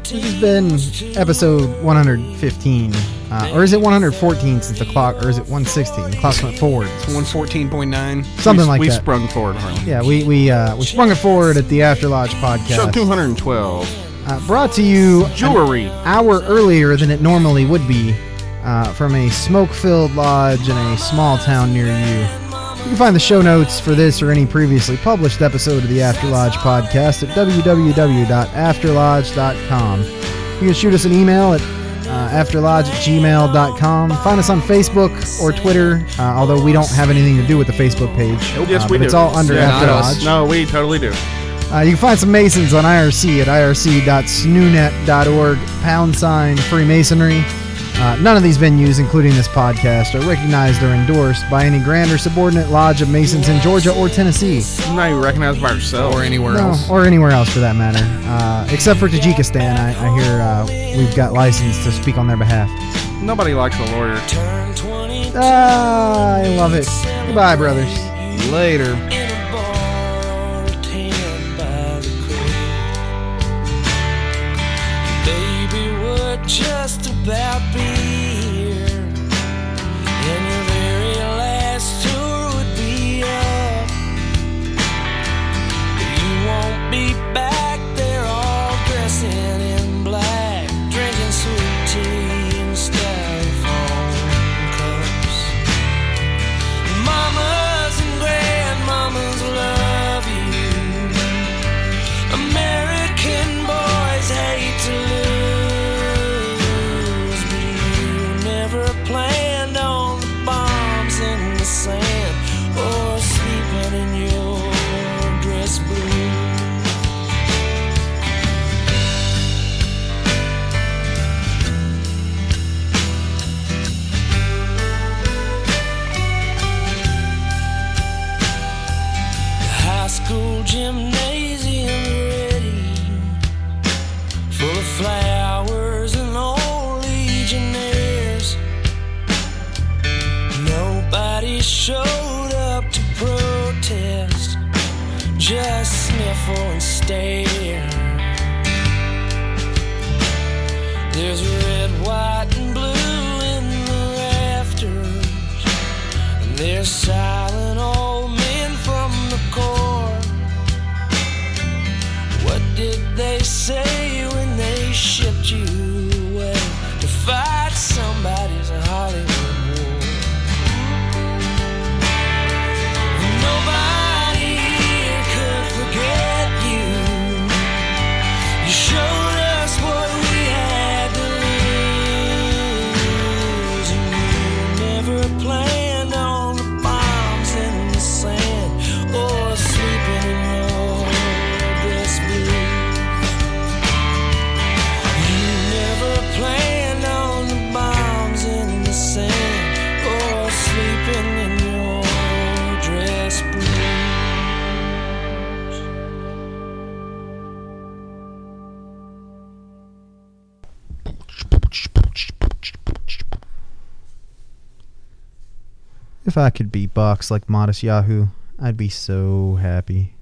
S3: this has been episode 115. Uh, or is it 114 since the clock, or is it 116? The clock went forward.
S4: One fourteen point nine.
S3: Something
S2: we,
S3: like
S2: we
S3: that.
S2: sprung forward. Harlan.
S3: yeah, we we uh, we sprung it forward at the After Lodge
S2: Show
S3: podcast.
S2: 212.
S3: Uh, brought to you
S2: Jewelry.
S3: hour earlier than it normally would be uh, from a smoke filled lodge in a small town near you. You can find the show notes for this or any previously published episode of the After Lodge podcast at www.afterlodge.com. You can shoot us an email at uh, afterlodge at gmail.com. Find us on Facebook or Twitter, uh, although we don't have anything to do with the Facebook page.
S2: Yes,
S3: Uh,
S2: we
S3: but
S2: do.
S3: It's all under
S2: Yeah,
S3: After
S4: not
S3: Lodge.
S4: us.
S2: No, we totally do.
S3: Uh, you can find some Masons on IRC at irc.snoonet.org, pound sign Freemasonry. Uh, none of these venues, including this podcast, are recognized or endorsed by any grand or subordinate lodge of Masons in Georgia or Tennessee,
S2: I'm not even recognized by ourselves.
S4: Or anywhere
S3: no,
S4: else.
S3: or anywhere else for that matter, uh, except for Tajikistan. I, I hear uh, we've got license to speak on their behalf.
S2: Nobody likes a lawyer.
S3: Ah, I love it. Goodbye, brothers.
S4: Later.
S7: Just about be here, and your very last tour would be up. But you won't be back. They're all dressing in black, drinking sweet tea and styrofoam cups. Mamas and grandmamas love you. American boys hate to lose, but you never planned on the bombs in the sand or sleeping in your dress blue. high school gymnasium ready full of flowers and old legionnaires. Nobody showed up to protest, just sniffle and stare. There's red, white, and blue in the rafters. They're silent old men from the core. What did they say when they shipped you away to fight somebody's Hollywood war? Nobody here could forget you. You showed us what we had to lose. And you never planned on the bombs in the sand or sleeping in your dress blue. You never planned on the bombs in the sand or sleeping in your dress blue.
S3: If I could be box like Modest Yahoo, I'd be so happy.